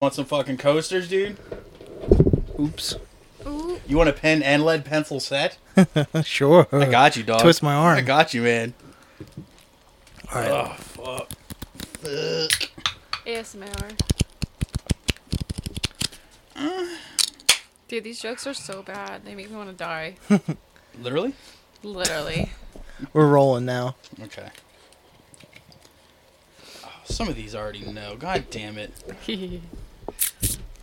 Want some fucking coasters, dude? Oops. Ooh, You want a pen and lead pencil set? sure. I got you, dog. Twist my arm. I got you, man. All right. ASMR. Dude, these jokes are so bad. They make me want to die. Literally? Literally. We're rolling now. Okay. Oh, some of these I already know. God damn it.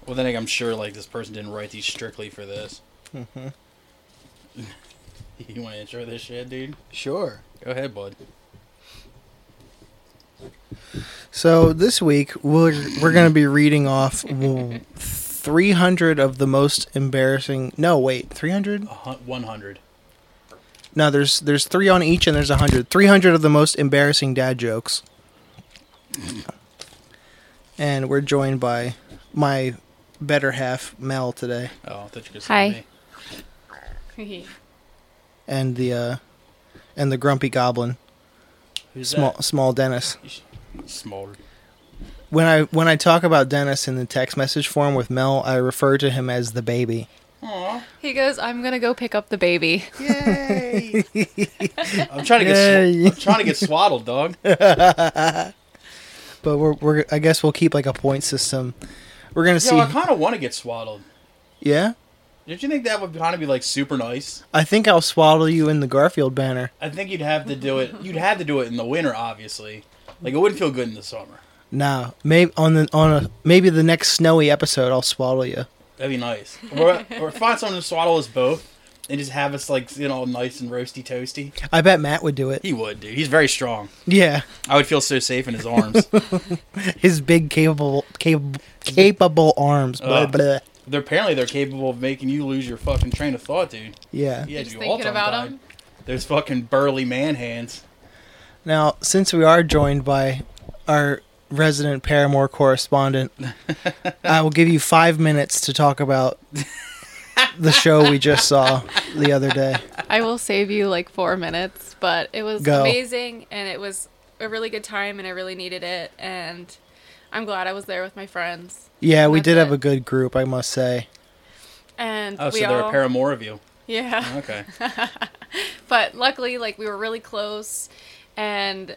Well, then I'm sure like this person didn't write these strictly for this. Mm-hmm. you want to intro this shit, dude? Sure. Go ahead, bud. So this week we're we're gonna be reading off w- 300 of the most embarrassing. No, wait, 300? A hun- 100. No, there's there's three on each, and there's 100. 300 of the most embarrassing dad jokes. And we're joined by my better half, Mel, today, Oh, I thought you could Hi. say me. and the uh, and the grumpy goblin, Who's small that? small Dennis. Small. When I when I talk about Dennis in the text message form with Mel, I refer to him as the baby. Aw. he goes, I'm going to go pick up the baby. Yay! I'm trying to get sw- Yay. I'm trying to get swaddled, dog. But we're, we're I guess we'll keep like a point system. We're gonna Yo, I see. kind of want to get swaddled. Yeah, Did you think that would kind of be like super nice? I think I'll swaddle you in the Garfield banner. I think you'd have to do it. You'd have to do it in the winter, obviously. Like it wouldn't feel good in the summer. Nah, maybe on the on a maybe the next snowy episode I'll swaddle you. That'd be nice. Or, or find someone to swaddle us both and just have us like you know nice and roasty toasty. I bet Matt would do it. He would, dude. He's very strong. Yeah, I would feel so safe in his arms. his big capable capable capable arms. Blah, Ugh. blah. they're apparently they're capable of making you lose your fucking train of thought, dude. Yeah. He had Just you all thinking about tongue-tied. him. There's fucking burly man hands. Now, since we are joined by our resident Paramore correspondent, I will give you five minutes to talk about the show we just saw the other day. I will save you like four minutes, but it was Go. amazing and it was a really good time and I really needed it. And I'm glad I was there with my friends. Yeah, we That's did have it. a good group, I must say. And Oh, so we they're all, a paramour of you. Yeah. Okay. But luckily, like, we were really close and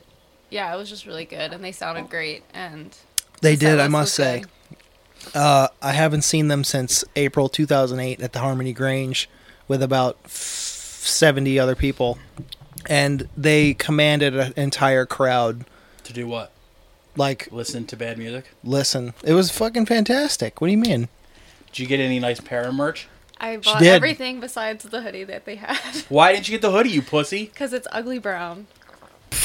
yeah, it was just really good and they sounded great. And They the set did, I list must was say. good. Uh, I haven't seen them since April 2008 at the Harmony Grange with about f- 70 other people. And they commanded an entire crowd. To do what? Like, Listen to bad music? listen, it was fucking fantastic. What do you mean? Did you get any nice para merch? I bought did. everything besides the hoodie that they had Why didn't you get the hoodie, you pussy? because it's ugly brown.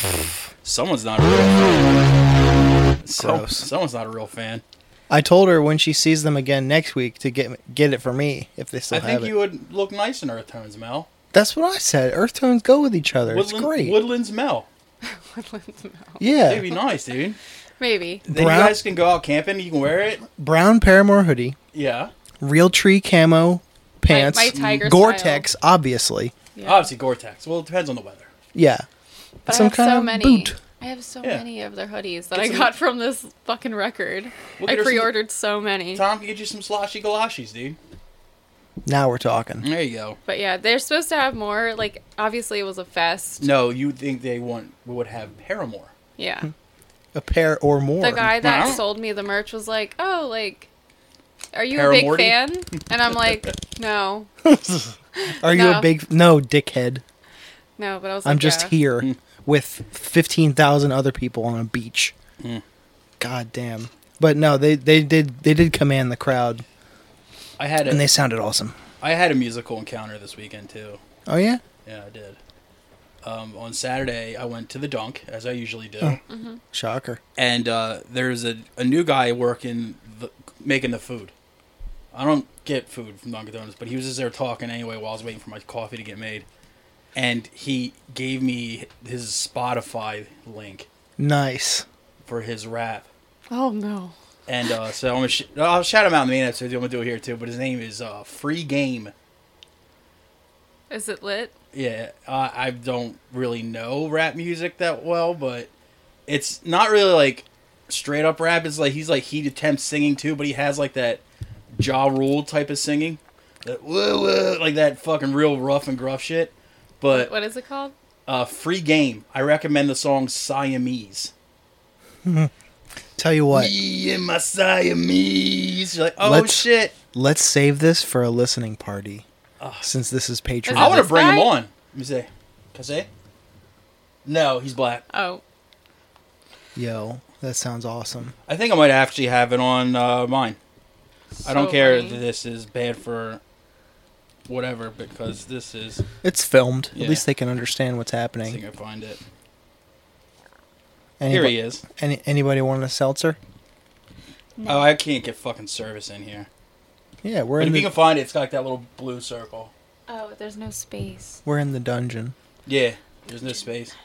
Someone's not a real fan. So- Gross. someone's not a real fan. I told her when she sees them again next week to get get it for me if they still I have think it. you would look nice in earth tones, Mel. That's what I said. Earth tones go with each other. it's Woodland- great. Woodlands Mel. yeah, It'd be nice, dude. Maybe. Then Brown- you guys can go out camping. You can wear it. brown Paramore hoodie, Yeah. real tree camo pants, my tiger Gore-Tex, obviously. Yeah. Obviously, Gore Tex. Well, it depends on the weather. Yeah, But some I have kind so of many. boot. I have so Yeah. many of their hoodies that I some- got from this fucking record. We'll I get her some- pre-ordered so many. Tom can get you some sloshy galoshes, dude. Now we're talking. There you go. But yeah, they're supposed to have more. Like obviously it was a fest. No, you think they want would have Paramore. Hmm. Yeah. A pair or more. The guy that Wow. sold me the merch was like, "Oh, like are you a Paramorty? big fan?" And I'm like, "No." Are you a No. big no dickhead? No, but I was like, I'm just yeah. here with fifteen thousand other people on a beach. God damn. But no, they, they did they did command the crowd, I had a I and they sounded awesome. had a musical encounter this weekend too. Oh yeah, Yeah, I did. Um, on Saturday, I went to the Dunk as I usually do, shocker. and uh, there's a, a new guy working the, making the food. I don't get food from Dunkin' Donuts, but he was just there talking anyway while I was waiting for my coffee to get made, and he gave me his Spotify link Nice. for his rap. Oh no. And uh, so I'm gonna sh- I'll shout him out in the main episode. I'm gonna do it here too. But his name is uh, Free Game. Is it lit? Yeah, uh, I don't really know rap music that well, but it's not really like straight up rap is like he's like he attempts singing too, but he has like that jaw rule type of singing. That whoa, whoa, like that fucking real rough and gruff shit. But What is it called? uh, free game. I recommend the song Siamese. Tell you what, Me and my Siamese. You're like, oh Let's- shit. let's save this for a listening party. Since this is Patreon. I want to this bring him guy? on. Let me see. Kase? No, he's black. Oh, Yo, that sounds awesome. I think I might actually have it on uh, mine. I don't So care funny. that this is bad for whatever because this is. It's filmed. Yeah. At least they can understand what's I think happening. I find it. Anybo- Here he is. Any, anybody want a seltzer? Oh, I can't get fucking service in here. Yeah, we're But in if the you can find it, it's got like that little blue circle. oh, there's no space. we're in the dungeon. Yeah, there's no space.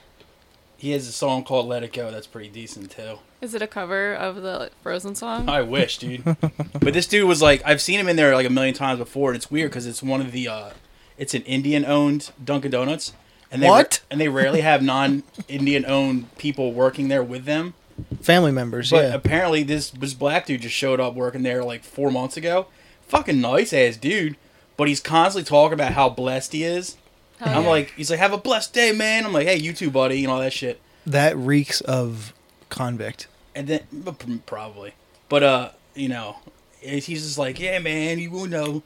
He has a song called "Let It Go" that's pretty decent too. Is it a cover of the Frozen song? I wish, dude. but this dude was like, I've seen him in there like a million times before, and it's weird because it's one of the, uh, it's an Indian-owned Dunkin' Donuts, and they ra- What? and they rarely have non-Indian-owned people working there with them. Family members, But uh, yeah. apparently, this this black dude just showed up working there like four months ago. Fucking nice ass dude, but he's constantly talking about how blessed he is. Hell I'm yeah. like, he's like, have a blessed day, man. I'm like, hey, you too, buddy, and all that shit. that reeks of convict. and then but p- probably but uh you know he's just like yeah man you will know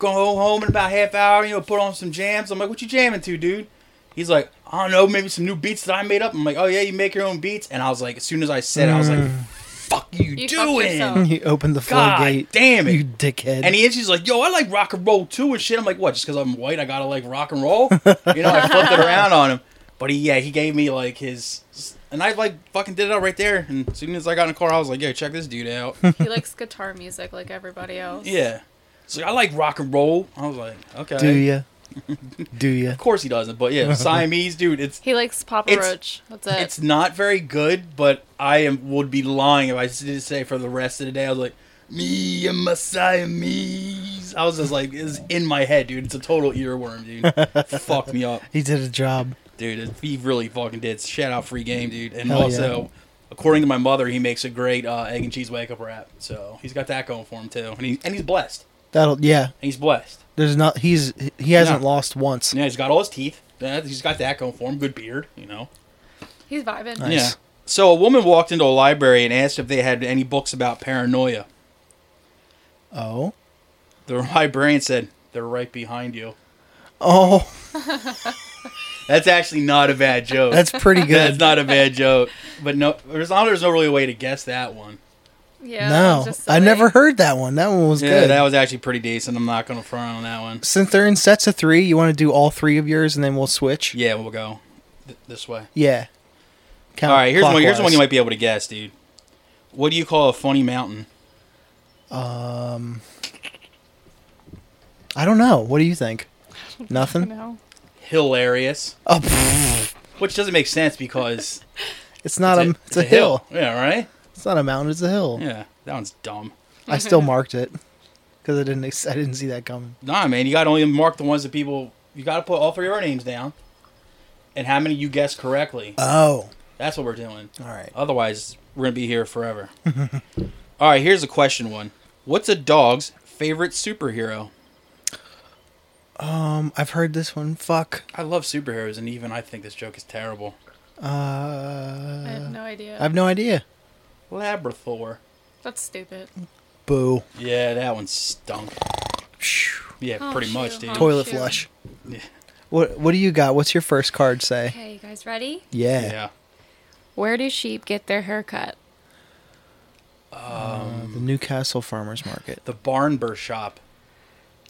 go home in about half hour you know put on some jams i'm like what you jamming to dude he's like i don't know maybe some new beats that i made up i'm like oh yeah you make your own beats and i was like as soon as i said it i was like fuck you, You fucked doing yourself. You opened the God floodgate. damn it. You dickhead. and he is just like yo i like rock and roll too and shit i'm like what just because i'm white i gotta like rock and roll you know i flipped it around on him but he yeah he gave me like his and i like fucking did it out right there and as soon as i got in the car i was like yo check this dude out he likes guitar music like everybody else. Yeah. So I like rock and roll. I was like, okay. Do ya? Do ya? Of course he doesn't, but yeah, Siamese dude, it's He likes Papa It's- Roach. That's it. it's not very good, but I am would be lying if I didn't say for the rest of the day I was like, me and my Siamese. I was just like, it's in my head, dude. It's a total earworm, dude. Fuck me up, He did a job. dude. it- He really fucking did. Shout out free game, dude. And Hell yeah. also, according to my mother, he makes a great uh, egg and cheese wake up wrap. So he's got that going for him too, and he, and he's blessed. That'll yeah. He's blessed. There's not he's he hasn't No. lost once. Yeah, he's got all his teeth. Yeah, he's got that going for him. Good beard, you know. He's vibing. Nice. Yeah. So a woman walked into a library and asked if they had any books about paranoia. Oh. The librarian said, "They're right behind you." Oh, That's actually not a bad joke. that's pretty That's good. not a bad joke. But no, there's not. There's no really way to guess that one. Yeah. no. just I silly. never heard that one. That one was Yeah, good. that was actually pretty decent. I'm not gonna front on that one. Since they're in sets of 3, you want to do all 3 of yours and then we'll switch? Yeah, we'll go th- this way. Yeah. Count All right, here's one. Here's one Oh, clockwise. you might be able to guess, dude. What do you call a funny mountain? Um I don't know. What do you think? Nothing. No. Hilarious. Oh, pfft. Which doesn't make sense because it's not a, it's a, hill. Yeah, right. It's not a mountain. It's a hill. Yeah, that one's dumb. I still marked it because I didn't. ex- I didn't see that coming. Nah, man, you got to only mark the ones that people. You got to put all three of our names down, and how many you guess correctly. Oh, That's what we're doing. all right. Otherwise, we're gonna be here forever. all right, here's a question one. What's a dog's favorite superhero? Um, I've heard this one. Fuck. I love superheroes, and even I think this joke is terrible. Uh, I have no idea. I have no idea. Labrathor. That's stupid. Boo. Yeah, that one stunk. Yeah, Oh, pretty much, shoot, dude. huh? Toilet shoot. flush. Yeah. What What do you got? What's your first card say? Okay, you guys ready? Yeah. Yeah. Where do sheep get their hair cut? Uh, the Newcastle Farmers Market. The Barnber Shop.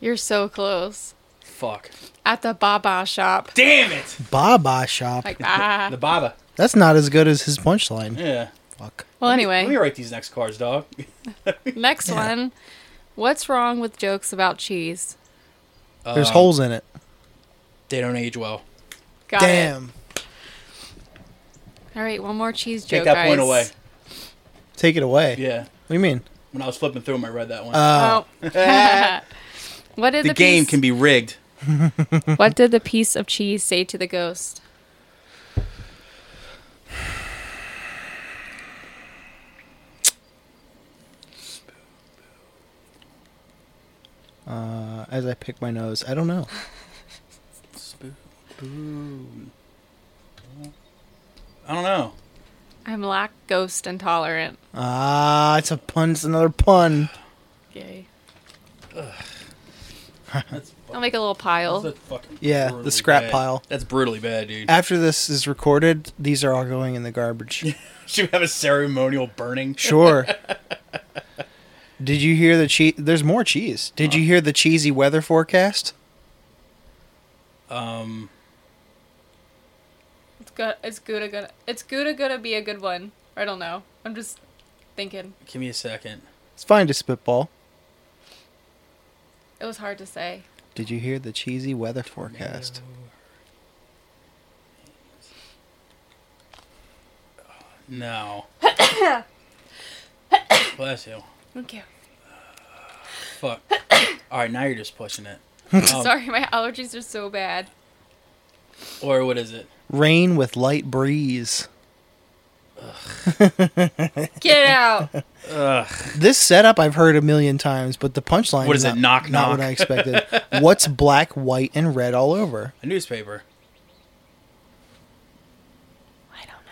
You're so close. Fuck. At the Baba shop. Damn it. Baba Shop. Like, ah. The Baba. That's not as good as his punchline. Yeah. Fuck. Well, Let me anyway, write these next cards, dog. next one. What's wrong with jokes about cheese? There's Um, holes in it. They don't age well. Got it. Damn. All right, one more cheese Take joke, that guys. point away. Take it away. Yeah. What do you mean? When I was flipping through them, I read that one. Uh, Oh. what did the, the game piece, can be rigged. What did the piece of cheese say to the ghost? Uh, as I pick my nose, I don't know. Spoon. Boon. I don't know. I'm lactose intolerant. Ah, it's a pun. It's another pun. Yay. That's, fu- I'll make a little pile. that's fucking Yeah, the brutally scrap bad. pile. Uh, That's brutally bad, dude. After this is recorded, these are all going in the garbage. Should we have a ceremonial burning? Sure. Did you hear the cheese? There's more cheese. Did Uh. you hear the cheesy weather forecast? Um, It's good. It's good. a good. It's good. a gonna be a good one. I don't know. I'm just thinking. give me a second. It's fine to spitball. It was hard to say. Did you hear the cheesy weather forecast? No. Bless you. Thank you. Fuck. All right, now you're just pushing it. Um, Sorry, my allergies are so bad. Or what is it? Rain with light breeze. Get out. Ugh. This setup I've heard a million times, but the punchline What is it? Knock, not what knock. I expected. What's black, white, and red all over? A newspaper. I don't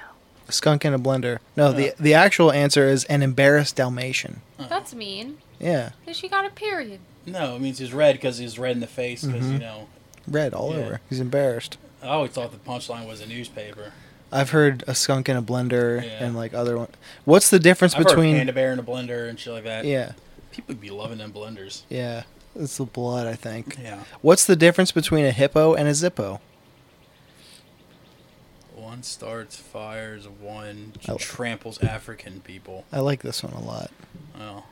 A skunk in a blender. No, the the actual answer is an embarrassed Dalmatian. know. That's mean. Yeah, 'Cause She got a period. No, it means he's red because he's red in the face because, Mm-hmm. you know. red all Yeah. over. He's embarrassed. I always thought the punchline was a newspaper. I've heard a skunk in a blender Yeah. and like other one. What's the difference I've between? heard panda bear in a blender and shit like that. yeah, People be loving them blenders. yeah. It's the blood, I think. Yeah. What's the difference between a hippo and a zippo? One starts fires, one Oh. tramples African people. I like this one a lot. Oh.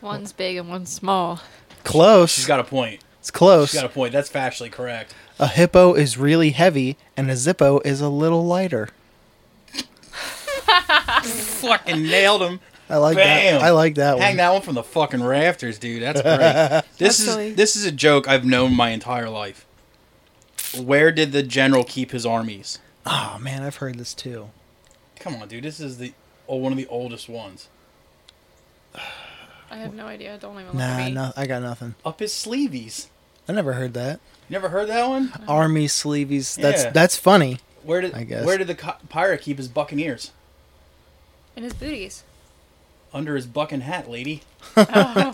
One's big and one's small. Close. She's got a point. it's close. She's got a point. That's factually correct. A hippo is really heavy, and a zippo is a little lighter. Fucking nailed him. I like Bam! that. I like that Hang one. that one from the fucking rafters, dude. That's great. this is silly. this is a joke I've known my entire life. Where did the general keep his armies? Oh man, I've heard this too. Come on, dude. This is the oh, one of the oldest ones. I have no idea. Don't even look at Nah, me. no, I got nothing. Up his sleeves. I never heard that. You never heard that one? Army sleeves. That's Yeah. that's funny. Where did I guess. where did the co- pirate keep his buccaneers? In his booties. Under his bucking hat, lady. Oh.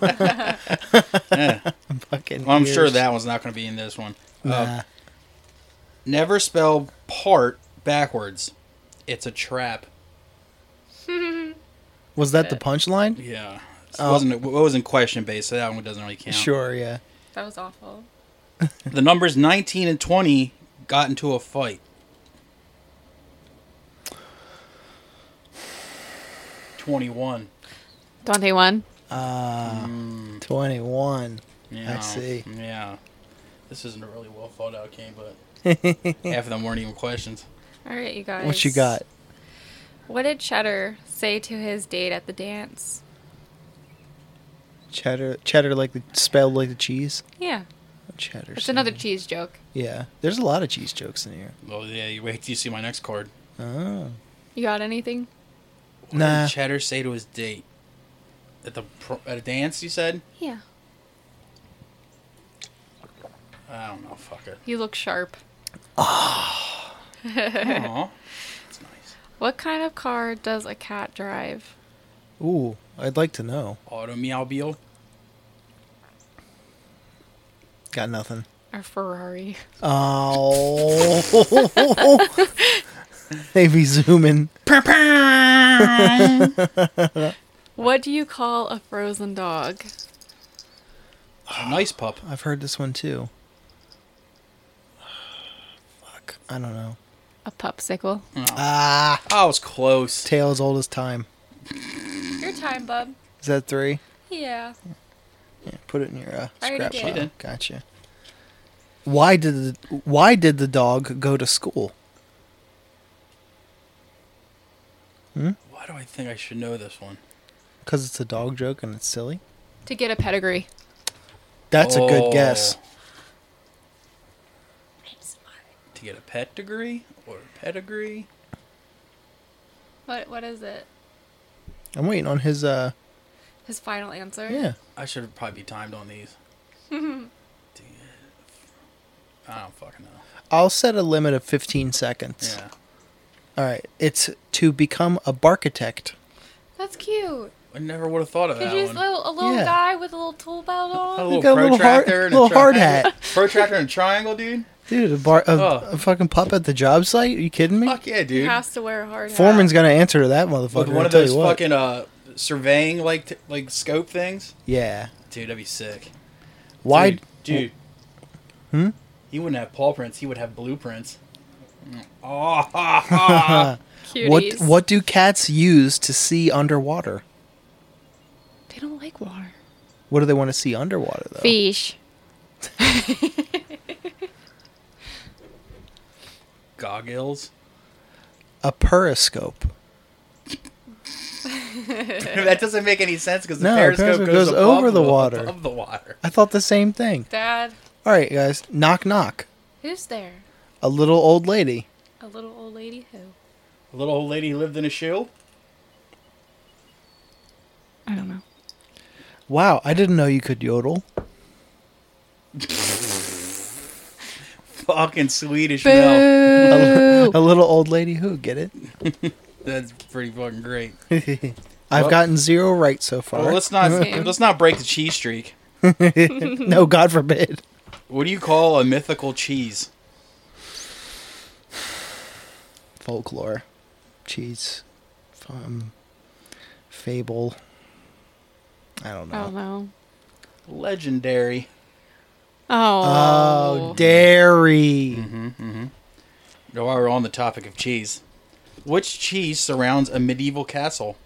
Eh. Fucking. Well, I'm sure ears. that one's not going to be in this one. Nah. Uh, never spell part backwards. It's a trap. Was that the punchline? Yeah. It Oh. wasn't it wasn't question based, so that one doesn't really count. Sure. Yeah. that was awful. The numbers 19 and 20 got into a fight. Twenty-one. Mm, Dante won. Uh, Hmm. twenty-one. Yeah. see. Yeah. This isn't a really well thought out game, but half of them weren't even questions. All right, you guys. What you got? What did Cheddar say to his date at the dance? Cheddar. Cheddar like the spelled like the cheese. Yeah, Cheddar. it's so- another cheese joke. Yeah. There's a lot of cheese jokes in here. Well, yeah, you wait till you see my next card. Oh. You got anything? What Nah. did Cheddar say to his date? At the pro- at a dance, you said? Yeah. I don't know, fuck it. You look sharp. Ah. Aw. That's nice. What kind of car does a cat drive? Ooh. I'd like to know. Auto meowbeel. Got nothing. A Ferrari. Oh. they be zooming. What do you call a frozen dog? A nice pup. I've heard this one too. Fuck. I don't know. A popsicle. Ah. I was close. Tale as old as time. Your time, bub. Is that three? Yeah. Yeah, put it in your uh, I already scrap did. She pile. did. Gotcha. Why did the Why did the dog go to school? Why do I think I should know this one? Because it's a dog joke and it's silly. To get a pedigree. That's a Oh. good guess. To get a pet degree or a pedigree? What What is it? I'm waiting on his uh His final answer. Yeah. I should probably be timed on these. Dude, I don't fucking know. I'll set a limit of 15 seconds. Yeah. All right. It's to become a barchitect. That's cute. I never would have thought of Could that you one. use a little, a little Yeah. guy with a little tool belt a on? Oh, little got a little hard- protractor and a little hard triangle. hat. Protractor and triangle, dude. Dude, a, bar, a, Oh. a fucking pup at the job site? Are you kidding me? Fuck yeah, He dude. has to wear a hard hat. Foreman's going to answer to that With motherfucker. one I'll of tell you those what. fucking uh surveying like t- like scope things, Yeah. dude. That'd be sick. Why? dude, dude? Hmm? He wouldn't have paw prints. He would have blueprints. Oh, ha, ha. Cuties. What what do cats use to see underwater? They don't like water. What do they want to see underwater though? Fish. goggles. A periscope. that doesn't make any sense because the No, periscope, periscope goes, goes over the water. Above the water. I thought the same thing. Dad, All right, guys. Knock knock. who's there? A little old lady. A little old lady who? A little old lady lived in a shoe. I don't know. Wow, I didn't know you could yodel. Fucking Swedish Mel. Boo! A little old lady who get it? That's pretty fucking great. I've Well- gotten zero right so far. Well, let's not Same. let's not break the cheese streak. no, God forbid. What do you call a mythical cheese? Folklore, cheese, um, fable. I don't I don't know. know. Legendary. Oh. Oh, dairy. Mm. mm-hmm. Now, While we're on the topic of cheese, which cheese surrounds a medieval castle?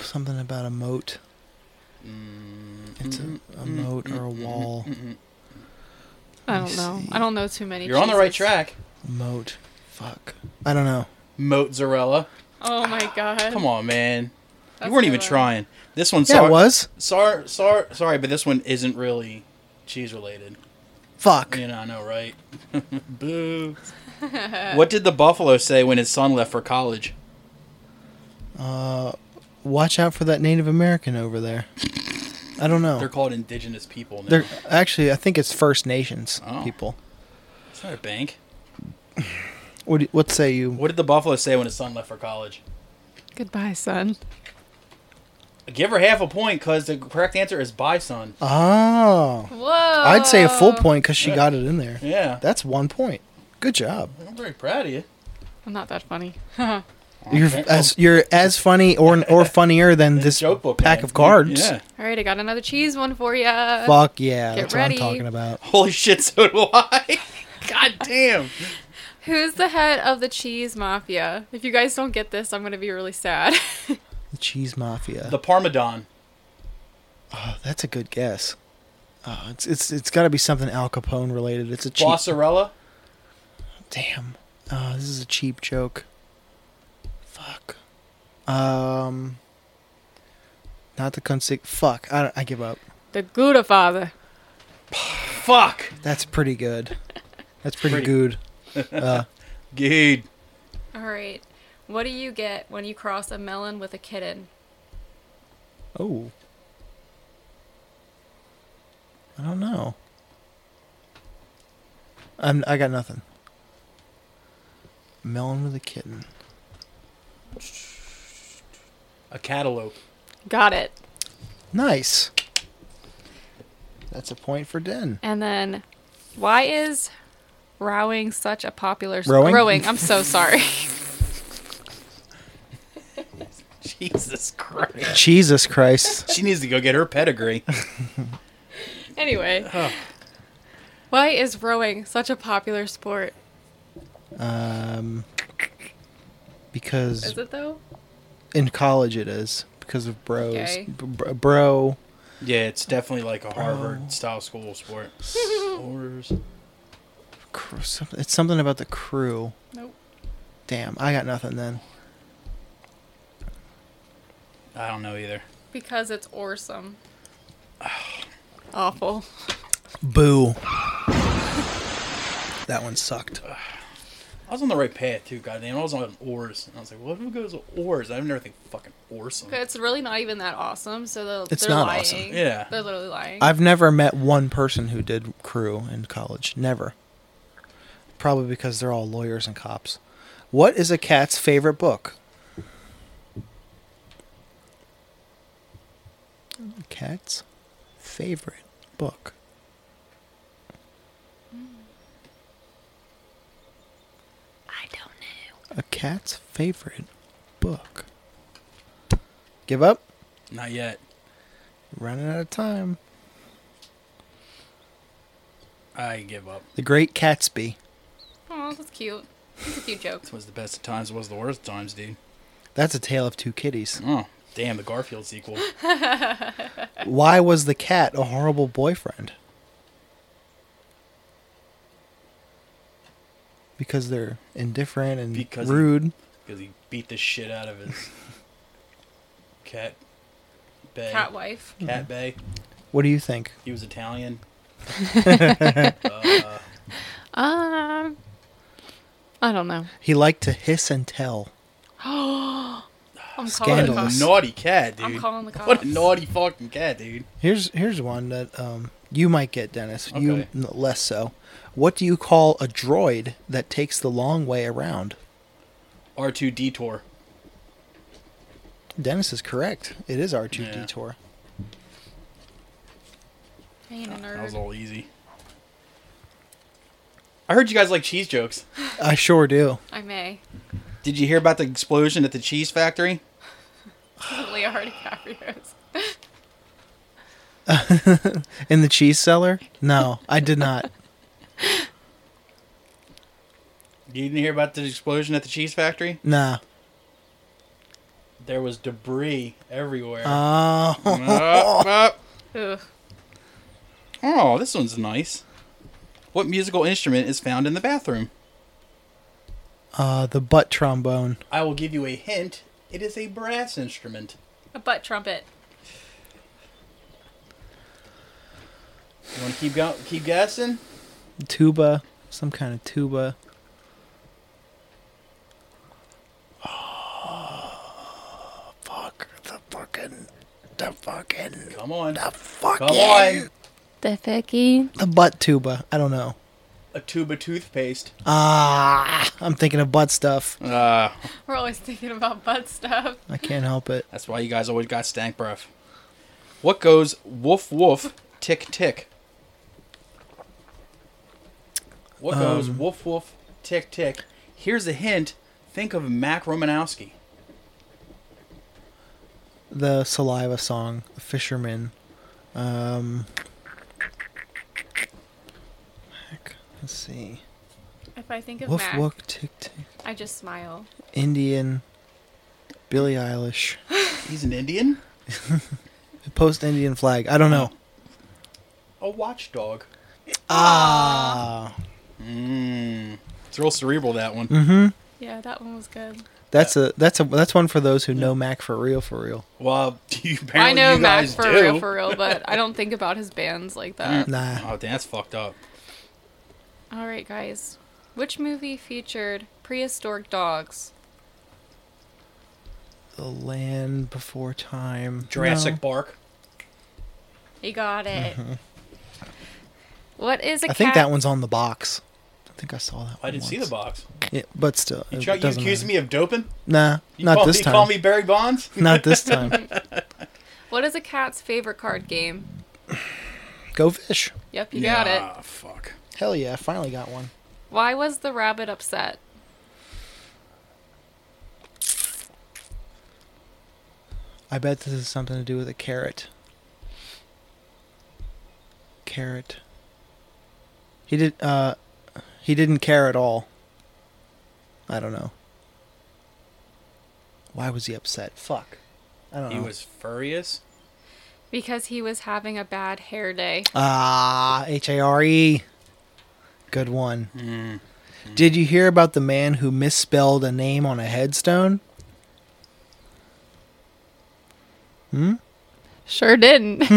Something about a moat. It's a, Mm-hmm. a moat or a wall. I me don't know. see. I don't know too many. You're on the right cheeses. track. Moat. Fuck. I don't know. Mozzarella. Oh my god. Come on, man. That's you weren't a even good one. trying. This one, Yeah, sorry, it was. Sorry, sorry, sorry, but this one isn't really cheese related. Fuck. You know, I know, right? Boo. what did the buffalo say when his son left for college? Uh, watch out for that Native American over there. I don't know. They're They're, called indigenous people now. actually. I think it's First Nations Oh. people. It's not a bank. What? do- What say you? What did the buffalo say when his son left for college? Goodbye, son. Give her half a point because the correct answer is by son. Oh, Whoa. I'd say a full Uh. point because she got it in there. Yeah. That's one point. Good job. I'm very proud of you. I'm not that funny. You're thank as you're as funny or or funnier than this Joke book. pack man. of cards. Yeah. All right, I got another cheese one for you. Fuck yeah, Get that's ready. what I'm talking about. Holy shit, so do I. God damn. Who's the head of the cheese mafia? If you guys don't get this, I'm gonna be really sad. The cheese mafia. The Parmesan. oh, that's a good guess. Oh, it's it's it's got to be something Al Capone related. It's a cheap. Bossarella. Damn. Oh, this is a cheap joke. Fuck. Um. Not the consig. Fuck. I, don't- I give up. the Gouda father. Fuck. That's pretty good. That's pretty, Pretty. good. Uh, Dude. All right. What do you get when you cross a melon with a kitten? oh. I don't know. I'm. I got nothing. Melon with a kitten. A cantaloupe. Got it. Nice. That's a point for Den. And then, why is rowing such a popular Rowing? Rowing. I'm so sorry. Jesus Christ. Jesus Christ. She needs to go get her pedigree. anyway, Oh. why is rowing such a popular sport? Um, because Is it though? in college it is because of bros, Okay. B- br- bro. Yeah, it's definitely like a Harvard style school sport. Spores. Cr- some- It's something about the crew. Nope. Damn, I got nothing then. I don't know either. Because it's awesome. Awful. Boo. That one sucked. I was on the right path too, goddamn. I was on oars, and I was like, "What? Who goes oars?" I've never think fucking oarsome. It's really not even that awesome. So they're, It's they're not lying. awesome. Yeah. They're literally lying. I've never met one person who did crew in college. Never. Probably because they're all lawyers and cops. What is a cat's favorite book? Cat's favorite book. I don't know. A cat's favorite book. Give up? Not yet. Running out of time. I give up. The Great Catsby. Oh, that's cute. That's a cute joke. This was the best of times. It was the worst of times, dude. That's a tale of two kitties. Oh, damn the Garfield sequel. Why was the cat a horrible boyfriend? Because they're indifferent and Because he- rude. because he beat the shit out of his cat. Bay. Cat wife. Cat Bay. What do you think? He was Italian. Um, I don't know. He liked to hiss and tell. I'm Scandalous. calling the cops. Naughty cat, dude. I'm calling the What cops. a naughty fucking cat, dude. Here's here's one that um, you might get, Dennis. You Okay. n- less so. What do you call a droid that takes the long way around? R2 Detour. Dennis is correct. It is R two Yeah. D tour. Being a nerd. That was all easy. I heard you guys like cheese jokes. I sure do. I may. Did you hear about the explosion at the cheese factory? Leonardo DiCaprio's. In the cheese cellar? No, I did not. You didn't hear about the explosion at the cheese factory? Nah. There was debris everywhere. Oh. Up, up. Ugh. Oh, this one's nice. What musical instrument is found in the bathroom? Uh, the butt trombone. I will give you a hint. It is a brass instrument. A butt trumpet. You want to keep go- keep guessing? Tuba. Some kind of tuba. Oh, fuck. The fucking. The fucking. Come on. The fucking. Come on. The fucking. The butt tuba. I don't know. A tube of toothpaste. Ah, I'm thinking of butt stuff. Ah, We're always thinking about butt stuff. I can't help it. that's why you guys always got stank breath. What goes woof woof tick tick? What goes woof woof tick tick? Here's a hint. Think of Mac Romanowski. The saliva song, the fisherman. Um. heck, Let's see. If I think of Woof Mac, woof tick tick. I just smile. Indian, Billie Eilish, He's an Indian. post Indian flag. I don't know. A watchdog. Ah, Mmm. It's real cerebral that Hmm. one. Yeah, that one was good. Mm-hmm. that's a that's a that's one for those who know Mac for real for real. Well, you I apparently know you Mac guys for do. real, for real, but I don't think about his bands like that. Nah. Oh, damn, that's fucked up. All right, guys. Which movie featured prehistoric dogs? The land before time. Jurassic No. Bark. You got it. What is a I think cat- that one's on the box. I think I saw that. I one didn't see the once. box. Yeah, but still, You, it try, you doesn't accuse matter. me of doping? Nah, You not call this me, time. Call me Barry Bonds? Not this time. What is a cat's favorite card game? Go fish. Yep, you got it. Ah, fuck. Hell yeah! I finally got one. Why was the rabbit upset? I bet this is something to do with a carrot. Carrot. He did. Uh, he didn't care at all. I don't know. Why was he upset? Fuck. I don't He know. was furious. Because he was having a bad hair day. Ah, H A R E. Good one. Mm-hmm. Did you hear about the man who misspelled a name on a headstone? Sure didn't.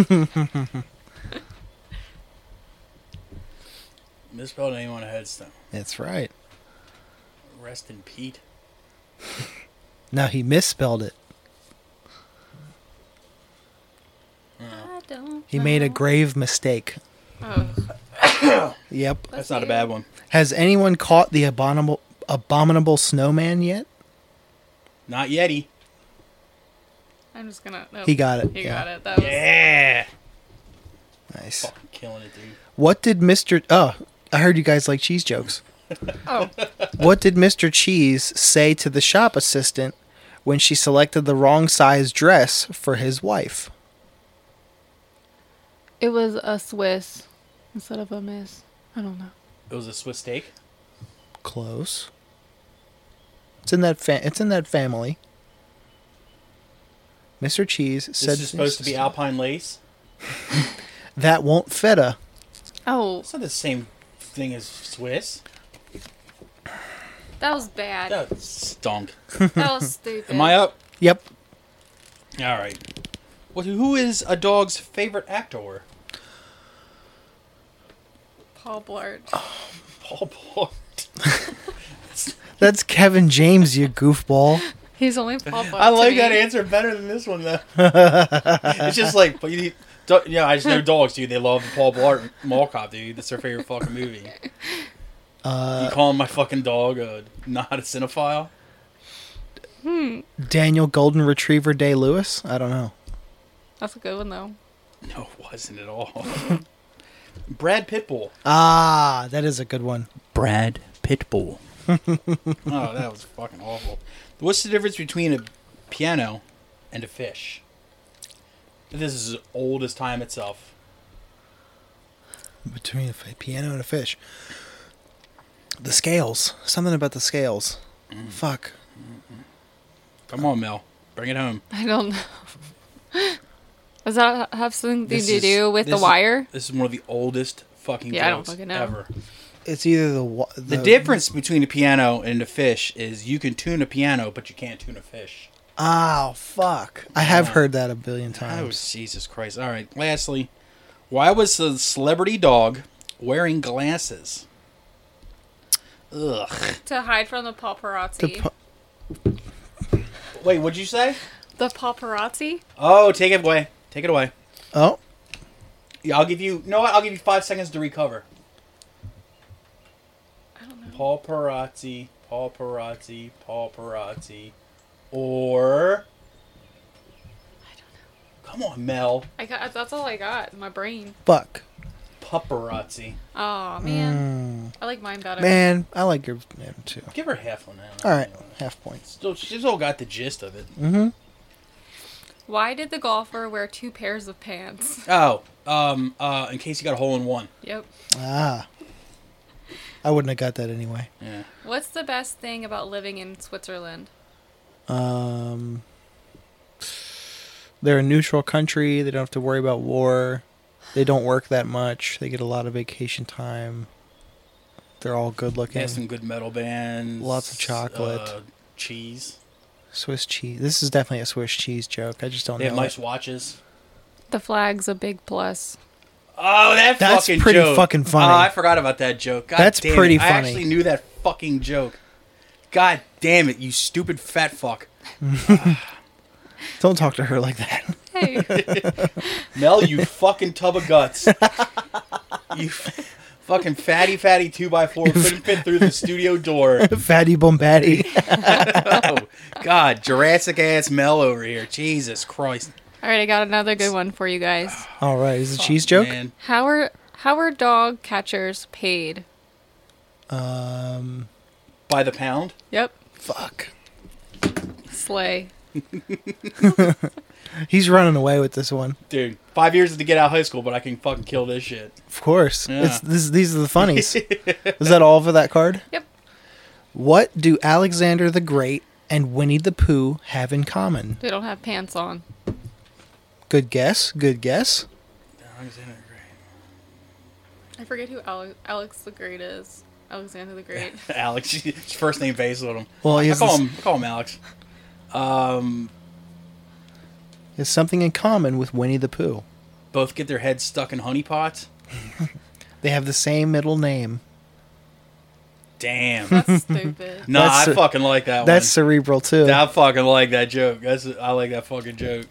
Misspelled name on a headstone. That's right. Rest in Pete. Now he misspelled it. I don't. He made a know. grave mistake. Ugh, Yep. That's not a bad one. Has anyone caught the abominable abominable snowman yet? Not Yeti. I'm just gonna. Nope. He got it. He yeah. got it. That was. Yeah. Nice. Fucking killing it, dude. What did Mr. Oh, I heard you guys like cheese jokes. Oh, What did Mr. Cheese say to the shop assistant when she selected the wrong size dress for his wife? it was a Swiss instead of a Miss. I don't know. It was a Swiss steak. Close. It's in that fa- it's in that family. Mr. Cheese This said is supposed to be Alpine lace. that won't feta. Oh, It's not the same thing as Swiss. that was bad. That, That stunk. was stupid. Am I up? Yep. All right. Well, who is a dog's favorite actor? Paul Blart. Paul Blart. That's Kevin James, you goofball. He's only Paul Blart. I to like me. that answer better than this one though. it's just like, but you need, do, yeah, I just know dogs, dude. They love Paul Blart Mall Cop, dude. That's their favorite fucking movie. Uh, Uh, you calling my fucking dog a not a cinephile? Daniel Golden Retriever Day Lewis? I don't know. That's a good one though. No, it wasn't at all. Brad Pitbull. Ah, that is a good one. Brad Pitbull. oh, that was fucking awful. What's the difference between a piano and a fish? This is as old as time itself. Between a f- piano and a fish. The scales. Something about the scales. Fuck. Come on, Mel. Bring it home. I don't know. Does that have something This to is- do with the this is- wire? This is one of the oldest fucking Yeah, I don't jokes fucking know. ever. It's either the wa- The difference between a piano and a fish is you can tune a piano, but you can't tune a fish. Oh, fuck. I have Yeah. heard that a billion Oh, times. Jesus Christ. All right. Lastly, why was the celebrity dog wearing glasses? Ugh. To hide from the paparazzi. The pu- Wait, what'd you say? the paparazzi? Oh, take it away. Take it away. oh, Yeah, I'll give you. No, what? I'll give you five seconds to recover. I don't know. Paul Parazzi, Paul Parazzi, Paul Parazzi, or come on, Mel I got that's all I got. in My brain. fuck. Paparazzi. Oh man. I like mine better. Mm. Man, I like your name too. Give her half on that. All right, half points. Still, she still got the gist of it. Why did the golfer wear two pairs of pants? Oh, um, uh, in case you got a hole in one. Yep. Ah. I wouldn't have got that anyway. Yeah. What's the best thing about living in Switzerland? Um, they're a neutral country. They don't have to worry about war. They don't work that much. They get a lot of vacation time. They're all good They looking. have some good metal bands. Lots of chocolate. uh, cheese. Swiss cheese. This is definitely a Swiss cheese joke. I just don't They have know. nice it. watches. The flag's a big plus. Oh, that That's fucking pretty joke. fucking funny. Oh, I forgot about that joke. God That's damn pretty it. I funny. actually knew that fucking joke. God damn it, you stupid fat fuck. Don't talk to her like that. Hey. Mel, you fucking tub of guts. you f- fucking fatty, fatty 2x4 couldn't fit through the studio door. Fatty Bombaddy. Oh, God, Jurassic ass Mel over here. Jesus Christ. all right, I got another good one for you guys. all right, is it a cheese joke? Man. How are how are dog catchers paid? Um, By the pound? Yep. fuck. Slay. He's running away with this one. Dude, five years to get out of high school, but I can fucking kill this shit. Of course. Yeah. It's this, these are the funnies. is that all for that card? Yep. What do Alexander the Great and Winnie the Pooh have in common? They don't have pants on. Good guess. Good guess. Alexander the Great. I forget who Ale- Alex the Great is. Alexander the Great. Alex. His first name base with him. Well, he I has call this- him. I call him Alex. Um, Has something in common with Winnie the Pooh. both get their heads stuck in honey pots. They have the same middle name. Damn. That's stupid. Nah, That's- I fucking like that That's one. cerebral too. I fucking like that joke. That's I like that fucking joke.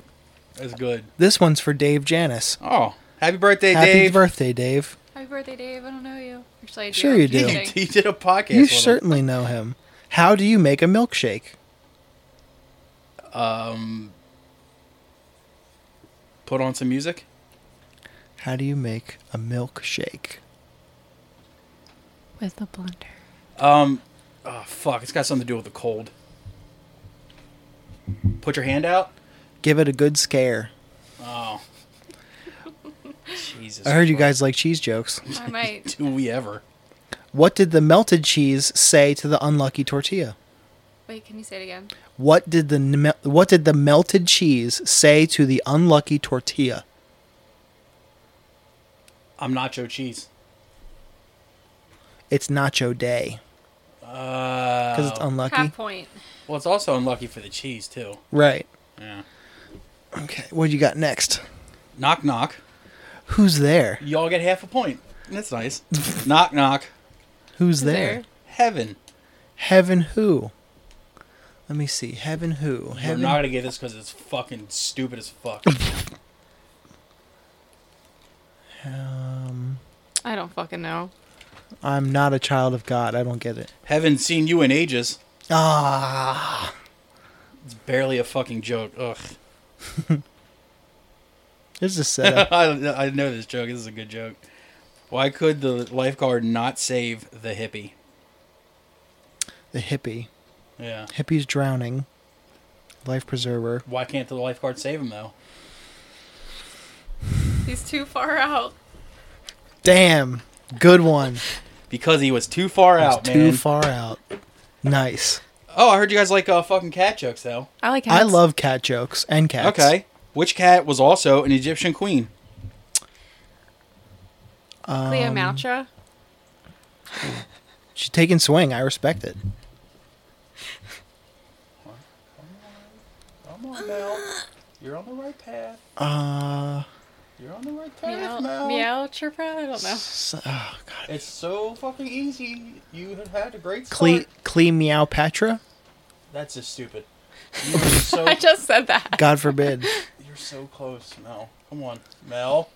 That's good. This one's for Dave Janis. Oh, happy birthday, Happy Dave. birthday, Dave. Happy birthday, Dave. I don't know you. Actually, I do. Sure you do. You, Kidding. you did a podcast. you with him. certainly know him. How do you make a milkshake? um, put on some music. How do you make a milkshake? With the blender. Um, oh fuck, it's got something to do with the cold. Put your hand out. Give it a good scare. Oh, Jesus! I heard you Christ. guys like cheese jokes. I might. Do we ever? What did the melted cheese say to the unlucky tortilla? Wait, can you say it again? What did the n- mel- what did the melted cheese say to the unlucky tortilla? I'm nacho cheese. It's nacho day Uh, because it's unlucky. Half point. well, it's also unlucky for the cheese too. Right. Yeah. Okay. What you got next? Knock knock. Who's there? Y'all get half a point. That's nice. knock knock. Who's there? Heaven. Heaven who? Let me see. Heaven who? We're Heaven. not gonna get this because it's fucking stupid as fuck. um, I don't fucking know. I'm not a child of God. I don't get it. Haven't seen you in ages. Ah, It's barely a fucking joke. Ugh. there's a setup. I, I know this joke. This is a good joke. Why could the lifeguard not save the hippie? the hippie. Yeah. Hippie's drowning. Life preserver. Why can't the lifeguard save him though? He's too far out. Damn. Good one. Because he was too far It's out, too man. far out. Nice. oh, I heard you guys like uh, fucking cat jokes though. I like. I love cat jokes and cats. Okay. Which cat was also an Egyptian queen? Um, Cleomatra. She's taking swing. I respect it. Come on, Mel. You're on the right path. Uh, You're on the right Meow, meow, chirpa. I don't know. s- oh, God. It's so fucking easy. You have had a great Cle, Cle Meowpatra? That's just stupid. You are so I just said that. God forbid. you're so close, Mel. Come on, Mel.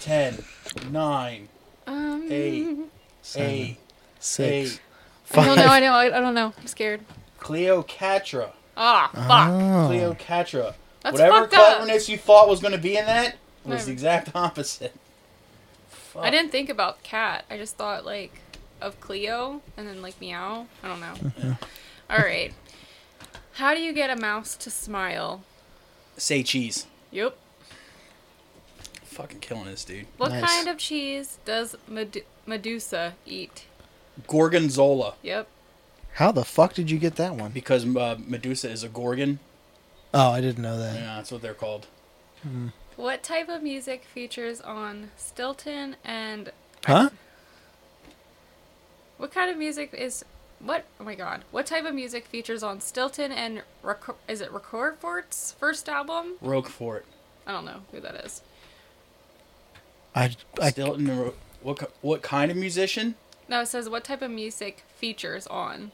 Ten, nine, Um, eight, Seven, eight, six, eight. I don't know. five. I know. I don't know. I'm scared. Cleocatra. Ah, fuck. Oh. Cleocatra. That's Whatever fucked up. cleverness you thought was going to be in that was No. the exact opposite. Fuck. I didn't think about cat. I just thought like of Cleo and then like meow. I don't know. Mm-hmm. All right. How do you get a mouse to smile? say cheese. Yep. Fucking killing this dude. What Nice. kind of cheese does Medu- Medusa eat? Gorgonzola, Yep. How the fuck did you get that one? because uh, Medusa is a gorgon. Oh, I didn't know that. Yeah, that's what they're called. What type of music features on Stilton and Huh? what kind of music is what? Oh my god. What type of music features on Stilton and Reco- is it Recordfort's first album? Roquefort. I don't know who that is. I, I Stilton. Ro- what ki- what kind of musician? No, it says what type of music features on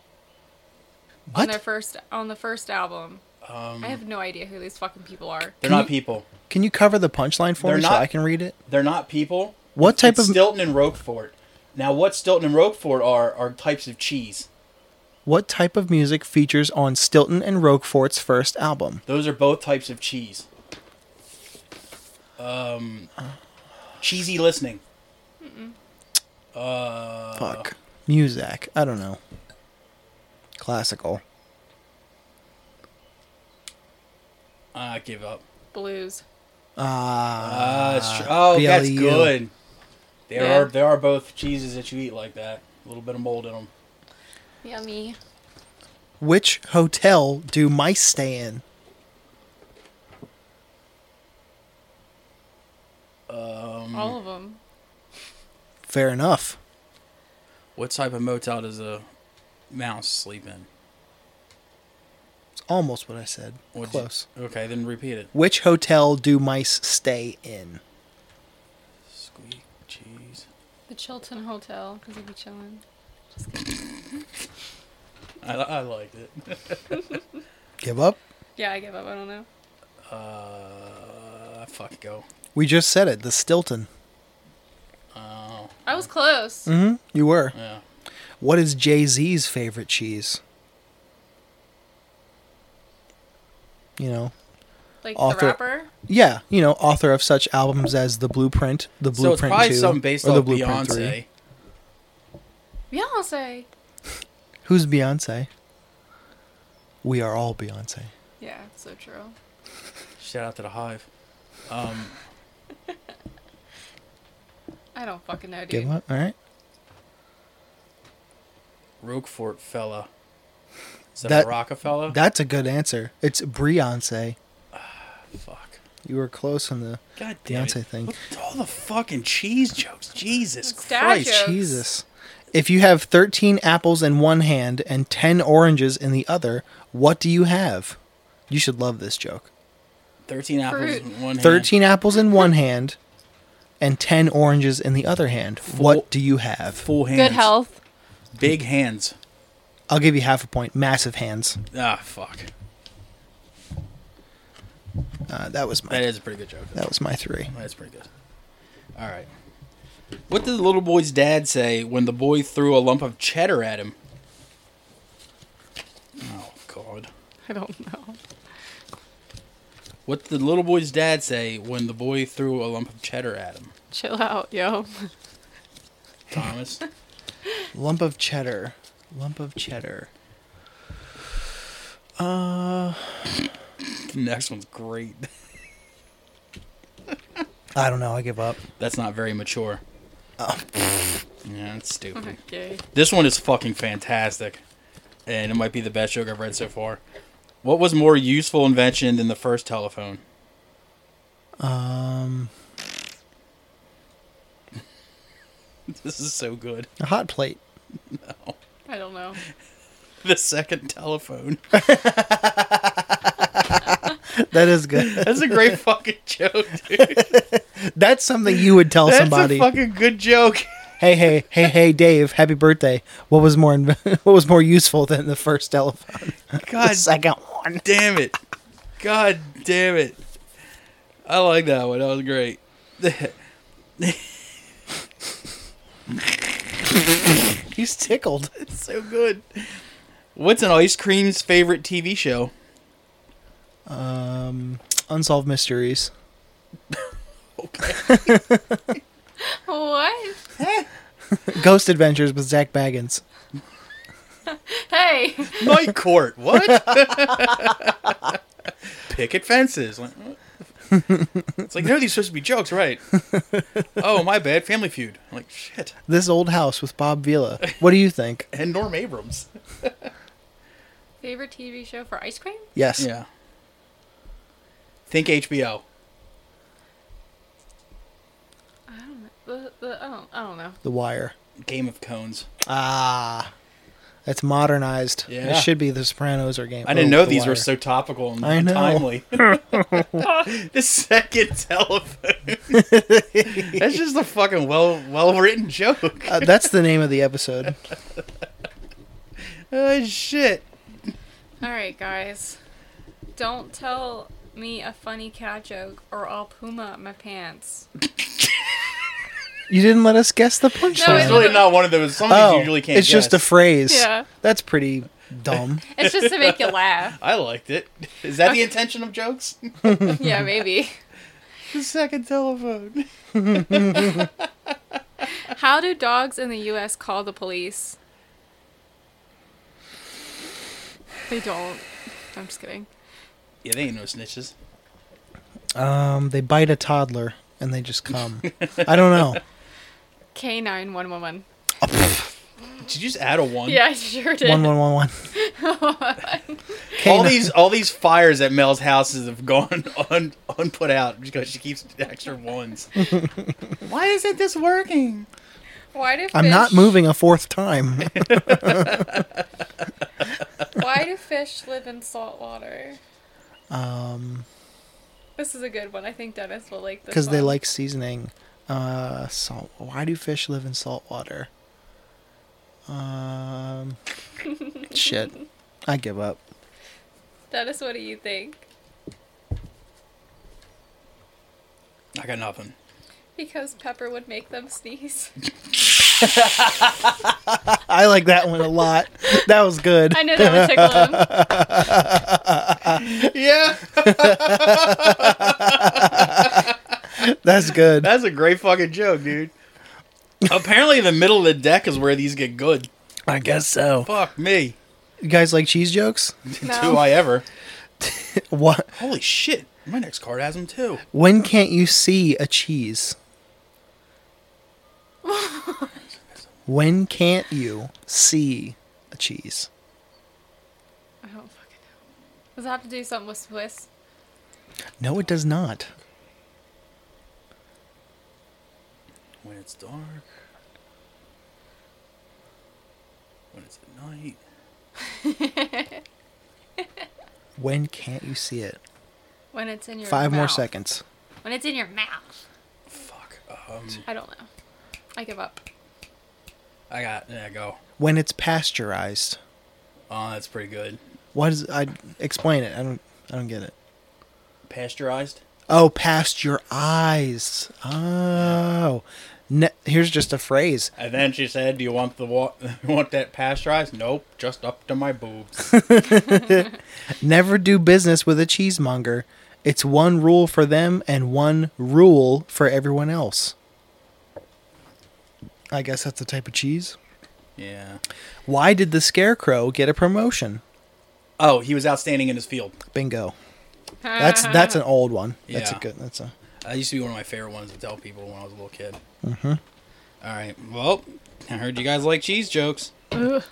on their what? first on the first album. Um, I have no idea who these fucking people are. they're Can not you- people. Can you cover the punchline for They're me so not- I can read it? They're not people. What type It's of Stilton and Roquefort? Now, what Stilton and Roquefort are are types of cheese. what type of music features on Stilton and Roquefort's first album? Those are both types of cheese. Um, cheesy listening. Uh, Fuck. Muzak. I don't know. Classical. Ah, I give up. Blues. Ah. E Uh, it's tr- oh, that's BLU. good. There Yeah. are there are both cheeses that you eat like that. A little bit of mold in them. Yummy. which hotel do mice stay in? Um, All of them. Fair enough. What type of motel does a mouse sleep in? It's almost what I said. What'd you- Close. okay, then repeat it. Which hotel do mice stay in? Squeak cheese. The Chilton Hotel because they'd be chilling. I, I liked it. Give up? Yeah, I give up. I don't know. Uh, fuck go. We just said it. The Stilton. Oh, I was close. Mm. Mm-hmm. You were. yeah. What is Jay Z's favorite cheese? You know, Like Author- the rapper. yeah, you know, author of such albums as The Blueprint, The So Blueprint it's probably 2, something based or off The Blueprint Beyonce. 3. Beyonce. Who's Beyonce? We are all Beyonce. Yeah, so true. Shout out to the Hive. Um, I don't fucking know, dude. Give up, all right? Roquefort fella. Is that, That- a Rockefeller? That's a good answer. It's Beyonce. Fuck. You were close on the God damn Beyonce it. thing. Look at all the fucking cheese jokes. Jesus It's dad Christ. jokes. Jesus. If you have 13 apples in one hand and 10 oranges in the other, what do you have? You should love this joke. 13 apples Fruit. in one hand. 13 apples in one hand and 10 oranges in the other hand. Full- What do you have? Full hands. Good health. Big hands. I'll give you half a point. Massive hands. Ah, fuck. Uh, that was That my is a pretty good joke. that was my 3. Oh, That's pretty good. All right. What did the little boy's dad say when the boy threw a lump of cheddar at him? Oh, God. I don't know. What did the little boy's dad say when the boy threw a lump of cheddar at him? Chill out, yo. Thomas? Lump of cheddar. Lump of cheddar. Uh the next one's great. I don't know. I give up. That's not very mature. yeah, that's stupid. Okay. This one is fucking fantastic, and it might be the best joke I've read so far. What was more useful invention than the first telephone? Um This is so good. a hot plate. I don't know. The second telephone. That is good. That's a great fucking joke, dude. That's something you would tell That's somebody. a fucking good joke. hey, hey, hey, hey, Dave! Happy birthday! What was more inv- what was more useful than the first telephone? the God second one. damn it. God damn it. I like that one. That was great. He's tickled. It's so good. What's an ice cream's favorite TV show? Um, unsolved mysteries. What? Ghost Adventures with Zach Baggins. Hey. Night court. What? Picket fences. Like, what? It's like, no, these are supposed to be jokes, right? Oh, my bad. Family feud. I'm like, shit. This old house with Bob Vila. What do you think? And Norm Abrams. Favorite TV show for ice cream? Yes. Yeah. Think HBO. I don't know. The, the, I, don't, I don't know. The Wire. Game of Cones. Ah, that's modernized. Yeah. It should be The Sopranos or Game. I didn't oh, know The these were Wire. so topical and I know. timely. the second telephone. That's just a fucking well well written joke. Uh, that's the name of the episode. Oh shit. All right, guys. Don't tell me a funny cat joke or I'll puma up my pants. You didn't let us guess the No, punchline. Oh, It's really not one of those. Some of these you usually can't. it's just a guess. phrase. Yeah. That's pretty dumb. It's just to make you laugh. I liked it. Is that the intention of jokes? Yeah, maybe. the second telephone. How do dogs in the U.S. call the police? They don't. I'm just kidding. Yeah, they ain't no snitches. um, they bite a toddler and they just come. I don't know. K nine one one one. Did you just add a one? Yeah, I sure did. One one one one. All K- these all these fires at Mel's houses have gone un, unput out because she keeps extra ones. Why isn't this working? Why do fish, I'm not moving a fourth time. Why do fish live in salt water? Um, This is a good one. I think Dennis will like this. because they one. like seasoning. Uh, salt. Why do fish live in salt water? Um, shit. I give up. Dennis, what do you think? I got nothing. Because pepper would make them sneeze. I like that one a lot. That was good. I know that would tickle him. Yeah, That's good. that's a great fucking joke, dude. Apparently, the middle of the deck is where these get good. I guess so. Fuck me. You guys like cheese jokes? Do I ever? What? Holy shit! My next card has them too. When can't you see a cheese? when can't you see a cheese? I don't fucking know. Does it have to do something with Swiss? No, it does not. When it's dark. When it's at night. When can't you see it? When it's in your Five more mouth. seconds. When it's in your mouth. Fuck. Um, I don't know. I give up. I got. There I go. When it's pasteurized. Oh, that's pretty good. What is? I explain it. I don't. I don't get it. Pasteurized. Oh, past your eyes. Oh, ne- here's just a phrase. And then she said, "Do you want the wa- want that pasteurized? Nope, just up to my boobs." Never do business with a cheesemonger. It's one rule for them and one rule for everyone else. I guess that's the type of cheese. yeah. Why did the scarecrow get a promotion? Oh, he was outstanding in his field. Bingo. That's that's an old one. That's a Yeah. good. That's a. That Uh, used to be one of my favorite ones to tell people when I was a little kid. Mm-hmm. All right. Well, I heard you guys like cheese jokes. Ugh.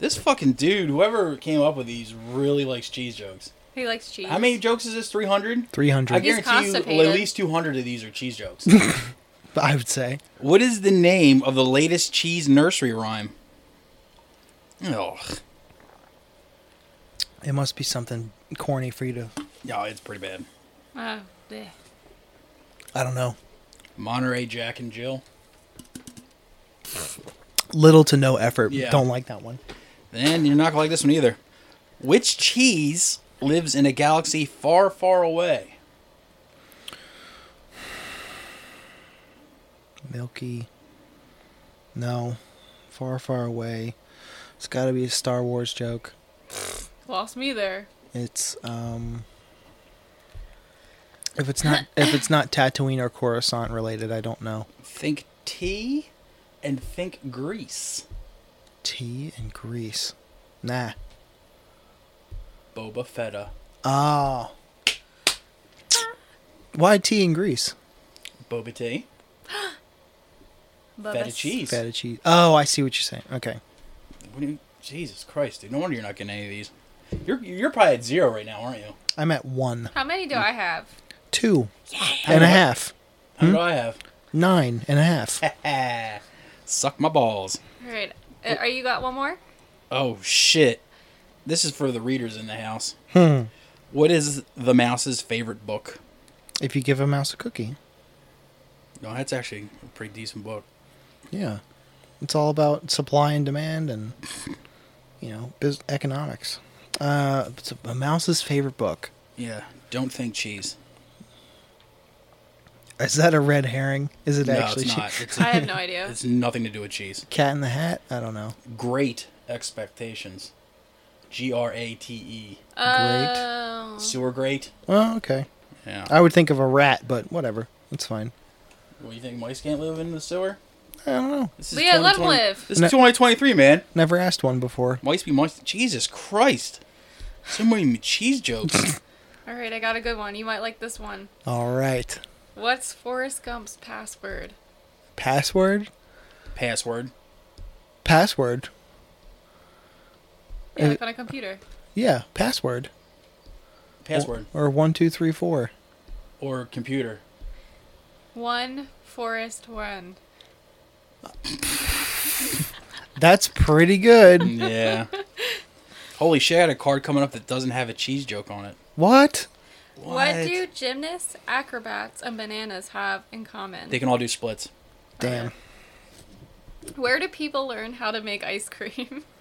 This fucking dude, whoever came up with these, really likes cheese jokes. He likes cheese. How many jokes is this? Three hundred. I 300, He's guarantee you, constipated. at least two hundred of these are cheese jokes. I would say. what is the name of the latest cheese nursery rhyme? Oh, It must be something corny for you to. yeah, it's pretty bad. Oh, bleh. I don't know. Monterey Jack and Jill. Little to no effort. Yeah. Don't like that one. Then you're not gonna like this one either. Which cheese lives in a galaxy far, far away? Milky. No. Far, far away. It's got to be a Star Wars joke. lost me there. It's um if it's not if it's not Tatooine or Coruscant related, I don't know. Think tea and think grease. Tea and grease. Nah. Boba Fetta. Oh. Why tea and grease? Boba tea. Bubba Feta s- cheese. Feta cheese. Oh, I see what you're saying. Okay. What do you, Jesus Christ, dude. No wonder you're not getting any of these. You're you're probably at zero right now, aren't you? I'm at one, How many do I have? two and a half, How do I have? nine and a half. Ah, suck my balls. All right. Uh, Are you got one more? Oh shit. This is for the readers in the house. What is the mouse's favorite book? If you give a mouse a cookie. No, that's actually a pretty decent book. Yeah. It's all about supply and demand and, you know, biz- economics. Uh, it's a, a mouse's favorite book. Yeah, don't think cheese. Is that a red herring? Is it No, actually it's she- not. It's, I have no idea. it's nothing to do with cheese. Cat in the Hat? I don't know. Great expectations. G R A T E. Oh. Sewer grate. Well, okay. Yeah. I would think of a rat, but whatever. It's fine. What do you think? Mice can't live in the sewer. I don't know. This is Yeah, let 'em 2020 live. This is No. 2023, man. Never asked one before. Mice be mice. Jesus Christ. So many cheese jokes. All right, I got a good one. You might like this one. All right. What's Forrest Gump's password? Password? Password. Password. Yeah, Uh, like on a computer. Yeah, password. Password. Or, or one, two, three, four. Or computer. One Forrest one. That's pretty good. Yeah. Holy shit, I had a card coming up that doesn't have a cheese joke on it. What? what? What? do gymnasts, acrobats, and bananas have in common? They can all do splits. Damn. Where do people learn how to make ice cream?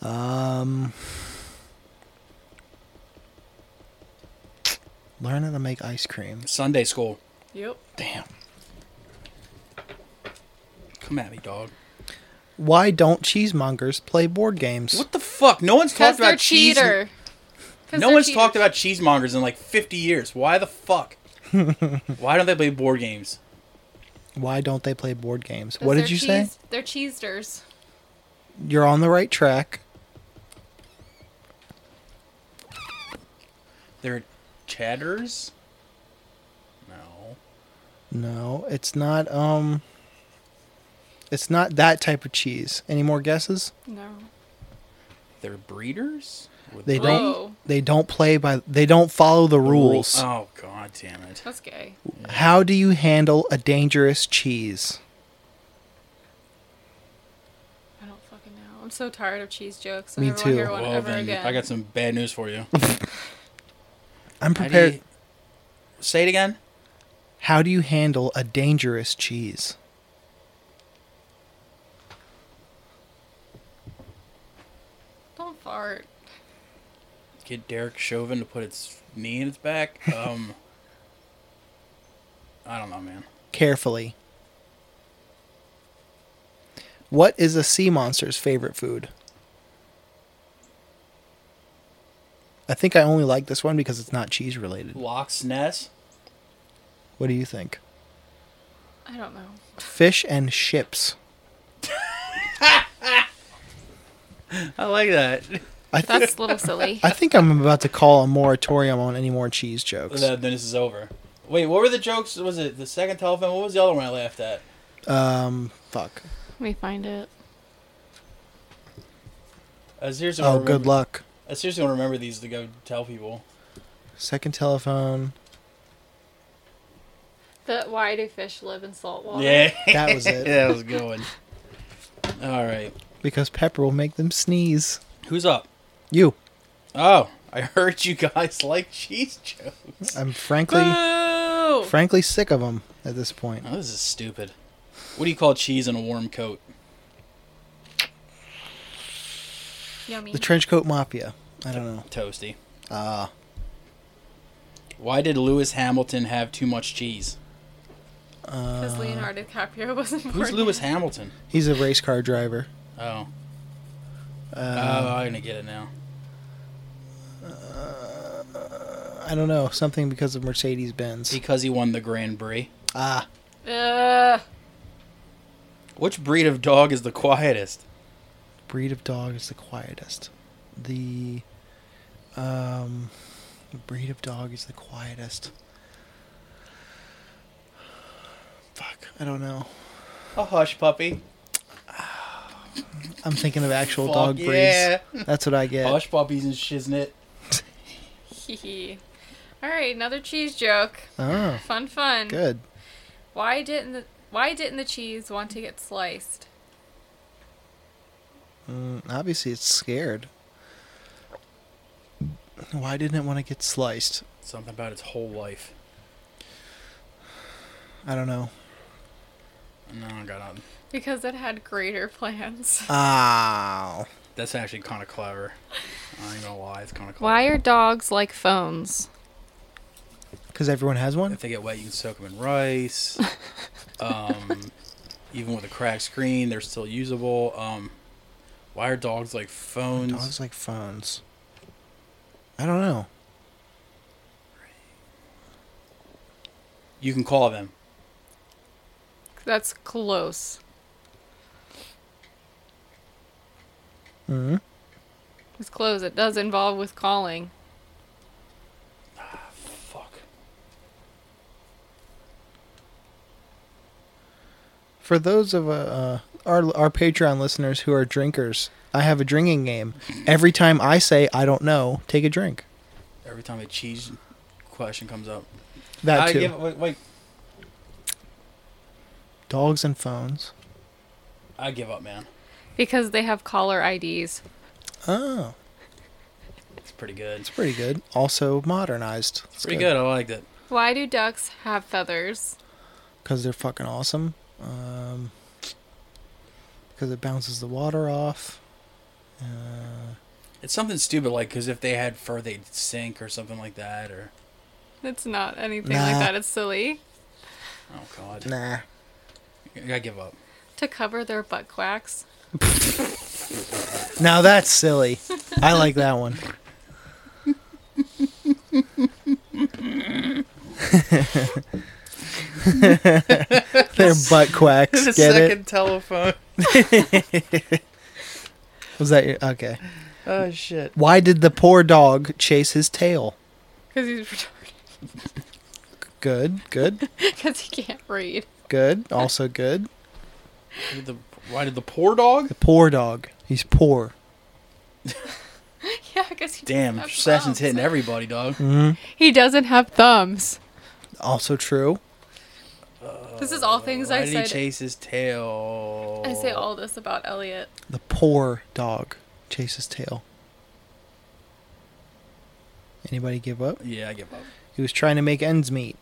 Um, learn how to make ice cream. Sunday school. yep. Damn. Come at me, dog. Why don't cheesemongers play board games? What the fuck? No one's Because talked they're about cheese. cheater. 'Cause No they're one's cheaters. talked about cheesemongers in like 50 years. Why the fuck? Why don't they play board games? Why don't they play board games? 'Cause what they're did you say? cheese- They're cheesers. You're on the right track. They're chatters? No. No, it's not. Um, it's not that type of cheese. Any more guesses? No. They're breeders? Or They breed? don't. Whoa. They don't play by. They don't follow the rules. Oh, god damn it. That's gay. How do you handle a dangerous cheese? I don't fucking know. I'm so tired of cheese jokes. I Me never too. want to hear one Well, ever then again. I got some bad news for you. I'm How do prepared. you- Say it again. How do you handle a dangerous cheese? Don't fart. Get Derek Chauvin to put its knee in its back. Um, I don't know, man. Carefully. What is a sea monster's favorite food? I think I only like this one because it's not cheese related. Loch's Ness. What do you think? I don't know. Fish and ships. I like that. I think That's a little silly. I think I'm about to call a moratorium on any more cheese jokes. then this is over. Wait, what were the jokes? Was it the second telephone? What was the other one I laughed at? Um, fuck. Let me find it. I seriously Oh, wanna good remember- luck. I seriously want to remember these to go tell people. Second telephone. The why do fish live in salt water? Yeah, That was it. that was a good one. All right, Because pepper will make them sneeze. who's up? You. Oh, I heard you guys like cheese jokes. I'm frankly, Ah. Boo! frankly sick of them at this point. Oh, this is stupid. What do you call cheese in a warm coat? Yummy. The trench coat mafia. I don't know. Toasty. Ah, Why did Lewis Hamilton have too much cheese? Because Leonardo DiCaprio wasn't born. Who's Lewis yet. Hamilton? he's a race car driver. Oh. Uh, Oh, I'm gonna get it now. I don't know something because of Mercedes Benz. Because he won the Grand Prix. Ah, Ugh. Which breed of dog is the quietest? breed of dog is the quietest. The, um, breed of dog is the quietest. Fuck, I don't know. A hush puppy. I'm thinking of actual Fuck dog yeah. breeds. That's what I get. Hush puppies and shiznit. Hee hee. All right, another cheese joke. Oh, Fun, fun. good. Why didn't the Why didn't the cheese want to get sliced? Mm, obviously, it's scared. Why didn't it want to get sliced? Something about its whole life. I don't know. No, I got it. Because it had greater plans. Ow. That's actually kind of clever. I ain't gonna lie, it's kind of clever. Why are dogs like phones? Because everyone has one? If they get wet, you can soak them in rice. um, even with a cracked screen, they're still usable. Um, why are dogs like phones? Dogs like phones. I don't know. You can call them. That's close. Mm-hmm. hmm It's close. It does involve with calling. Fuck. For those of uh, uh, our, our Patreon listeners who are drinkers, I have a drinking game. Every time I say I don't know, take a drink. Every time a cheese question comes up, That I too. give wait, wait, Dogs and phones. I give up, man. Because they have caller IDs. Oh, It's pretty good. It's pretty good. Also modernized. It's pretty good. I liked it. Why do ducks have feathers? Because they're fucking awesome. Um, because it bounces the water off. Uh, It's something stupid, like because if they had fur, they'd sink or something like that, or It's not anything Nah. like that. It's silly. oh god, nah. I I give up. To cover their butt quacks. Now that's silly. I like that one. They're butt quacks. Get it? telephone. Was that your okay? Oh shit. Why did the poor dog chase his tail? Because he's retarded. Good, good, Because he can't read. good. Also good. The, why did the poor dog? The poor dog. He's poor. Yeah, because he Damn, doesn't have Assassin's thumbs. hitting everybody, dog. He doesn't have thumbs. Also true. This is all things Why I did he said. chase his tail? I say all this about Elliot. The poor dog chase his tail. Anybody give up? Yeah, I give up. He was trying to make ends meet.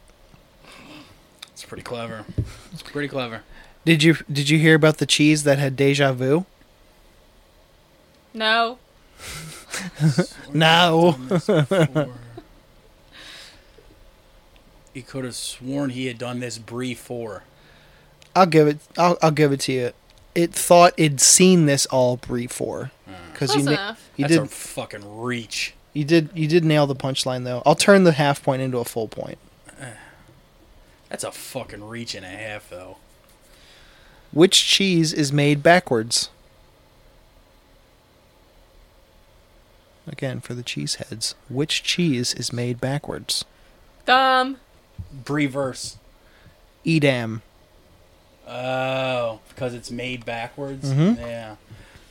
It's pretty clever. It's pretty clever. Did you did you hear about the cheese that had deja vu? No. No. he could have sworn he had done this brie four. I'll give it. I'll, I'll give it to you. It thought it'd seen this all brie for, because you Close na- enough. you Hmm. That's did a fucking reach. you did you did nail the punchline though. I'll turn the half point into a full point. That's a fucking reach and a half, though. Which cheese is made backwards? Again, for the cheese heads, which cheese is made backwards? Thumb. Brie verse. Edam. Oh, because it's made backwards. Mhm. Yeah.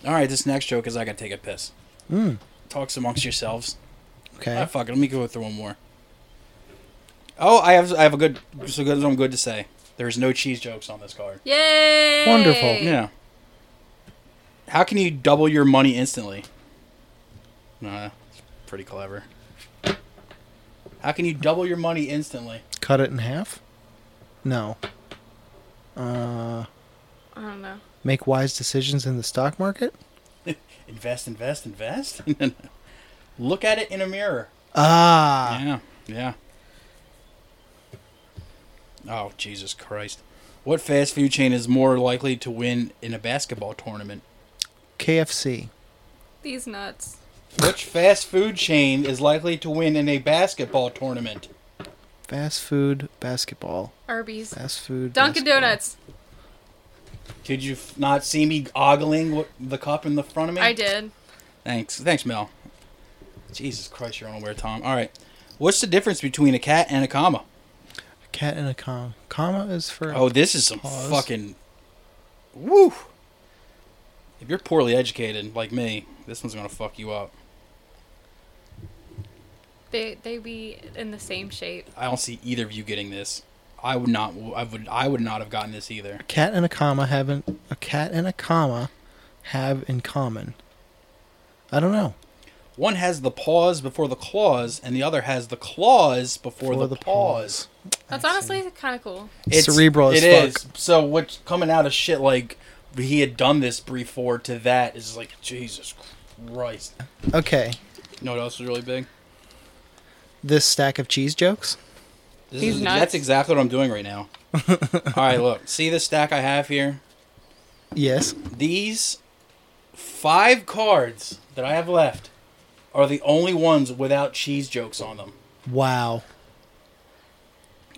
All right, this next joke is I gotta take a piss. Talks amongst yourselves. Okay. Ah, fuck it. Let me go through one more. Oh, I have I have a good so good I'm good to say. There's no cheese jokes on this card. Yay! Wonderful. Yeah. How can you double your money instantly? Nah, it's pretty clever. How can you double your money instantly? Cut it in half. No. Uh, I don't know. make wise decisions in the stock market. Invest, invest, invest. Look at it in a mirror. Ah. Yeah, yeah. Oh, Jesus Christ. What fast food chain is more likely to win in a basketball tournament? KFC. These nuts. Which fast food chain is likely to win in a basketball tournament? Fast food basketball. Arby's. Fast food. Dunkin' basketball. Donuts. Did you f- not see me ogling what, the cup in the front of me? I did. Thanks, thanks, Mel. Jesus Christ, you're on where Tom. All right, what's the difference between a cat and a comma? Cat in a comma. Comma is for. Oh, this is some Pause. fucking. Woo! If you're poorly educated like me, this one's gonna fuck you up. They they be in the same shape. I don't see either of you getting this. I would not. I would. I would not have gotten this either. Cat and a comma have in, a cat and a comma have in common. I don't know. One has the pause before the clause, and the other has the clause before, Before the, the pause. pause. That's I see. honestly kind of cool. Cerebral as It fuck. is. So what's coming out of shit like he had done this brief forward to that is like Jesus Christ. Okay, You know what else is really big? this stack of cheese jokes. This He's is, nuts. That's exactly what I'm doing right now. All right, look. See the stack I have here? Yes. These five cards that I have left are the only ones without cheese jokes on them, Wow.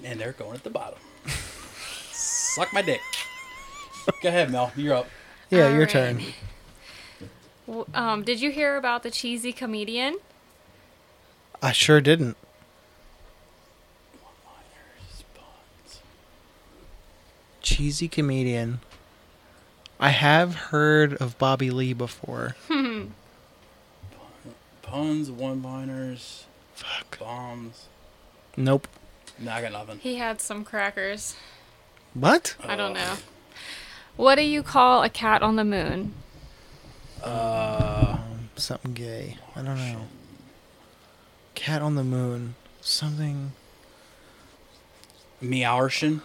and they're going at the bottom. Suck my dick. Go ahead, Mel. You're up. Yeah, All your right. turn. W- Um, did you hear about the cheesy comedian? I sure didn't. Cheesy comedian. I have heard of Bobby Lee before. Puns, one liners, Fuck. bombs. Nope. Nah, I got nothing. He had some crackers. What? I don't Uh, know. What do you call a cat on the moon? Uh, Something gay. I don't know. Cat on the moon. Something. Meowshin,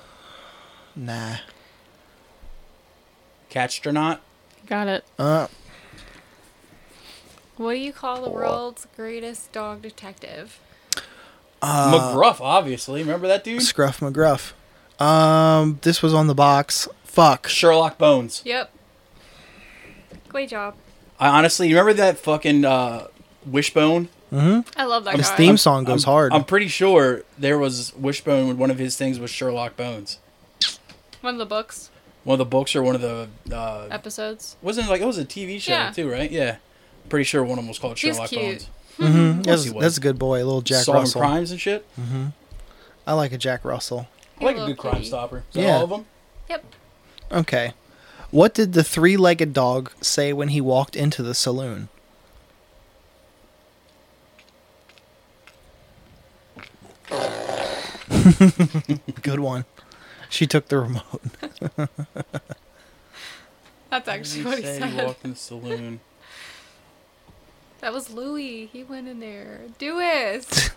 Nah. Catstronaut, Got it. Uh, What do you call the world's greatest dog detective? McGruff, obviously. Remember that dude? Scruff McGruff. Um, this was on the box. Fuck. Sherlock Bones. Yep. Great job. I honestly you remember that fucking uh, Wishbone. I love that I'm guy. His theme song goes I'm, hard. I'm pretty sure there was Wishbone. when One of his things was Sherlock Bones. One of the books One of the books or one of the uh, episodes. wasn't it like it was a TV show Yeah. too, right? Yeah, pretty sure one of them was called He was Sherlock cute. Bones. Mhm. course That's, he was. that's a good boy, little Jack Solving Russell. crimes and shit. I like a Jack Russell. I like a Hello, good crime kitty. stopper. Is that Yeah. all of them? Yep. Okay. What did the three-legged dog say when he walked into the saloon? good one. She took the remote. That's actually What what did he he say? He said. walked in the saloon. That was Louis. He went in there. Do it.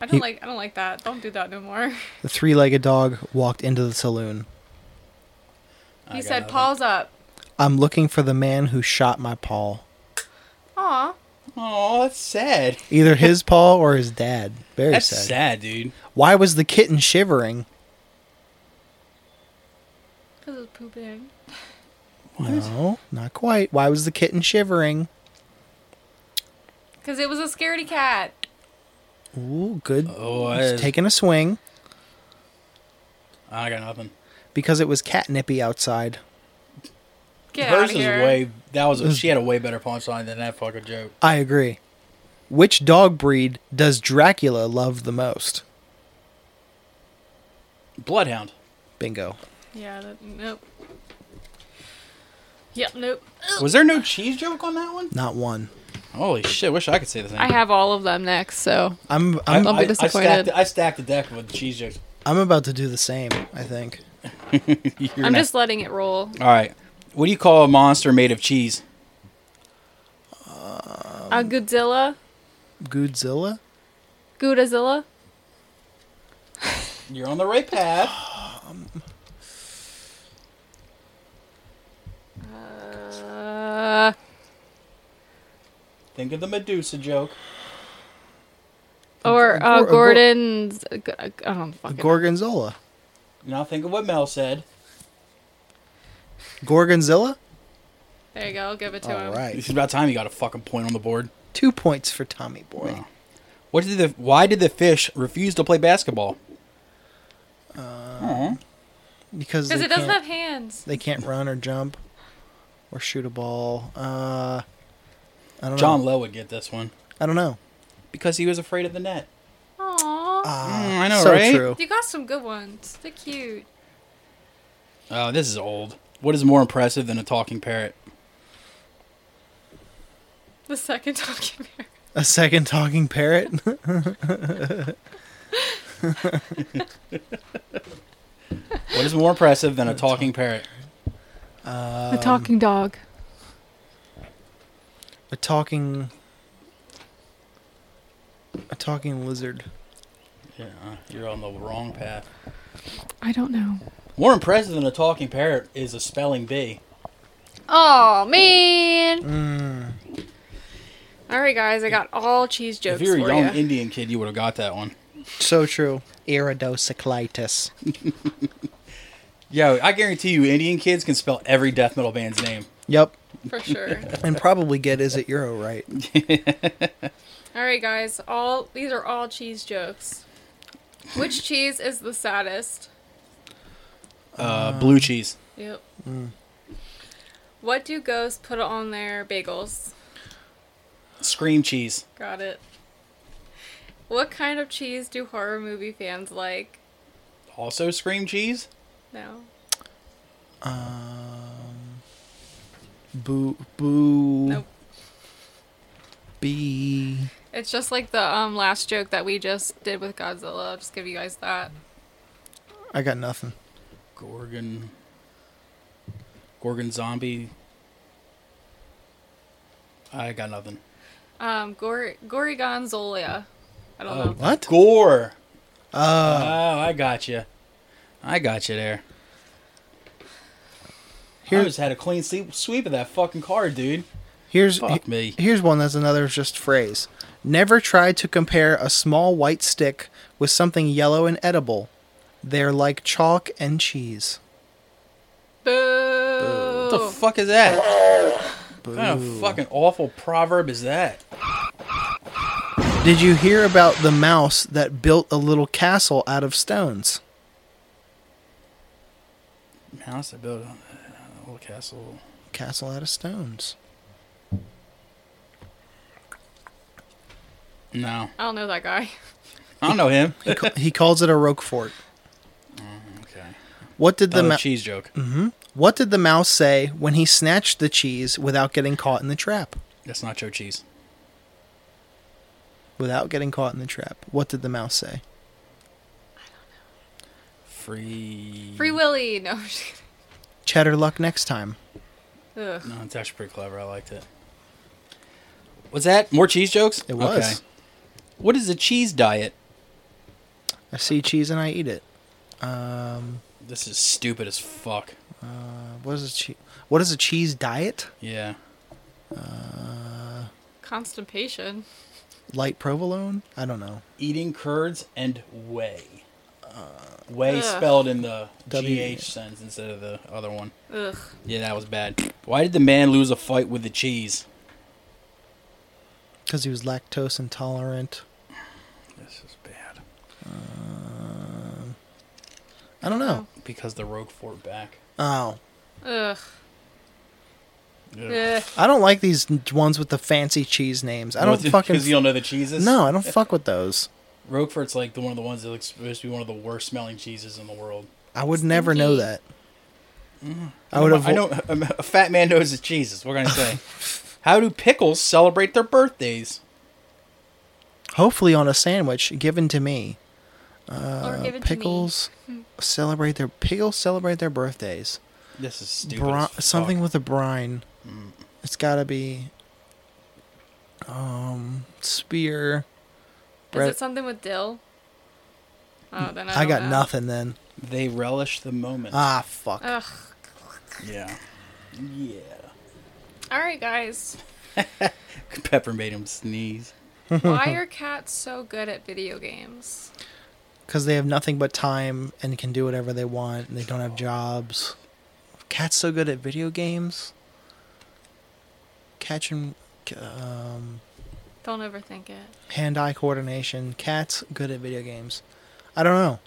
I don't He- like. I don't like that. Don't do that no more. The three-legged dog walked into the saloon. I He got said, nothing. "Paws up." I'm looking for the man who shot my paw. Aw. Oh, that's sad. Either his paw or his dad. Very That's sad. sad, dude. Why was the kitten shivering? Cause it's pooping. No, not quite. Why was the kitten shivering? Cause it was a scaredy cat. Ooh, good. Oh, that He's is- taking a swing I got nothing. because it was catnippy outside. Get out Hers of is here. way. That was. A, she had a way better punchline than that fucking joke. I agree. Which dog breed does Dracula love the most? Bloodhound. Bingo. Yeah. That, nope. Yep. Nope. Was there no cheese joke on that one? Not one. Holy shit! Wish I could say the same. I have all of them next, so I'm I'm, Don't be I disappointed. stacked, I stacked the deck with cheese jokes. I'm about to do the same, I think. You're I'm not- just letting it roll. All right. What do you call a monster made of cheese? Um, A Uh, Godzilla, Goodzilla? Goodazilla. You're on the right path. Uh, Think of the Medusa joke. or gor- a uh, gor- Gordon's. uh, I don't oh, fucking. know. Gorgonzola. Now think of what Mel said. Gorgonzilla? There you go. I'll give it to All him. right. It's about time you got a fucking point on the board. Two points for Tommy Boy. What did the? Why did the fish refuse to play basketball? Uh, Aw. Because Because they it doesn't can't- have hands. they can't run or jump or shoot a ball. Uh, I don't John know. Lowe would get this one I don't know. because he was afraid of the net. Aww. Uh, Mm, I know, Ah, so right? true. you got some good ones. They're cute. Oh, this is old. What is more impressive than a talking parrot? The second talking bear. A second talking parrot. What is more impressive than a talking parrot? uh, The talking dog. a talking. A talking lizard. Yeah, uh, you're on the wrong path. I don't know. More impressive than a talking parrot is a spelling bee. Oh man! Mm, All right, guys, I got all cheese jokes If you were a for young you. Indian kid, you would have got that one. so true. Iridocyclitis. Yo, I guarantee you, Indian kids can spell every death metal band's name. Yep. for sure. And probably get is it Euro right. All right, guys, all these are all cheese jokes. Which cheese is the saddest? Uh, blue cheese. Yep. Mm. What do ghosts put on their bagels? Scream cheese. Got it. What kind of cheese do horror movie fans like? Also scream cheese? No. Um, boo. Boo. Nope. Bee. It's just like the um last joke that we just did with Godzilla. I'll just give you guys that. I got nothing. Gorgon. Gorgon zombie. I got nothing. Um, Oh, Gor- Uh-huh. Uh, Gorigonzola. I don't know. What? Gore. Uh, Oh, I got you. I got you there. I Here- just had a clean sweep, sweep of that fucking car, dude. Here's Fuck he- me. here's one that's another just phrase. Never try to compare a small white stick with something yellow and edible. They're like chalk and cheese. Boo. What the fuck is that? What kind of fucking awful proverb is that? Did you hear about the mouse that built a little castle out of stones? House that built on a little castle. Castle out of stones. No, I don't know that guy. I don't know him. He, ca- he calls it a roquefort. Okay, What did the another mouse? cheese joke. What did the mouse say when he snatched the cheese without getting caught in the trap? That's nacho cheese. Without getting caught in the trap. What did the mouse say? Free. Free Willy. No. I'm just kidding. Cheddar luck next time. Ugh. No, it's actually pretty clever. I liked it. Was that more cheese jokes? It was. What is a cheese diet? I see cheese and I eat it. Um, This is stupid as fuck. uh, what is a cheese? What is a cheese diet? Yeah. Constipation. Light provolone? I don't know. Eating curds and whey. whey Ugh. spelled in the W- GH sense instead of the other one. Ugh. Yeah, that was bad. Why did the man lose a fight with the cheese? Because he was lactose intolerant. This is bad. Um, I don't know. Because the Roquefort back. Oh, Ugh. Ugh. Ugh. I don't like these n- ones with the fancy cheese names. I don't fucking. Because you don't know the cheeses? no, I don't fuck with those. Roquefort's like the one of the ones that looks supposed to be one of the worst smelling cheeses in the world. I would never know Stinky. that. I would have. Mm. I know um, a fat man knows his cheeses. What can I say? How do pickles celebrate their birthdays? hopefully on a sandwich given to me. or Uh, give it pickles Hmm. celebrate their pickles celebrate their birthdays. This is stupid. Bri- as fuck. Mm. something with a brine. It's got to be um spear. to me. Is bread- it something with dill? Oh, then I, I, don't got know. nothing then. They relish the moment. Ah fuck. Ugh. yeah. Yeah. All right, guys. Pepper made him sneeze. Why are cats so good at video games? Cuz they have nothing but time and can do whatever they want and they don't have jobs. Cats so good at video games. Catching um Don't overthink it. hand eye coordination. Cats good at video games. I don't know.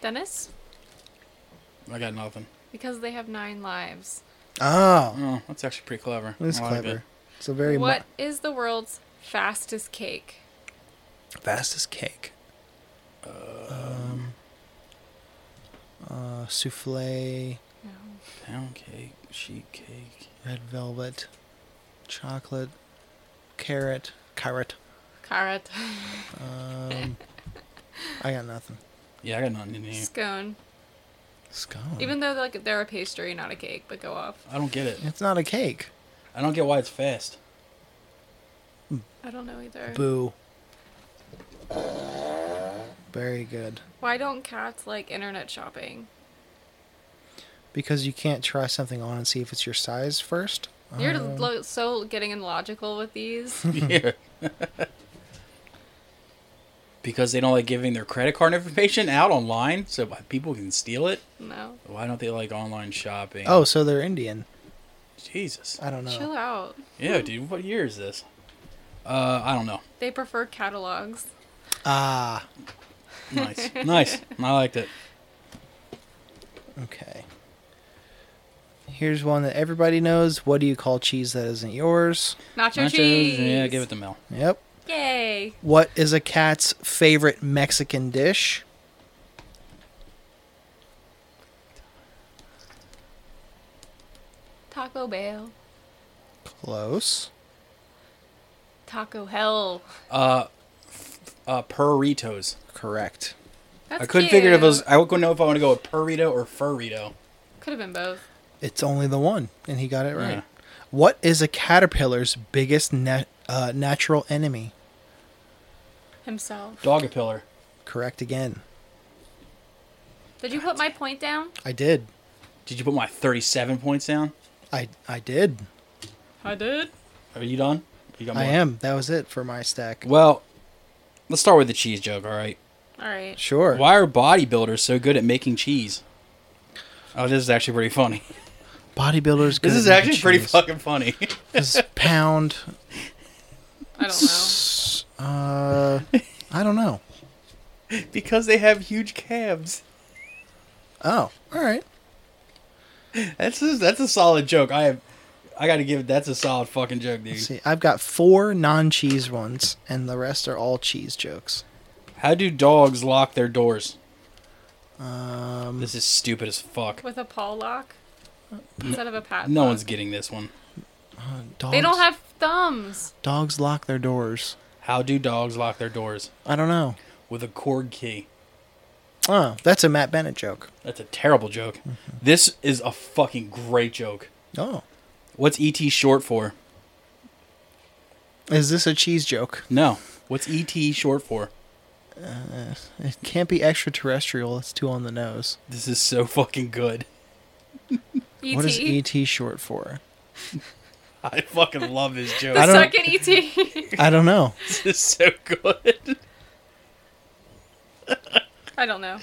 Dennis? I got nothing. Because they have nine lives. Oh, Oh, that's actually pretty clever. it's I like clever. it. It's a very mo- What is the world's fastest cake? fastest cake. Um, uh, souffle, No. Pound cake, sheet cake. red velvet, chocolate, carrot, carrot. Carrot. Um, I got nothing. Yeah, I got nothing in here. Scone. Scone. Even though like they're a pastry, not a cake, but go off. I don't get it. it's not a cake. I don't get why it's fast. I don't know either. Boo. Very good. Why don't cats like internet shopping? Because you can't try something on and see if it's your size first. Um, You're lo- so getting illogical with these. yeah. because they don't like giving their credit card information out online so people can steal it. no. Why don't they like online shopping? Oh, so they're Indian. Jesus. I don't know. Chill out. Yeah, dude, what year is this? Uh, I don't know. They prefer catalogs. Ah, Nice. nice. I liked it. okay. Here's one that everybody knows. What do you call cheese that isn't yours? Nacho, Nachos, cheese. Yeah, give it to Mel. Yep. Yay. What is a cat's favorite Mexican dish? Taco Bell. Close. Taco Hell. Uh, f- uh, burritos. Correct. That's I couldn't figure if it cute. was. I couldn't know if I want to go with burrito or furrito. Could have been both. It's only the one, and he got it right. Yeah. What is a caterpillar's biggest nat- uh, natural enemy? Himself. Dogapillar. Correct again. Did you put my point down? I did. Did you put my 37 points down? I I did. I did. Are you done? You got I more? am. That was it for my stack. Well, let's start with the cheese joke, all right? All right. Sure. Why are bodybuilders so good at making cheese? Oh, this is actually pretty funny. Bodybuilders. good This is at making actually pretty cheese. fucking funny. This pound. I don't know. Uh, I don't know. because they have huge calves. Oh, all right. That's a, that's a solid joke. I have I got to give that's a solid fucking joke, dude. Let's see, I've got four non-cheese ones, and the rest are all cheese jokes. How do dogs lock their doors? Um, This is stupid as fuck. With a paw lock instead of a padlock. No one's getting this one. dogs, They don't have thumbs. dogs lock their doors. How do dogs lock their doors? I don't know. With a cord key. Oh, that's a Matt Bennett joke. That's a terrible joke. This is a fucking great joke. Oh, What's ET short for? is this a cheese joke? No. What's ET short for? It can't be extraterrestrial. It's too on the nose. This is so fucking good. ET. E What is ET short for? I fucking love this joke. The I don't- second E ET. I don't know. This is so good. I don't know.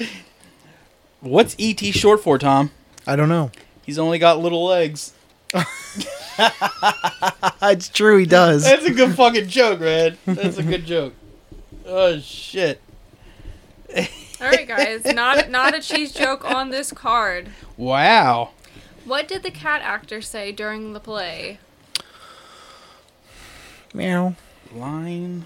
What's ET short for, Tom? I don't know. He's only got little legs. It's true. He does. That's a good fucking joke, man. That's a good joke. Oh shit. All right, guys. Not not a cheese joke on this card. Wow. What did the cat actor say during the play? Meow. Line.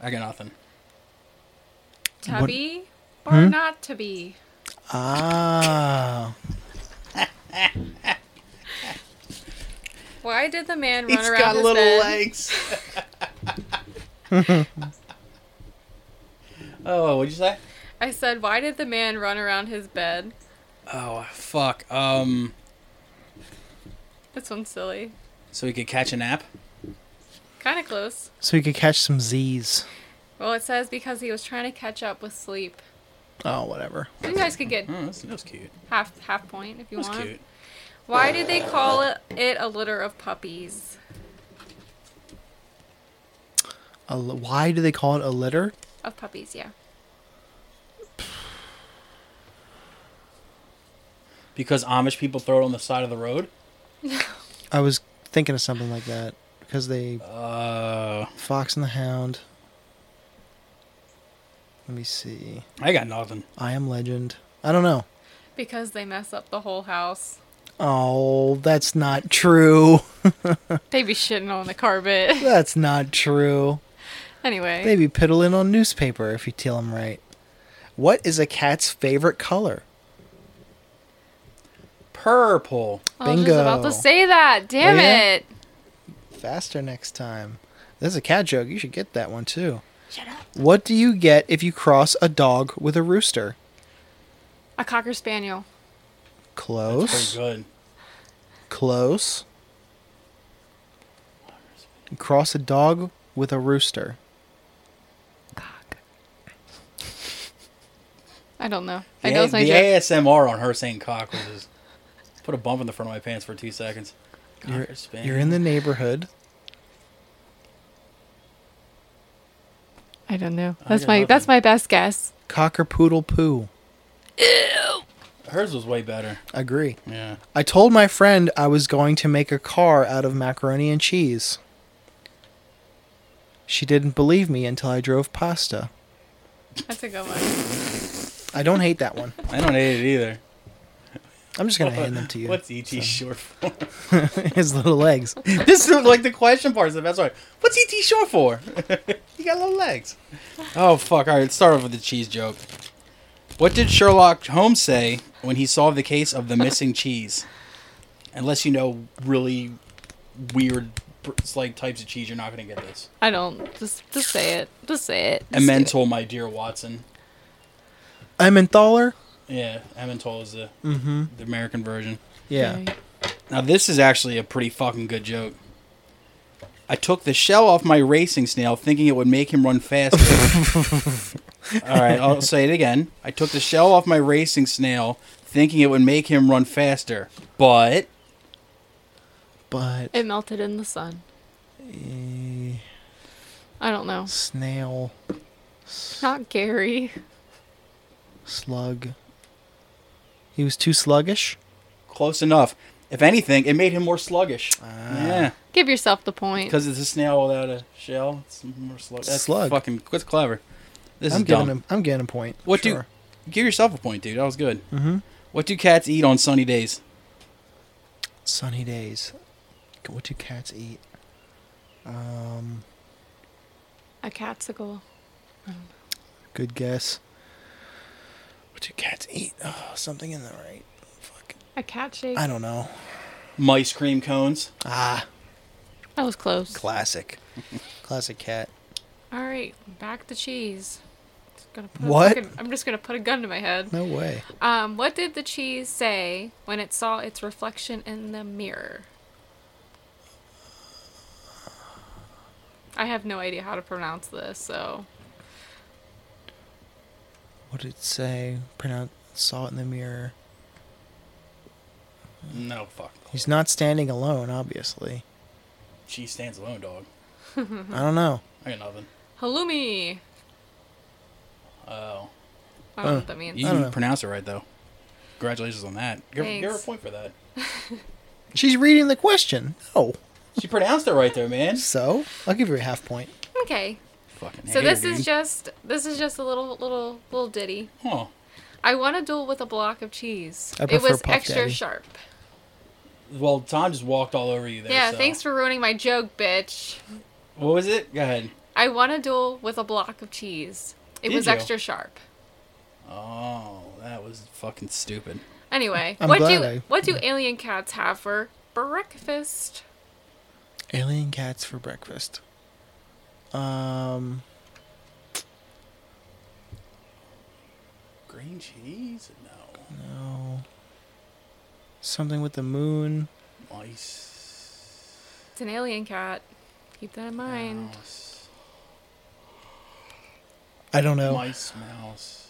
Uh, I got nothing. To What- be or Hmm? not to be? Ah. Why did the man run around his bed? legs. oh, what'd you say? I said, why did the man run around his bed? Oh fuck. Um, This one's silly. so we could catch a nap. Kind of close. So he could catch some Z's. Well, it says because he was trying to catch up with sleep. Oh, whatever. You guys could get Oh, that's, that's cute. half half point if you That's want. cute. Why did they call it, it a litter of puppies? A li- why do they call it a litter? Of puppies, yeah. Because Amish people throw it on the side of the road. I was thinking of something like that because they Uh, Fox and the Hound. Let me see. I got nothing. I am Legend. I don't know. Because they mess up the whole house. Oh, that's not true. They be shitting on the carpet. That's not true. anyway, They be piddling on newspaper if you tell them right. What is a cat's favorite color? Purple. I was just about bingo. to say that. Damn Oh, yeah? it. Faster next time. This is a cat joke. You should get that one too. Shut up. What do you get if you cross a dog with a rooster? A cocker spaniel. Close. That's pretty good. Close. Cross a dog with a rooster. Cock. I don't know. I The, know A- it's my the joke. ASMR on her saying cock was just put a bump in the front of my pants for two seconds. You're, Cocker spaniel. you're in the neighborhood. I don't know. I That's got my nothing. that's my best guess. Cocker poodle poo. Hers was way better. Agree. Yeah. I told my friend I was going to make a car out of macaroni and cheese. She didn't believe me until I drove pasta. That's a good one. I don't hate that one. I don't hate it either. I'm just gonna hand them to you. What's ET short for? His little legs. this is like the question part. So that's right. What's ET short for? you got little legs. Oh fuck! All right, let's start off with the cheese joke. What did Sherlock Holmes say when he solved the case of the missing cheese? Unless you know really weird, like types of cheese, you're not gonna get this. I don't just just say it. Just say it. Just do it. Emmental, my dear Watson. Emmenthaler. Yeah, Emmental is the, Mm-hmm. the American version. Yeah. Now this is actually a pretty fucking good joke. I took the shell off my racing snail, thinking it would make him run faster. All right, I'll say it again. I took the shell off my racing snail, thinking it would make him run faster, but But It melted in the sun. eh, I don't know. snail, Not Gary. slug. He was too sluggish. close enough. If anything, it made him more sluggish. Ah. yeah, Give yourself the point. because it's a snail without a shell. It's more slug. That's Slug. Fucking. That's clever. This I'm is dumb. getting him. I'm getting a point. What do- Mm-hmm. sure. Give yourself a point, dude. That was good. Mhm. What do cats eat on sunny days? Sunny days. What do cats eat? Um, A catsicle. good guess. What do cats eat? Oh, something in the right. Fuck. A cat shake. I don't know. Mice cream cones. Ah, That was close. classic. Classic cat. All right, back to cheese. Just gonna put a What? fucking- I'm just gonna put a gun to my head. No way. Um, what did the cheese say when it saw its reflection in the mirror? I have no idea how to pronounce this, so What did it say? Pronounce. Saw it in the mirror. No fuck. He's not standing alone, obviously. She stands alone, dog. I don't know. I got nothing. halloumi. Oh, I don't know Uh, what that means. you I don't didn't know. pronounce it right though. Congratulations on that. Give, her- give her a Thanks. point for that. She's reading the question. No. She pronounced it right there, man. So I'll give her a half point. Okay, Fucking. so hater, this is dude. just this is just a little little little ditty. Huh. I want to duel with a block of cheese. I it prefer was Puff extra Daddy. sharp. Well, Tom just walked all over you there. Yeah, so- thanks for ruining my joke, bitch. What was it? Go ahead. I won a duel with a block of cheese. It Did was you? extra sharp. Oh, that was fucking stupid. Anyway, I'm what glad do I- what do alien cats have for breakfast? Alien cats for breakfast. Um, Green cheese? No. no. Something with the moon. Mice. It's an alien cat. Keep that in mind. Mouse. I don't know. Mice, mouse.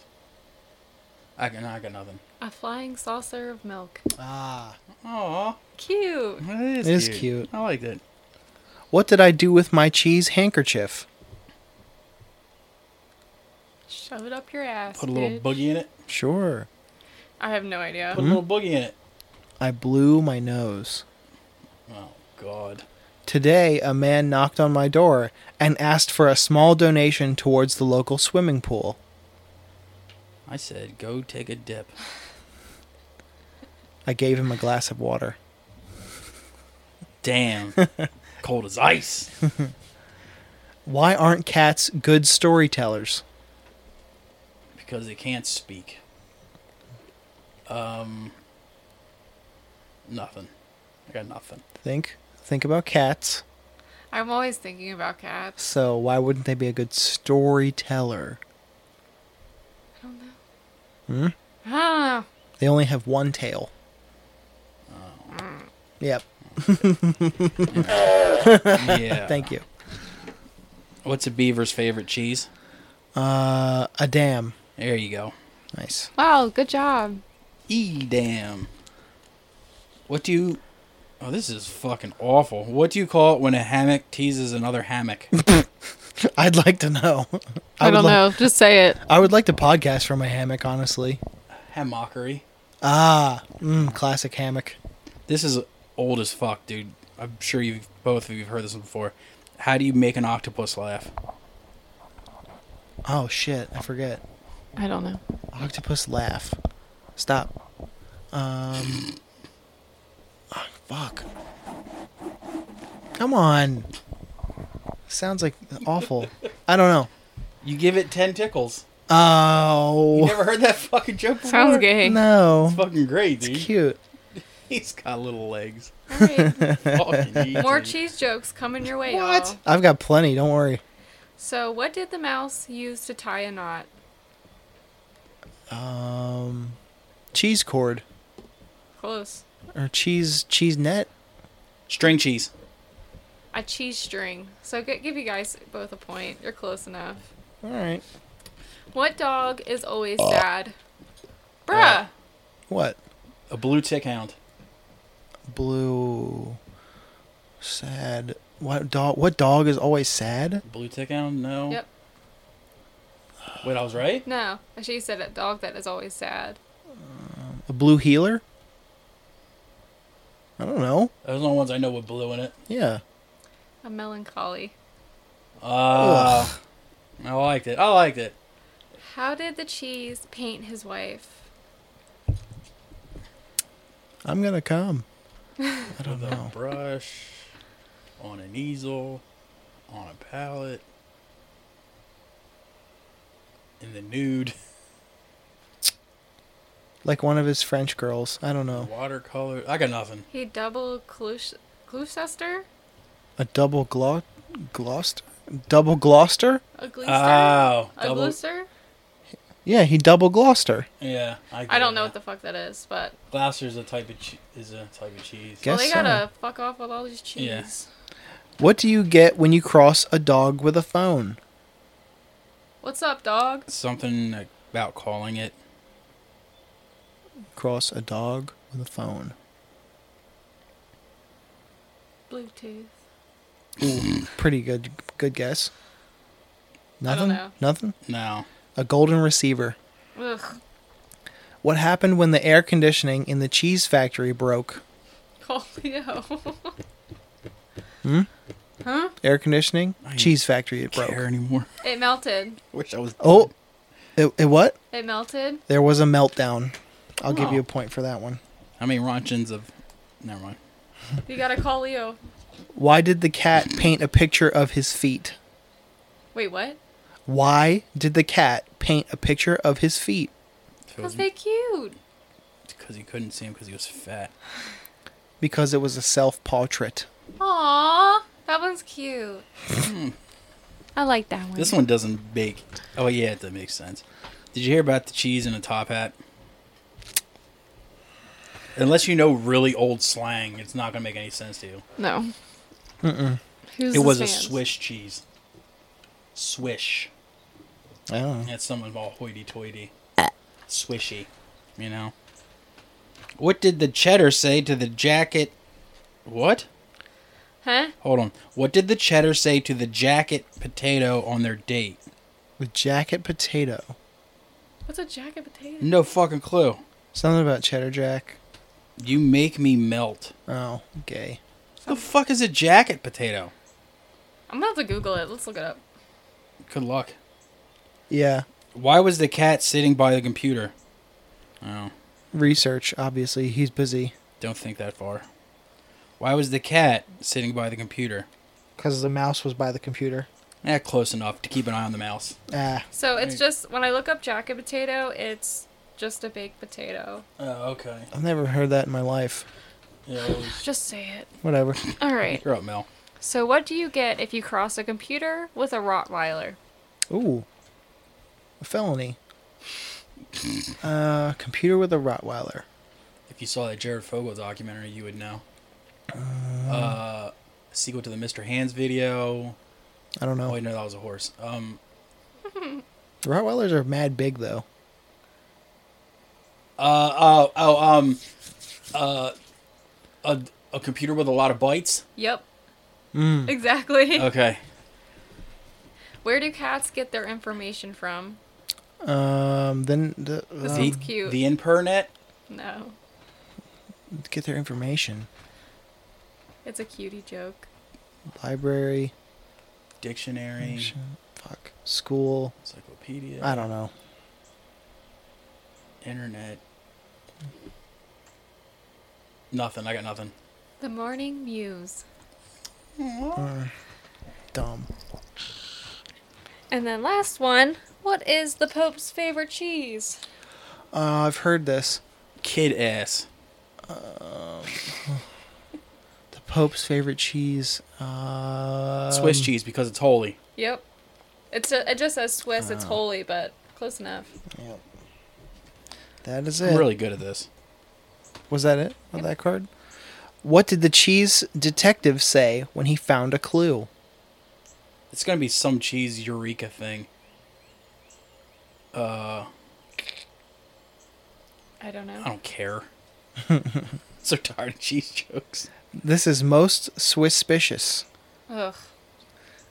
I got, I got nothing. A flying saucer of milk. Ah. Aw, Cute. that is, It is cute. cute. I like that. What did I do with my cheese handkerchief? Shove it up your ass. Put a little bitch. boogie in it. Sure. I have no idea. Put a little boogie in it. I blew my nose. Oh, God. Today, a man knocked on my door and asked for a small donation towards the local swimming pool. I said, go take a dip. I gave him a glass of water. Damn. Cold as ice. Why aren't cats good storytellers? because they can't speak. Um, nothing. I got nothing. Think. Think about cats. I'm always thinking about cats. So why wouldn't they be a good storyteller? I don't know. Hmm? Ah. They only have one tail. Yep. Yeah. Thank you. What's a beaver's favorite cheese? Uh, a dam. There you go. Nice. Wow, good job. E damn. What do you? Oh, this is fucking awful. What do you call it when a hammock teases another hammock? I'd like to know. I, would don't like- know. Just say it. I would like to podcast from a hammock, honestly. Hammockery. Ah, mm, classic hammock. This is old as fuck, dude. I'm sure you have both of you have heard this one before. How do you make an octopus laugh? Oh shit, I forget. I don't know. Octopus laugh. Stop. Um. ah, fuck. Come on. Sounds like awful. I don't know. You give it ten tickles. You Oh never heard that fucking joke before? Sounds gay. no. Fucking great, dude. Cute. He's got little legs. All right. Fucking easy. More cheese jokes coming your way, y'all. What? I've got plenty. Don't worry. So, what did the mouse use to tie a knot? Um, cheese cord Close. or cheese cheese net. String cheese. I a cheese string. So g- give you guys both a point. You're close enough. All right. What dog is always Uh. sad? Bruh. What? A blue tick hound. Blue. Sad. What dog? What dog is always sad? Blue tick hound? No. Yep. Wait, I was right? No. She said a dog that is always sad. A blue healer? I don't know. Those are the only ones I know with blue in it. Yeah. A melancholy. Uh, I liked it. I liked it. How did the cheese paint his wife? I'm gonna come. I don't With know. a brush, on an easel, on a palette, in the nude, Like one of his French girls. I don't know. watercolor. I got nothing. He double Clus- Gloucester? A double glo- Gloucester? Double Gloucester? A Gloucester? Uh, Oh, a Gloucester? Yeah, he double Gloucester. Yeah, I, I don't know what the fuck that is, but Gloucester's a type of che- is a type of cheese. Guess well, they so. gotta fuck off with all these cheese. Yeah. What do you get when you cross a dog with a phone? What's up, dog? Something about calling it. Cross a dog with a phone. Bluetooth. Pretty good good guess. I Nothing? don't know. Nothing? No, A golden receiver. Ugh. What happened when the air conditioning in the cheese factory broke? Call Leo. Hmm? Huh? Air conditioning? I Cheese factory it care broke. anymore. It melted. Wish I was. Oh, it, it what? It melted. There was a meltdown. I'll give Oh. you a point for that one. How many Ronchins of? Never mind. You gotta call Leo. Why did the cat paint a picture of his feet? Wait, what? Why did the cat paint a picture of his feet? Cause they cute. Because he couldn't see him because he was fat. Because it was a self portrait. Aww, that one's cute. I like that one. This one doesn't make. Oh yeah, that makes sense. Did you hear about the cheese in a top hat? Unless you know really old slang, it's not gonna make any sense to you. No. Mm-mm. Who's it this was a man's? swish cheese. Swish. I don't know. That's someone all hoity-toity, swishy. You know. What did the cheddar say to the jacket? What? Huh? Hold on. What did the cheddar say to the jacket potato on their date? The jacket potato. What's a jacket potato? No fucking clue. Something about cheddar jack. You make me melt. Oh, gay. The fuck is a jacket potato? I'm gonna have to Google it. Let's look it up. Good luck. Yeah. Why was the cat sitting by the computer? Oh, Research, obviously. He's busy. don't think that far. Why was the cat sitting by the computer? Because the mouse was by the computer. Eh, close enough to keep an eye on the mouse. Ah. So it's Right. just when I look up jacket potato, it's just a baked potato. Oh, okay. I've never heard that in my life. Just say it. Whatever. All right. You're up, Mel. So what do you get if you cross a computer with a Rottweiler? Ooh. A felony. Uh, computer with a Rottweiler. If you saw that Jared Fogle documentary, you would know. Uh, sequel to the Mr. Hands video. I don't Oh, know. wait, no, that was a horse. Um, Rottweilers are mad big, though. uh, oh, oh, um, uh, a, a computer with a lot of bytes. Yep. Mm. Exactly. Okay. Where do cats get their information from? Um, then the, This um, the, one's cute. The internet. No. get their information. It's a cutie joke. Library, dictionary, information, fuck, school. encyclopedia, I don't know. internet. Nothing. I got nothing. The morning muse. Uh, Dumb. And then last one. What is the Pope's favorite cheese? Uh, I've heard this. Kid ass. Um, The Pope's favorite cheese. Uh, Swiss cheese because it's holy. Yep. It's a, it just says Swiss. Oh. It's holy, but close enough. Yep. That is it. I'm really good at this. Was that it? On that card? What did the cheese detective say when he found a clue? It's gonna be some cheese eureka thing. Uh, I don't know. I don't care. so tired of cheese jokes. This is most suspicious. Ugh.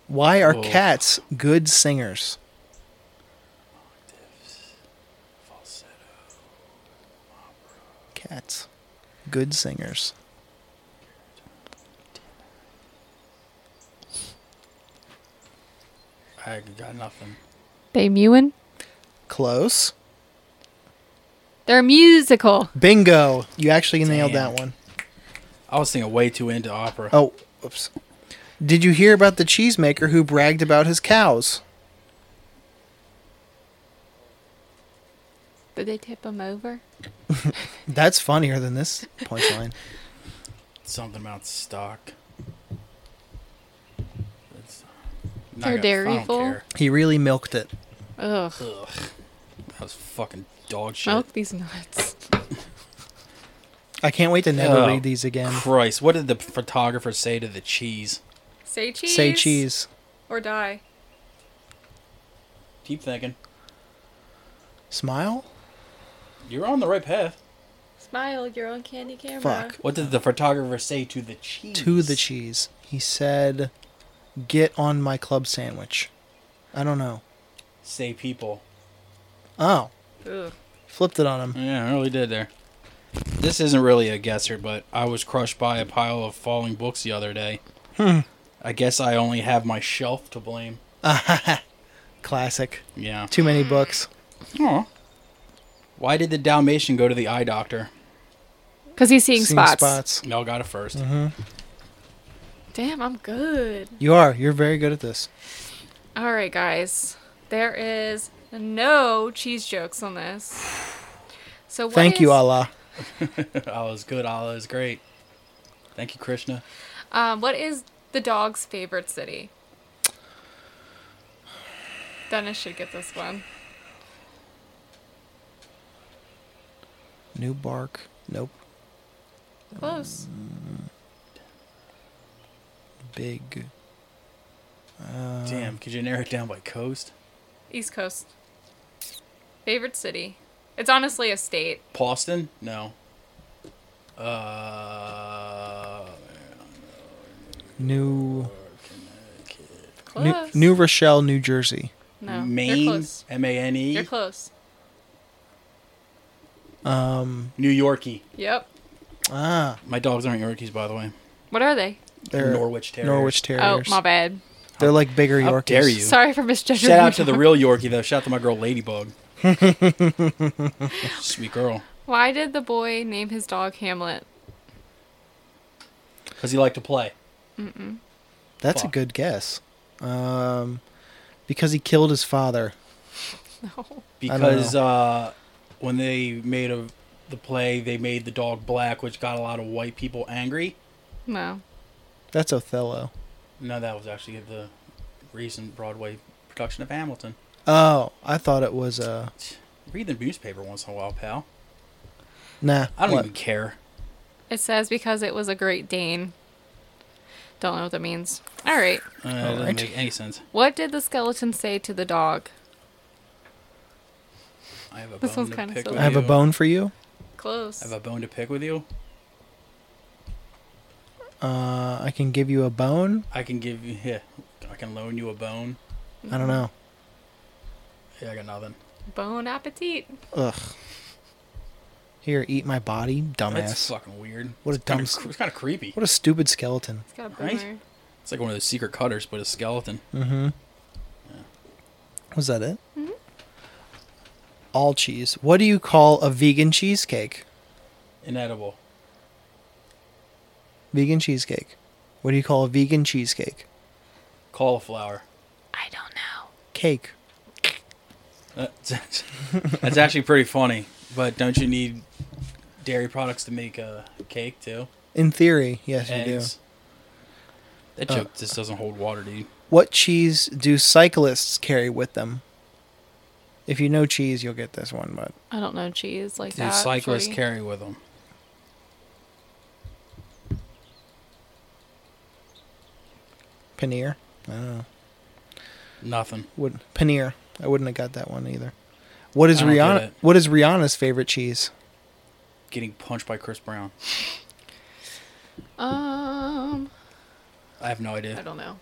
Why are Whoa. cats good singers? Falsetto. Cats, good singers. I got nothing. They mewing? Close. They're musical. Bingo! You actually nailed Damn. that one. I was thinking way too into opera. Oh, oops. Did you hear about the cheesemaker who bragged about his cows? Did they tip him over? That's funnier than this punchline. Something about stock. That's, They're dairyful. he really milked it. Ugh. Ugh. That was fucking dog shit. Oh. Milk these nuts. I can't wait to never Oh. read these again. Christ, what did the photographer say to the cheese? Say cheese. Say cheese. Or die. Keep thinking. Smile? You're on the right path. Smile, you're on candy camera. Fuck. What did the photographer say to the cheese? To the cheese. He said, Get on my club sandwich. I don't know. Say people. Oh, Ugh. flipped it on him. Yeah, I really did there. This isn't really a guesser, but I was crushed by a pile of falling books the other day. Hmm. I guess I only have my shelf to blame. Classic. Yeah. Too many books. Aw. Why did the Dalmatian go to the eye doctor? Because he's seeing, Seeing spots. Mel got it 1st Mm-hmm. Damn, I'm good. You are. You're very good at this. All right, guys. There is no cheese jokes on this. So what Thank you, is- Allah. Allah is good. Allah is great. Thank you, Krishna. Um, what is the dog's favorite city? Dennis should get this one. New bark. Nope. Close. Big. Uh, Damn, could you narrow it down by coast? East Coast. Favorite city. It's honestly a state. Boston? No. Uh, New. New, Close. New Rochelle, New Jersey. no. You're Maine? close. M A N You're E? close. Um. New Yorkie. Yep. Ah. My dogs aren't Yorkies, by the way. What are they? They're Norwich Terriers. Norwich Terriers. Oh, my bad. They're like bigger How Yorkies. dare you. Sorry for misjudging. Shout out you. to the real Yorkie, though. Shout out to my girl, Ladybug. Sweet girl. Why did the boy name his dog Hamlet? Because he liked to play. That's a Fuck. good guess. Um, because he killed his father. No. don't know. Because uh, when they made a, the play, they made the dog black, which got a lot of white people angry. No. That's Othello. No, that was actually the recent Broadway production of Hamilton. Oh, I thought it was uh Read the newspaper once in a while, pal. nah. I don't what? even care. It says because it was a Great Dane. Don't know what that means. All right. Oh, Uh, it doesn't Alright. make any sense. What did the skeleton say to the dog? I have a This bone one's to kinda pick silly. with I have a you. bone for you. Close. I have a bone to pick with you. Uh, I can give you a bone. I can give you. Yeah, I can loan you a bone. I don't know. Yeah, I got nothing. Bon appetit. Ugh. Here, eat my body, That's dumbass. fucking weird. What a it's kinda dumb cr- s- It's kind of creepy. What a stupid skeleton. It's got a Right? boomer. It's like one of those secret cutters, but a skeleton. Mm-hmm. Was that it? Mm-hmm. All cheese. What do you call a vegan cheesecake? Inedible. Vegan cheesecake. What do you call a vegan cheesecake? Cauliflower. I don't know. Cake. That's, Uh, that's actually pretty funny. But don't you need dairy products to make a cake too? In theory, yes, you do. Uh, Eggs. That joke just doesn't hold water, dude. What cheese do cyclists carry with them? If you know cheese, you'll get this one, but I don't know cheese like Do that. cyclists Jordy. carry with them? Paneer. I don't know. Nothing. Would paneer. I wouldn't have got that one either. What is I don't get Rihanna it. what is Rihanna's favorite cheese? Getting punched by Chris Brown. Um, I have no I idea. don't know.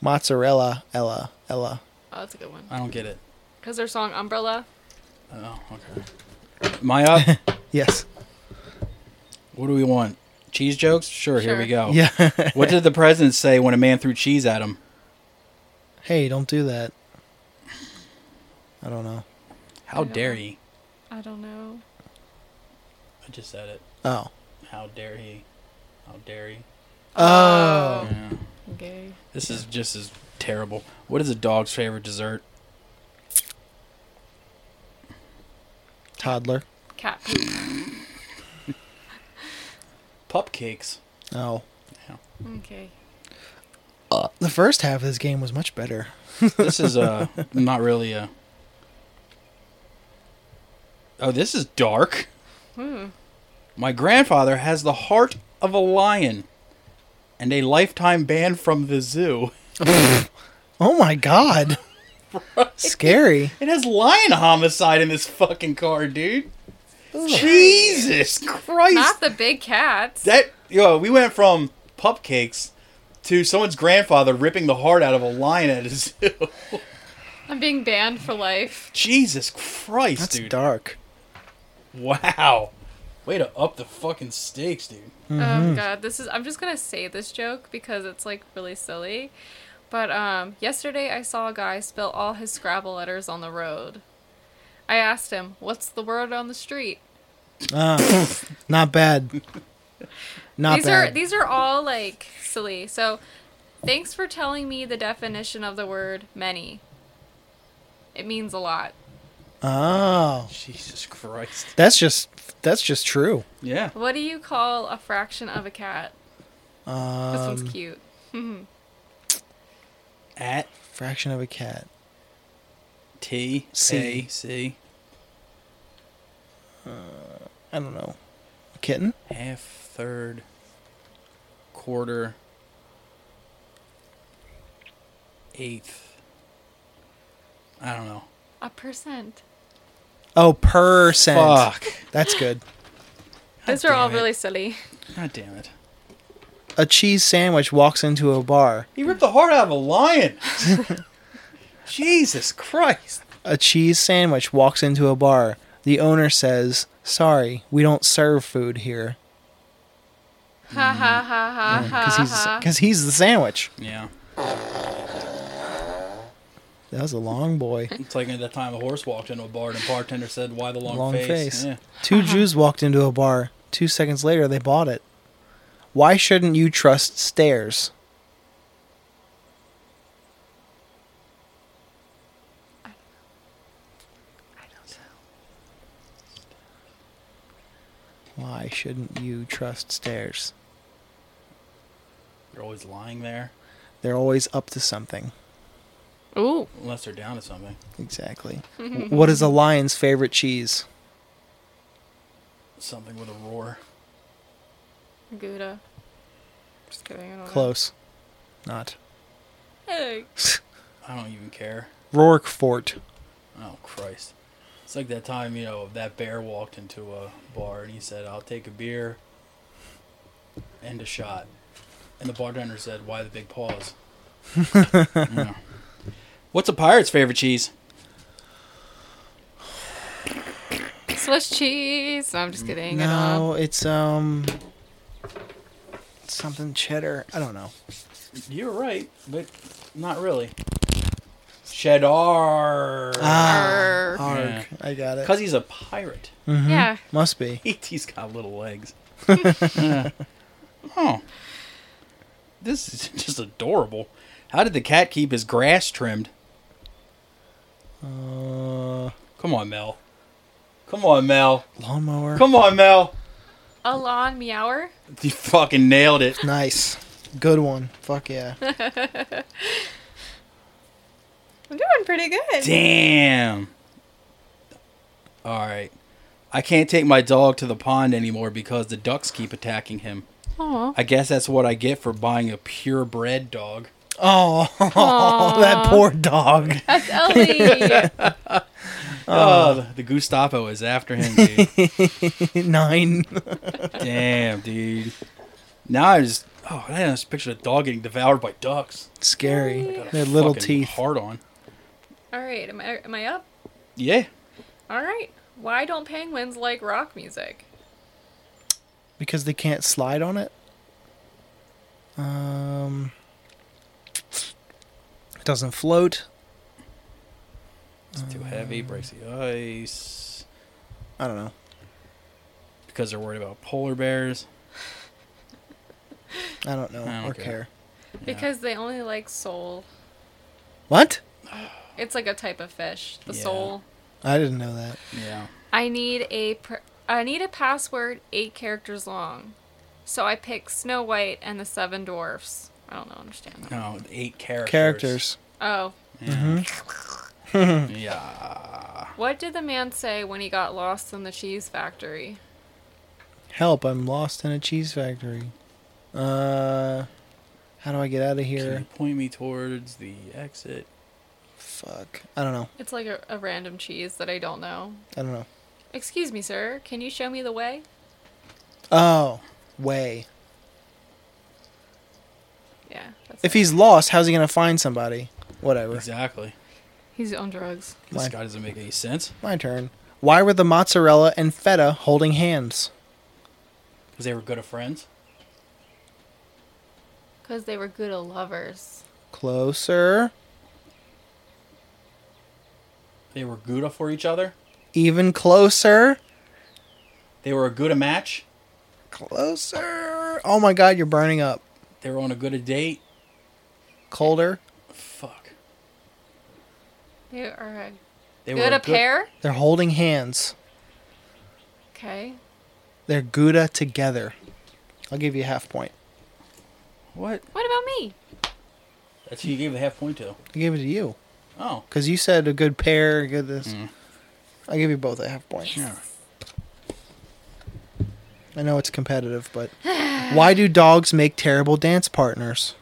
Mozzarella Ella Ella. Oh, that's a good one. I don't get it. Cause their song Umbrella. Oh, okay. Am I up? Yes. what do we want? Cheese jokes? Sure, here we Sure. go. Yeah. Oh. What did the president say when a man threw cheese at him? hey, don't do that. I don't know. How I don't dare know. he? I don't know. I just said it. Oh. How dare he? How dare he? Oh. Yeah. Okay. This is just as terrible. What is a dog's favorite dessert? Toddler. Cat poop. Pup cakes. Oh. Okay. The first half of this game was much better. This is uh not really a. Oh, this is dark. Hmm. My grandfather has the heart of a lion, and a lifetime ban from the zoo. Oh my god. Scary. It has lion homicide in this fucking car, dude. Jesus Christ! Not the big cats. That yo, we went from pupcakes to someone's grandfather ripping the heart out of a lion at his zoo. I'm being banned for life. Jesus Christ, That's dude! dark. Wow, way to up the fucking stakes, dude. Mm-hmm. Oh god, this is. I'm just gonna say this joke because it's like really silly. But um, yesterday I saw a guy spill all his Scrabble letters on the road. I asked him, "What's the word on the street?" Ah, not bad. Not these bad. are these are all like silly. So, thanks for telling me the definition of the word many. It means a lot. oh. Jesus Christ. That's just that's just true. Yeah. What do you call a fraction of a cat? This Um, one's cute. At fraction of a cat. T C. A C I don't know. Kitten? half third quarter eighth. I don't know. A percent. Oh, percent. Fuck. That's good. These are all damn it. really silly. God damn it. A cheese sandwich walks into a bar. He ripped the heart out of a lion. Jesus Christ. A cheese sandwich walks into a bar. The owner says, "Sorry, we don't serve food here." Ha ha ha ha Cuz ha he's ha. cuz he's the sandwich. Yeah. That was a long boy. It's like at that time a horse walked into a bar and the bartender said, Why the long, Long face? face. Yeah. Two Jews walked into a bar. 2 seconds later they bought it. Why shouldn't you trust stairs? Why shouldn't you trust stairs? They're always lying there, They're always up to something. Ooh. unless they're down to something. Exactly. what is a lion's favorite cheese? Something with a roar. Gouda. Just kidding. I don't Close. Not. Know. Hey. I don't even care. Rourke Fort. Oh, Christ. It's like that time, you know, that bear walked into a bar and he said, I'll take a beer and a shot. And the bartender said, Why the big paws? Yeah. What's a pirate's favorite cheese? Swiss cheese. No, I'm just kidding. I don't know. No, it's um something cheddar. I don't know. You're right, but not really. Cheddar. Ah, Arr. arg. Yeah. I got it. Because he's a pirate. mm-hmm. Yeah. Must be. he's E got little legs. oh. This is just adorable. How did the cat keep his grass trimmed? Uh, Come on, Mel. Come on, Mel. lawnmower. Come on, Mel. A lawn meower. You fucking nailed it. Nice. Good one. Fuck yeah. I'm doing pretty good. Damn. All right. I can't take my dog to the pond anymore because the ducks keep attacking him. Aw. I guess that's what I get for buying a purebred dog. Oh, that poor dog. That's Ellie. Oh, the- the Gestapo is after him, dude. Nine. Damn, dude. Now I just oh, I just pictured a dog getting devoured by ducks. Scary. Got a Their little fucking teeth. Hard on. All right, am I, am I up? Yeah. All right. Why don't penguins like rock music? Because they can't slide on it. Um, it doesn't float. It's too Uh. heavy. Breaks the ice I don't know. because they're worried about polar bears. I don't know I don't or care. care. Because they only like soul. What? It's like a type of fish. The Yeah. soul. I didn't know that. Yeah. I need a pr- I need a password eight characters long. So I pick Snow White and the Seven Dwarfs. I don't know, understand that. No, eight characters. Characters. Oh, Yeah. Hmm. what did the man say when he got lost in the cheese factory? Help! I'm lost in a cheese factory. Uh, how do I get out of Can you here? point me towards the exit? Fuck. I don't know. It's like a, a random cheese that I don't know. I don't know. Excuse me, sir. Can you show me the way? Oh, way. Yeah. That's If it. he's lost, how's he gonna find somebody? Whatever. Exactly. he's on drugs. This Mine. guy doesn't make any sense My turn. Why were the mozzarella and feta holding hands? because they were good of friends. Because they were good at lovers. Closer. They were good for each other. Even closer. They were a good a match. Closer. Oh my god, you're burning up. They were on a good a date. Colder. Fuck. They are They a were good a pair. They're holding hands. Okay. They're Gouda together. I'll give you half point. What? What about me? That's who you gave the half point to. I gave it to you. Oh. Because you said a good pair, a good this. Mm. I'll give you both a half point. Yeah. I know it's competitive, but why do dogs make terrible dance partners?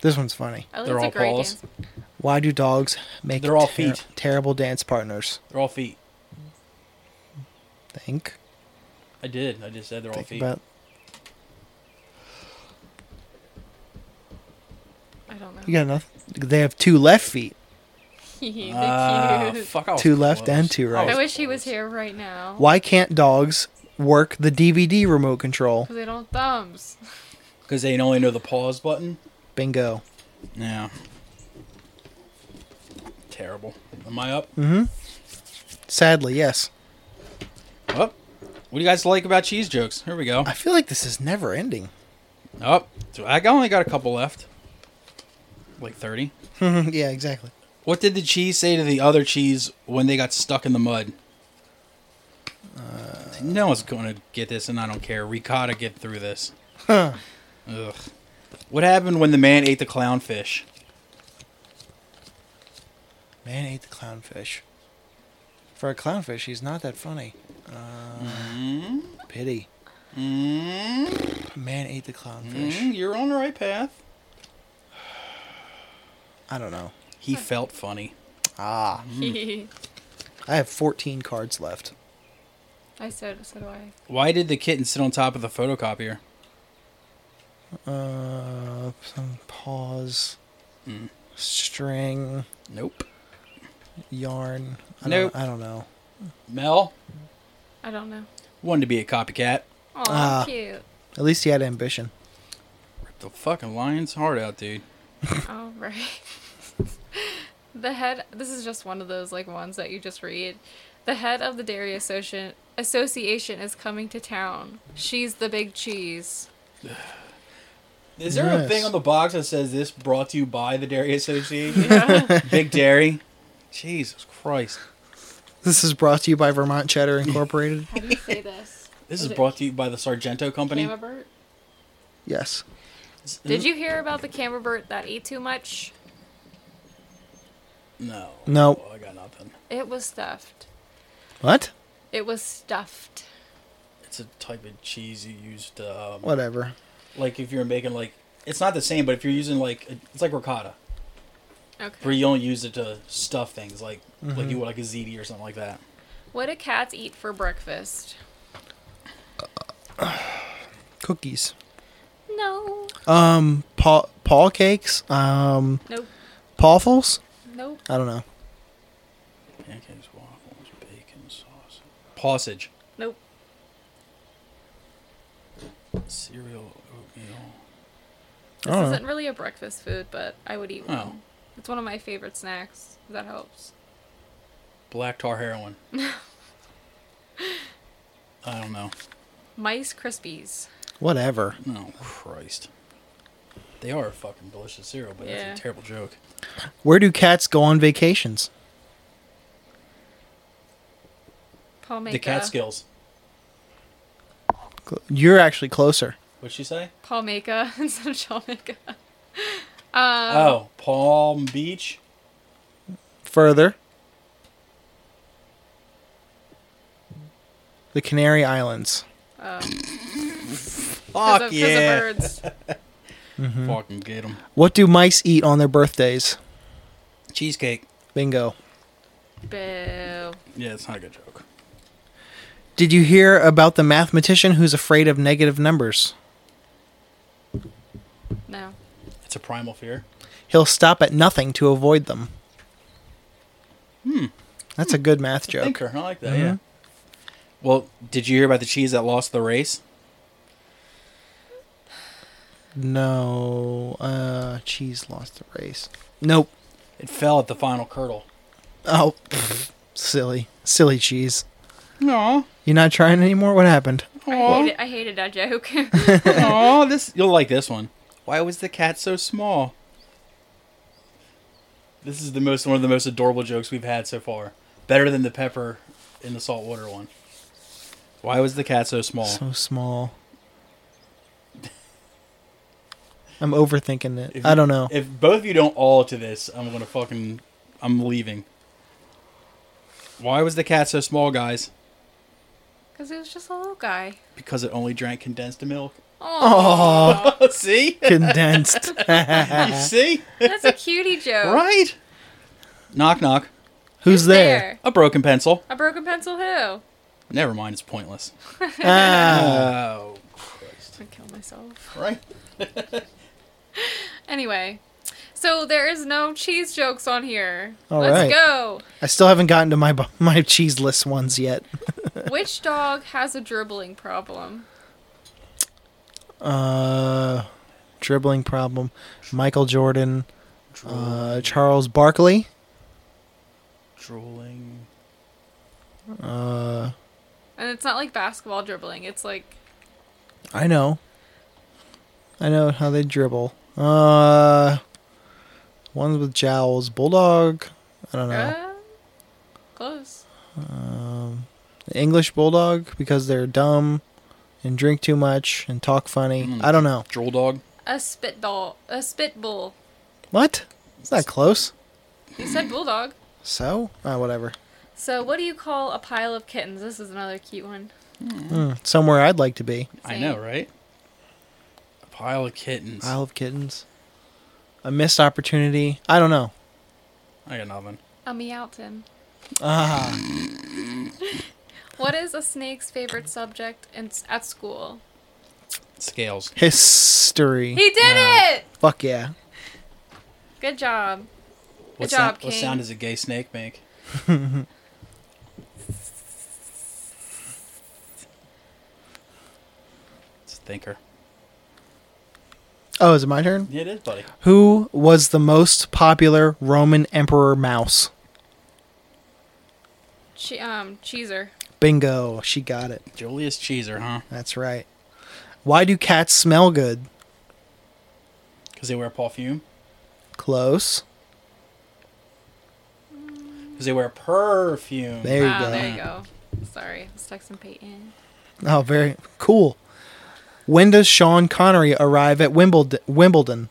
This one's funny. Oh, They're that's all a great balls. dance. Why do dogs make They're all ter- feet. terrible dance partners? They're all feet. Think. I did. I just said they're all Think feet. about. I don't know. You got nothing. They have two left feet. They're Ah, cute. fuck, I was Two left close. and two right. was I wish he was close. here right now. Why can't dogs work the DVD remote control? Because they don't thumbs. Because they only know the pause button. Bingo. Yeah. Terrible. Am I up? Mm. Sadly, yes. Up. What do you guys like about cheese jokes? Here we go. I feel like this is never ending. Up. So I only got a couple left. Like 30. yeah, exactly. What did the cheese say to the other cheese when they got stuck in the mud? Uh, no one's going to get this, and I don't care. Ricotta, get through this. Ugh. What happened when the man ate the clownfish? Man ate the clownfish. For a clownfish, he's not that funny. Uh, pity. Mm, Man ate the clownfish. mm, you're on the right path. I don't know. He felt funny. Ah, I have 14 cards left. I said, so do I. Why did the kitten sit on top of the photocopier? Uh, some pause, string, Nope. yarn. I Nope. don't. I don't know. Mel I don't know. wanted to be a copycat. Oh, Ah. cute. At least he had ambition. Ripped the fucking lion's heart out, dude. All Oh, right. the head. This is just one of those like ones that you just read. The head of the dairy association association is coming to town. She's the big cheese. Is there a Yes. thing on the box that says this brought to you by the Dairy Association? Big Dairy. Jesus Christ. This is brought to you by Vermont Cheddar Incorporated. How do you say this? This Was is it brought to you by the Sargento Company. Camembert. Mm-hmm. yes. Did you hear about the Camembert that ate too much? No. No. I got nothing. It was stuffed. What? It was stuffed. It's a type of cheese you use to, um, Whatever. like, if you're making, like, it's not the same, but if you're using like it's like ricotta, Okay. where you only use it to stuff things like like you would like a ziti or something like that. What do cats eat for breakfast? Cookies. No. Um, paw, paw cakes. Um, Nope. pawfuls. Nope. I don't know. Pancakes, waffles, bacon, sausage, sausage, Nope. cereal, oatmeal. I This don't isn't know. really a breakfast food, but I would eat one. Oh, It's one of my favorite snacks. If that helps. black tar heroin. I don't know. Mice Krispies. Whatever. Oh Christ. They are a fucking delicious cereal, but Yeah. that's a terrible joke. Where do cats go on vacations? Palmega. The Catskills. Cl- You're actually closer. What'd she say? Palmega instead of Shalmega. oh, Palm Beach. Further. The Canary Islands. Fuck of, 'cause yeah. Of birds. Mm-hmm. Fucking get them. What do mice eat on their birthdays? Cheesecake. Bingo. Boo. Yeah, it's not a good joke. Did you hear about the mathematician who's afraid of negative numbers? No. It's a primal fear. He'll stop at nothing to avoid them. Hmm. That's a good math joke. Mm-hmm. Thinker. I like that. Yeah. Well, did you hear about the cheese that lost the race? No. Uh, cheese lost the race. Nope. It fell at the final curdle. Oh, pfft. silly. Silly cheese. No. You're not trying anymore? What happened? I hated, I hated that joke. Oh, this you'll like this one. Why was the cat so small? This is the most one of the most adorable jokes we've had so far. Better than the pepper in the saltwater one. Why was the cat so small? So small. I'm overthinking it. If I you- don't know. If both of you don't all to this, I'm gonna fucking I'm leaving. Why was the cat so small, guys? Because it was just a little guy. Because it only drank condensed milk. Oh, see? Condensed. Uh-huh. You see? that's a cutie joke. right? Knock knock. Who's there? A broken pencil. A broken pencil who? Never mind, it's pointless. Ah. Oh, Christ. I kill myself. Right? Anyway, so there is no cheese jokes on here. All Let's right. go. I still haven't gotten to my bu- my cheese list ones yet. Which dog has a dribbling problem? Uh, dribbling problem. Michael Jordan. Uh, Charles Barkley. Drooling. Uh, And it's not like basketball dribbling. It's like I know. I know how they dribble. Uh, ones with jowls. Bulldog. I don't know. uh, close. Um, the English bulldog because they're dumb and drink too much and talk funny. I don't know. Drool dog. A spit doll. A spit bull. What? It's not close. You said bulldog. So? Ah, whatever. So what do you call a pile of kittens? This is another cute one. Hmm, somewhere I'd like to be. I Same. know, right? A pile of kittens. Isle of Kittens. A missed opportunity. I don't know. I got nothing. A meowton. Ah, What is a snake's favorite subject in, at school? Scales. history. He did it! Fuck yeah. Good job. What, job, sound, what King. sound does a gay snake make? it's a thinker. Oh, is it my turn? Yeah, it is, buddy. Who was the most popular Roman emperor mouse? Che- um, cheeser. Bingo. She got it. Julius Cheeser, huh? That's right. Why do cats smell good? Because they wear perfume. Close. Because they wear perfume. There you wow, go. there you go. Sorry, I was texting Peyton. Oh, very cool. When does Sean Connery arrive at Wimbledon? Wimbledon.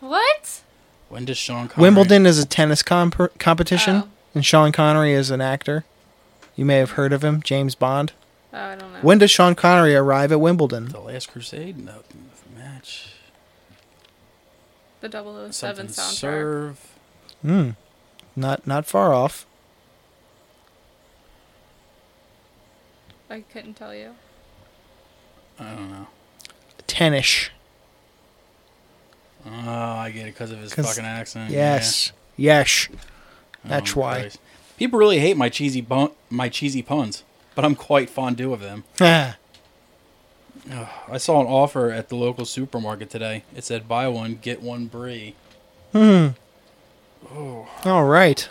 What? when does Sean Connery? Wimbledon is a tennis comp- competition, Oh. and Sean Connery is an actor. You may have heard of him, James Bond. Oh, I don't know. When does Sean Connery arrive at Wimbledon? The Last Crusade? No, match. the 007 Something soundtrack. serve. Hmm. Not not far off. I couldn't tell you. I don't know. Tenish. Oh, I get it because of his 'Cause- fucking accent. Yes. Yes. Yeah. that's Oh, why. Christ. People really hate my cheesy bun- my cheesy puns, but I'm quite fondue of them. Ah, I saw an offer at the local supermarket today. It said buy one get one brie. all right.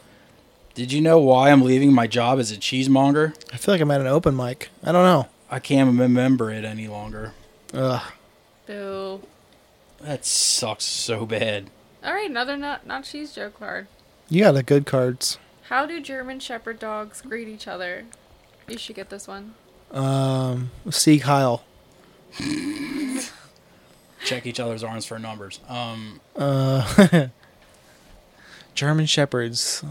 Did you know why I'm leaving my job as a cheesemonger? I feel like I'm at an open mic. I don't know. I can't remember it any longer. Ugh. Boo. That sucks so bad. All right, another not not cheese joke card. You got the good cards. How do German Shepherd dogs greet each other? You should get this one. Um, Sieg Heil. Check each other's arms for numbers. Um, Uh, German Shepherds.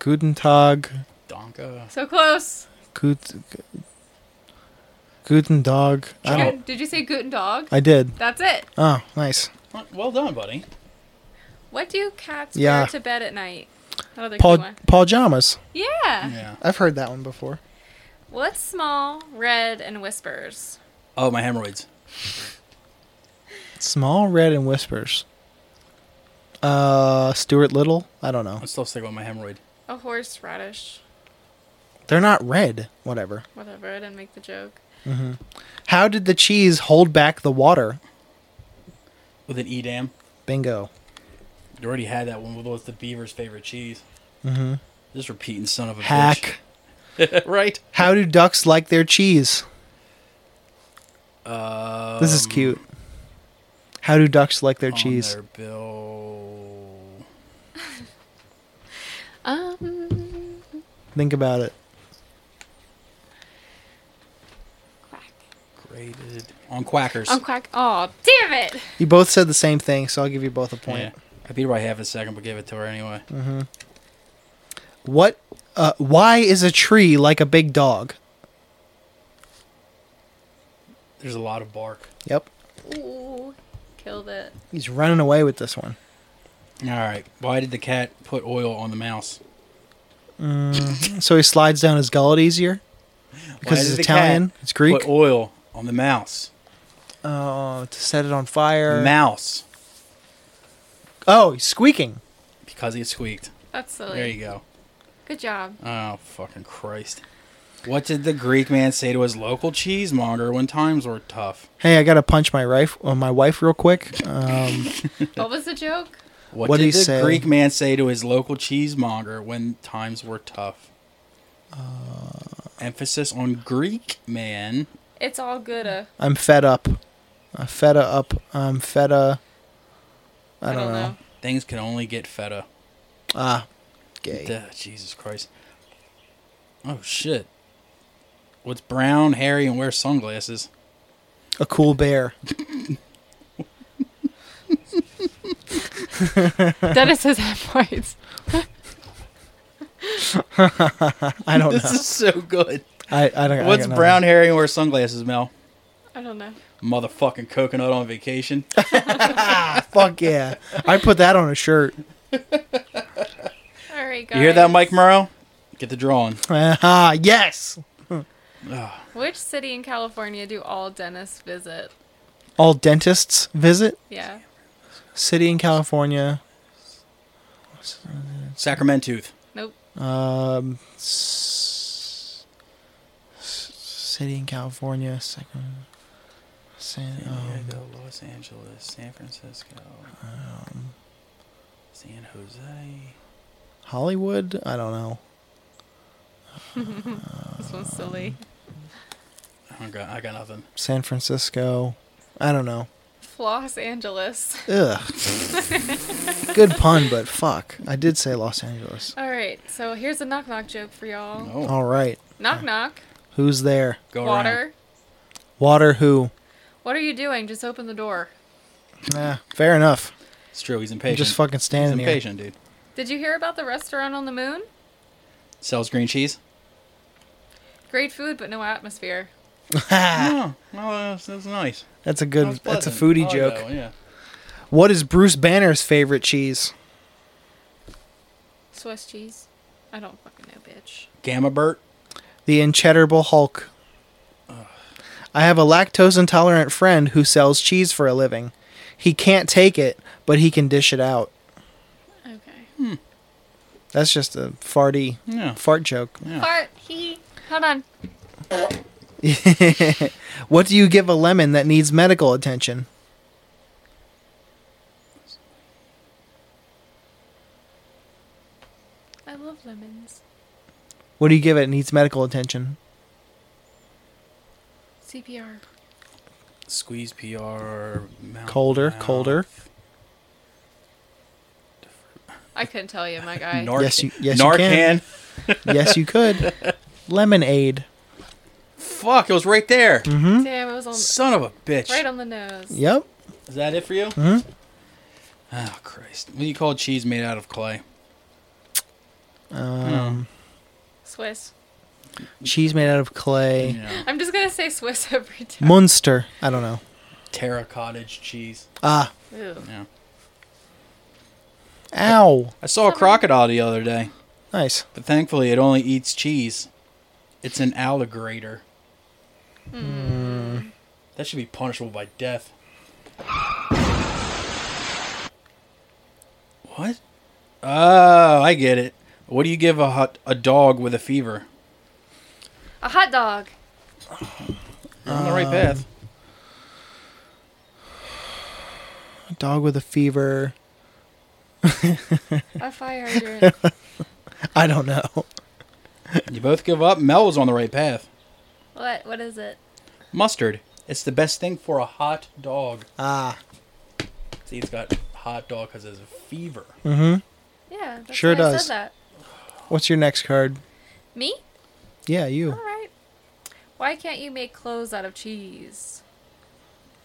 Guten Tag. Donka. So close. Gut, guten Dog. I don't. Good. Did you say Guten Dog? I did. That's it. Oh, nice. Well done, buddy. What do cats Yeah. wear to bed at night? Another good Paul one. Paul Jamas. Yeah. Yeah. I've heard that one before. What's small, red, and whispers? Oh, my hemorrhoids. Small, red, and whispers. Uh, Stuart Little. I don't know. I'm still sick with my hemorrhoid. A horseradish. They're not red. Whatever. Whatever. I didn't make the joke. How did the cheese hold back the water? With an edam. Bingo. You already had that one with what's the beaver's favorite cheese. Mm-hmm. Just repeating, son of a Hack. bitch. right? How do ducks like their cheese? this is Um, cute. How do ducks like their on cheese? their bill. Um. Think about it. Quack. Graded. On Quackers. On quack. Oh, damn it. You both said the same thing, so I'll give you both a point. Yeah. I beat her by half a second, but gave it to her anyway. What? Uh, why is a tree like a big dog? There's a lot of bark. Yep. Ooh. Killed it. He's running away with this one. All right. Why did the cat put oil on the mouse? So he slides down his gullet easier because Why it's did the Italian. cat It's Greek. Put oil on the mouse. Oh, to set it on fire. Mouse. oh, he's squeaking. Because he squeaked. That's silly. There you go. Good job. Oh, fucking Christ. What did the Greek man say to his local cheesemonger when times were tough? Hey, I gotta punch my wife, uh, my wife, real quick. Um, What was the joke? What What'd did he the say? Greek man say to his local cheesemonger when times were tough? Uh. Emphasis on Greek man. It's all good. Uh, I'm fed up. I'm fed up. I'm fed up. I don't, know. Things can only get feta. Ah, gay. Duh, Jesus Christ. Oh shit. What's brown, hairy, and wears sunglasses? A cool bear. Dennis has had points. I don't know. this is so good. I, I don't. I What's don't know. brown, hairy, and wears sunglasses, Mel? I don't know. Motherfucking coconut on vacation. Fuck yeah! I put that on a shirt. All right, guys. You hear that, Mike Morrow? Get the drawing. Ah, yes. Which city in California do all dentists visit? All dentists visit Yeah. city in California. Sacramentooth. Nope. Um, s- s- city in California. Second. San, um, Los Angeles, San Francisco, um, San Jose. Hollywood. I don't know. This one's silly. I got, I got nothing. San Francisco. I don't know. Los Angeles. Ugh. Good pun, but fuck. I did say Los Angeles. All right. So here's a knock knock joke for y'all. No. All right. Knock knock. Who's there? Go Water. around. Water who? What are you doing? Just open the door. Nah, fair enough. It's true. He's I'm impatient. just fucking He's standing here. impatient, dude. Did you hear about the restaurant on the moon? Sells green cheese. Great food, but no atmosphere. Oh, well, that's, that's nice. That's a That Ah. good. was That's a pleasant. Oh, I foodie like joke. that one, yeah. What is Bruce Banner's favorite cheese? Swiss cheese. I don't fucking know, bitch. Gamma Bert. The Incheddable Hulk. I have a lactose intolerant friend who sells cheese for a living. He can't take it, but he can dish it out. Okay. Hmm. That's just a farty Yeah. fart joke. Yeah. Fart. He. Hold on. What do you give a lemon that needs medical attention? I love lemons. What do you give it that needs medical attention? CPR. Squeeze PR. Mouth, Colder, mouth. colder. I couldn't tell you, my guy. Narcan. Yes, you- yes, you Narcan. can. Yes, you could. Lemonade. Fuck, it was right there. Mm-hmm. Damn, it was on Son of a bitch. right on the nose. Yep. Is that it for you? Mm-hmm. Oh, Christ. What do you call cheese made out of clay? Um, Swiss. Cheese made out of clay. You know, I'm just gonna say Swiss every time. Munster. I don't know. terra cottage cheese. Ah. Ew. Yeah. Ow. I saw a crocodile the other day, Nice. but thankfully it only eats cheese. It's an alligator. Hmm. That should be punishable by death. What? Oh, I get it. What do you give a hot, a dog with a fever? A hot dog. You're on the right path. A dog with a fever. A fire hydrant. I don't know. You both give up. Mel was on the right path. what? What is it? Mustard. It's the best thing for a hot dog. Ah. See, it's got hot dog because it's a fever. Yeah. That's Sure why I does. said that. What's your next card? Me? Yeah, you. All right. Why can't you make clothes out of cheese?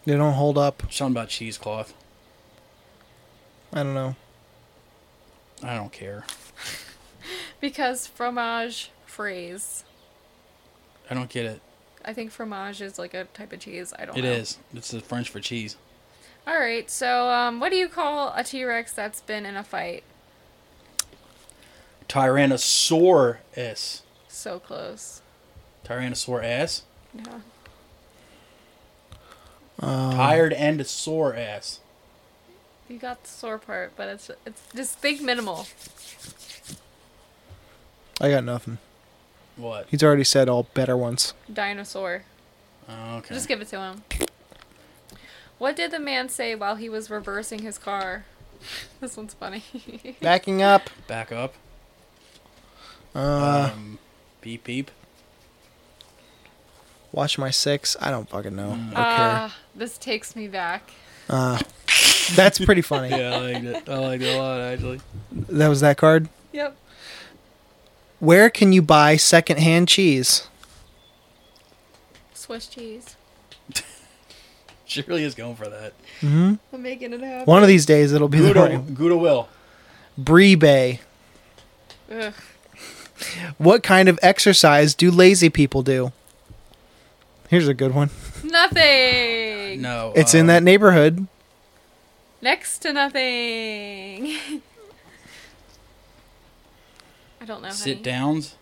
They don't hold up. Something about cheesecloth. I don't know. I don't care. Because fromage phrase. I don't get it. I think fromage is like a type of cheese. I don't It know. is. It's the French for cheese. All right. So, um, what do you call a T Rex that's been in a fight? Tyrannosaurus. So close. Tyrannosaur ass. Yeah. Tired and a sore ass. You got the sore part, but it's it's just think minimal. I got nothing. What? He's already said all better ones. Dinosaur. Oh, okay. Just give it to him. What did the man say while he was reversing his car? This one's funny. Backing up. Back up. Uh, um, beep beep. watch my six. I don't fucking know. I Ah, this takes me back. don't care. That's pretty funny. Yeah, I liked it. I liked it a lot actually. That was that card. Yep. Where can you buy secondhand cheese? Swiss cheese. She really is going for that. I'm making it happen. One of these days it'll be the Gouda, one. Gouda will. Brie Bay. Ugh. What kind of exercise do lazy people do? Here's a good one. Nothing. No. It's in um, that neighborhood. Next to nothing. I don't know. sit honey. downs.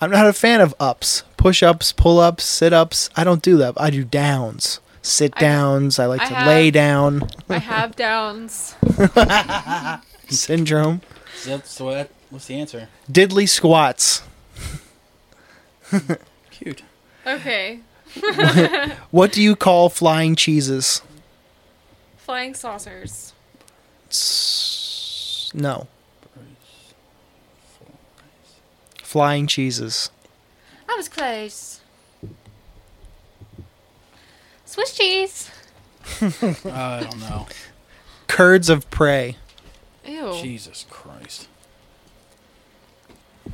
I'm not a fan of ups, push ups, pull ups, sit ups. I don't do that. I do downs, sit I- downs. I, like I to have- lay down I have downs. syndrome. That's so that, what's the answer? Diddly squats. Cute. Okay. What do you call flying cheeses? Flying saucers. S- No. Flying cheeses. I was close. Swiss cheese. I don't know. Curds of prey. Ew. Jesus Christ. Is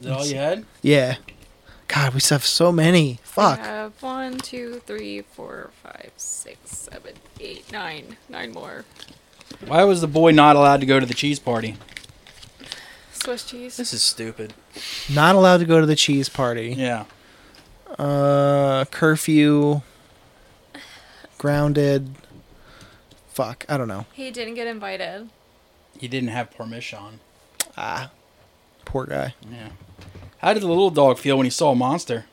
that all you had? Yeah. God, we have so many. I Fuck. have one, two, three, four, five, six, seven, eight, nine. Nine more. Why was the boy not allowed to go to the cheese party? Swiss cheese. This is stupid. Not allowed to go to the cheese party. Yeah. Uh, curfew. Grounded. Fuck, I don't know. He didn't get invited. He didn't have permission. Ah, poor guy. Yeah. How did the little dog feel when he saw a monster?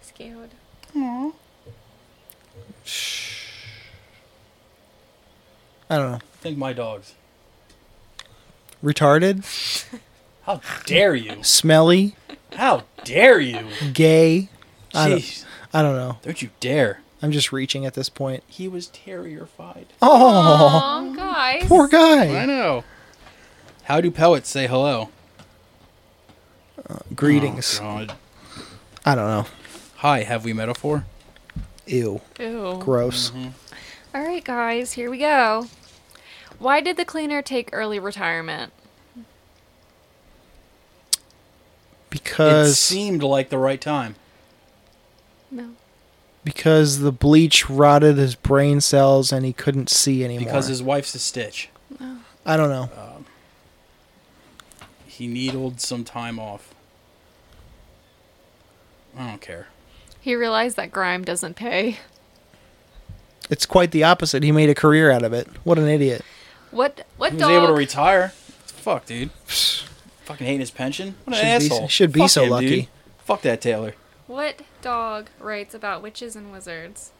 Scared. I don't know. I think my dogs. Retarded, How dare you? smelly, How dare you? gay. I don't- Jeez. I don't know. Don't you dare. I'm just reaching at this point. He was terrified. Oh, Aw, guys. poor guy. know. How do poets say hello? Greetings. Oh, God. I don't know. Hi, have we metaphor? Ew, Ew. gross. Mm-hmm. All right, guys, here we go. Why did the cleaner take early retirement? It Because seemed like the right time. No. because the bleach rotted his brain cells and he couldn't see anymore. Because his wife's a stitch. I don't know. Um, He needled some time off. I don't care. He realized that grime doesn't pay. It's quite the opposite. He made a career out of it. What an idiot. What what He was dog? able to retire. Fuck, dude. Fucking hating his pension. What an Should be- asshole. should be Fuck so him, dude. lucky. Fuck that Taylor. what dog writes about witches and wizards?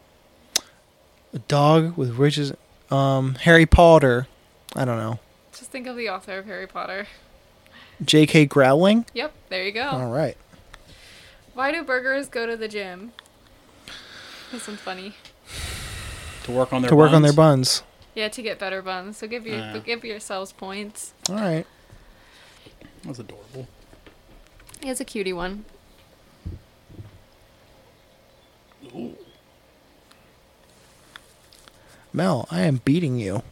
A dog with riches. Um, Harry Potter. I don't know. Just think of the author of Harry Potter. J.K. Growling. Yep, there you go. All right. Why do burgers go to the gym? This one's funny. To work on their to work on their buns. buns. Yeah, to get better buns. So give your Yeah. give yourselves points. All right. That was adorable. It's a cutie one. Mel, I am beating you.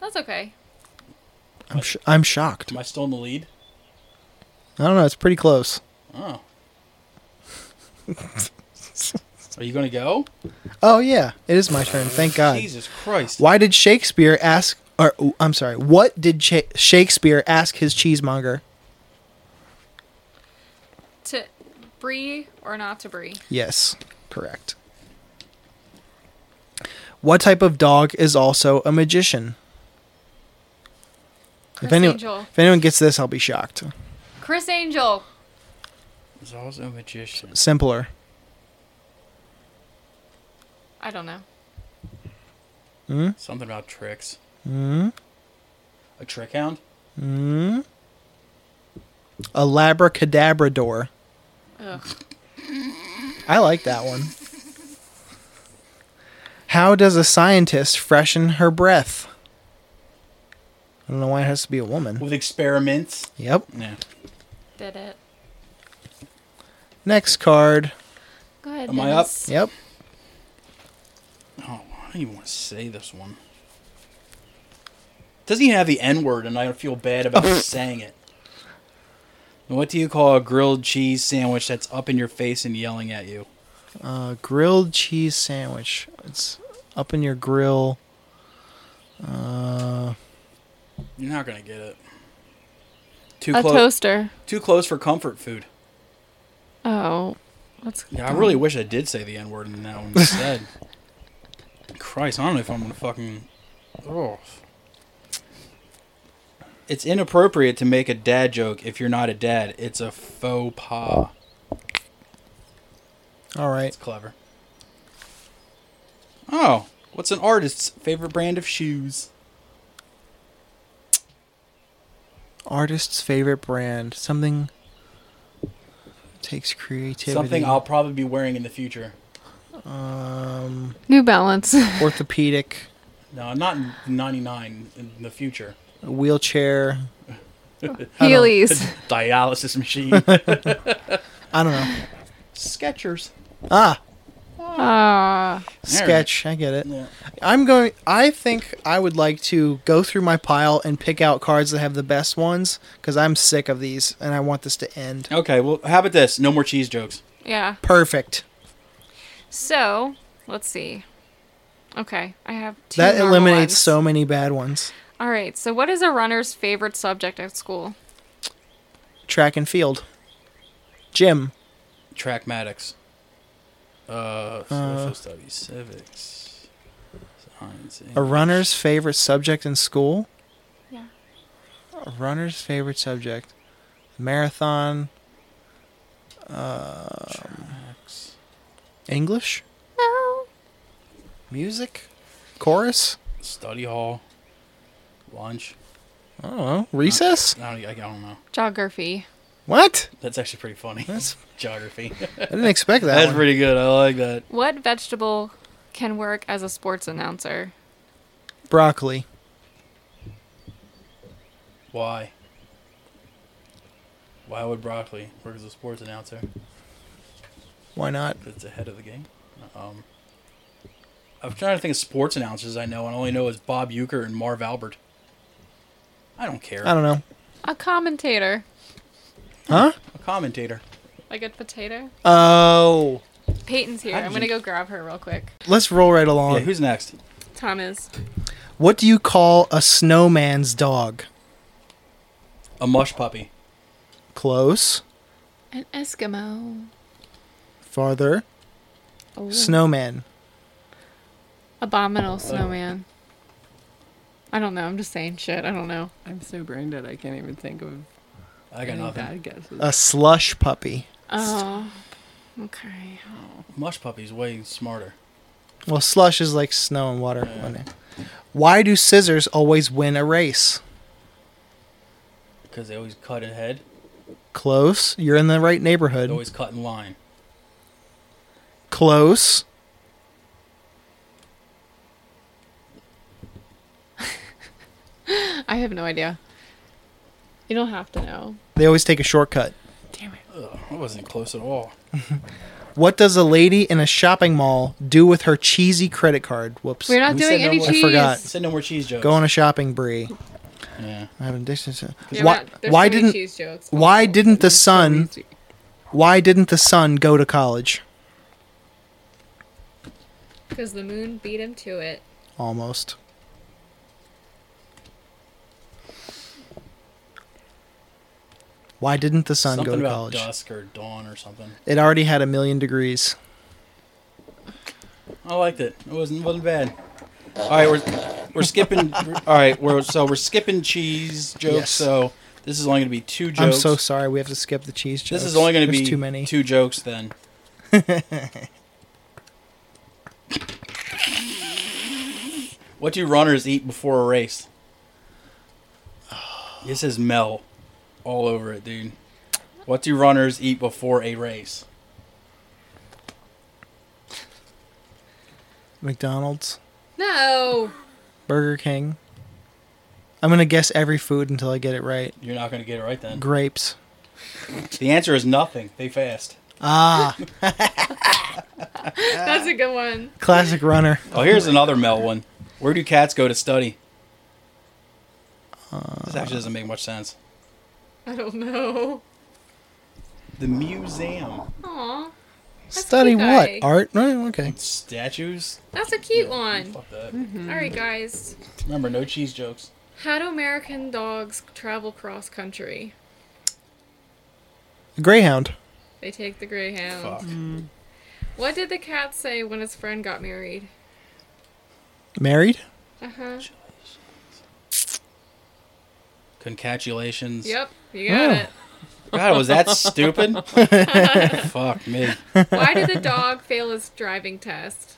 That's okay. I'm sh- I'm shocked. Am I still in the lead? I don't know. It's pretty close. Oh. Are you gonna go? Oh yeah, it is my turn. Thank God. Jesus Christ. Why did Shakespeare ask? Or ooh, I'm sorry. What did Sha- Shakespeare ask his cheesemonger? To brie or not to brie? Yes, correct. What type of dog is also a magician? Chris anyone- Angel. If anyone gets this, I'll be shocked. Chris Angel. He's also a magician. Simpler. I don't know. Hmm? Something about tricks. Mm? A trick hound? Mm? A labracadabrador. Ugh. I like that one. How does a scientist freshen her breath? I don't know why it has to be a woman. With experiments? Yep. Yeah. Did it. Next card. Go ahead. Am I up? Dennis. Yep. Oh, I don't even want to say this one. Doesn't even have the N word, and I feel bad about saying it. What do you call a grilled cheese sandwich that's up in your face and yelling at you? Uh, grilled cheese sandwich. It's up in your grill. Uh, You're not gonna get it. Too A close. toaster. Too close for comfort food. Oh, that's Yeah, I really wish I did say the N word in that one instead. Christ, I don't know if I'm gonna fucking. Oh. It's inappropriate to make a dad joke if you're not a dad. It's a faux pas. all right. It's clever. Oh, what's an artist's favorite brand of shoes? Artist's favorite brand. Something takes creativity. Something I'll probably be wearing in the future. um, New Balance. orthopedic No, not in '99. In the future, wheelchair. Heelys. dialysis machine, I don't know. Skechers. Ah, Ah, sketch. I get it. Yeah. I'm going. I think I would like to go through my pile and pick out cards that have the best ones because I'm sick of these and I want this to end. Okay, well, how about this? No more cheese jokes. yeah. Perfect. So let's see. Okay, I have two. that normal eliminates ones. so many bad ones. All right. So, what is a runner's favorite subject at school? track and field. Gym. Trackmatics. Uh, social studies, civics, science. A English. runner's favorite subject in school. Yeah. A runner's favorite subject. Marathon. um, Tracks. English. No. Music. Chorus. Study hall. Lunch. I don't know. Recess. I don't, I don't know. Geography. What? That's actually pretty funny. That's- geography. I didn't expect that. That's one. pretty good. I like that. What vegetable can work as a sports announcer? Broccoli. Why? Why would broccoli work as a sports announcer? Why not? That's ahead of the game. Um, I'm trying to think of sports announcers I know, and all I know is Bob Euchre and Marv Albert. I don't care. I don't know. A commentator. Huh? a commentator. Like a potato? Oh. Peyton's here. How did I'm going to you- go grab her real quick. Let's roll right Yeah, along. who's next? Tom is. what do you call a snowman's dog? A mush puppy. Close. An Eskimo. Farther. Oh. Snowman. Abominable snowman. I don't know. I'm just saying shit. I don't know. I'm so brain dead. I can't even think of I got any nothing. bad guesses. Uh, A slush puppy. Oh. Okay. Mush puppy's way smarter. Well, slush is like snow and water. Okay. Why do scissors always win a race? Because they always cut ahead. Close. You're in the right They neighborhood. always cut in line. Close. I have no idea. You don't have to know. They always take a shortcut. Damn it. Ugh, I wasn't close at all. What does a lady in a shopping mall do with her cheesy credit card? Whoops. We're not We doing said no any more- I cheese. forgot. Send no more cheese jokes. Go on a shopping spree. Yeah. I have an addiction to. Yeah, why but there's why so many didn't cheese jokes. why didn't the son Easy. why didn't the son go to college? Because the moon beat him to it. Almost. Why didn't the sun something go to about college? dusk or dawn or something. It already had a million degrees. I liked it. It wasn't wasn't bad. All right, we're we're skipping. all right, we're so we're skipping cheese jokes. Yes. So this is only going to be two jokes. I'm so sorry. We have to skip the cheese jokes. This is only going to There's be too many. two jokes then. what do runners eat before a race? This is Mel all over it, dude. What do runners eat before a race? McDonald's, No. Burger King. I'm gonna guess every food until I get it right. You're not going to get it right then. Grapes. The answer is nothing. They fast. Ah, That's a good one. classic runner. Oh, here's another Mel one. Where do cats go to study? this actually doesn't make much sense. I don't know. The museum. Aw. Study cute, what? guy. Art? No, okay. Statues? That's a cute one. Fuck that. All right, guys. Remember, no cheese jokes. How do American dogs travel cross country? Greyhound. They take the Greyhound. Fuck. What did the cat say when his friend got married? Married? Uh huh. Congratulations. Yep, you got Oh. it. God, was that stupid? Fuck me. Why did the dog fail his driving test?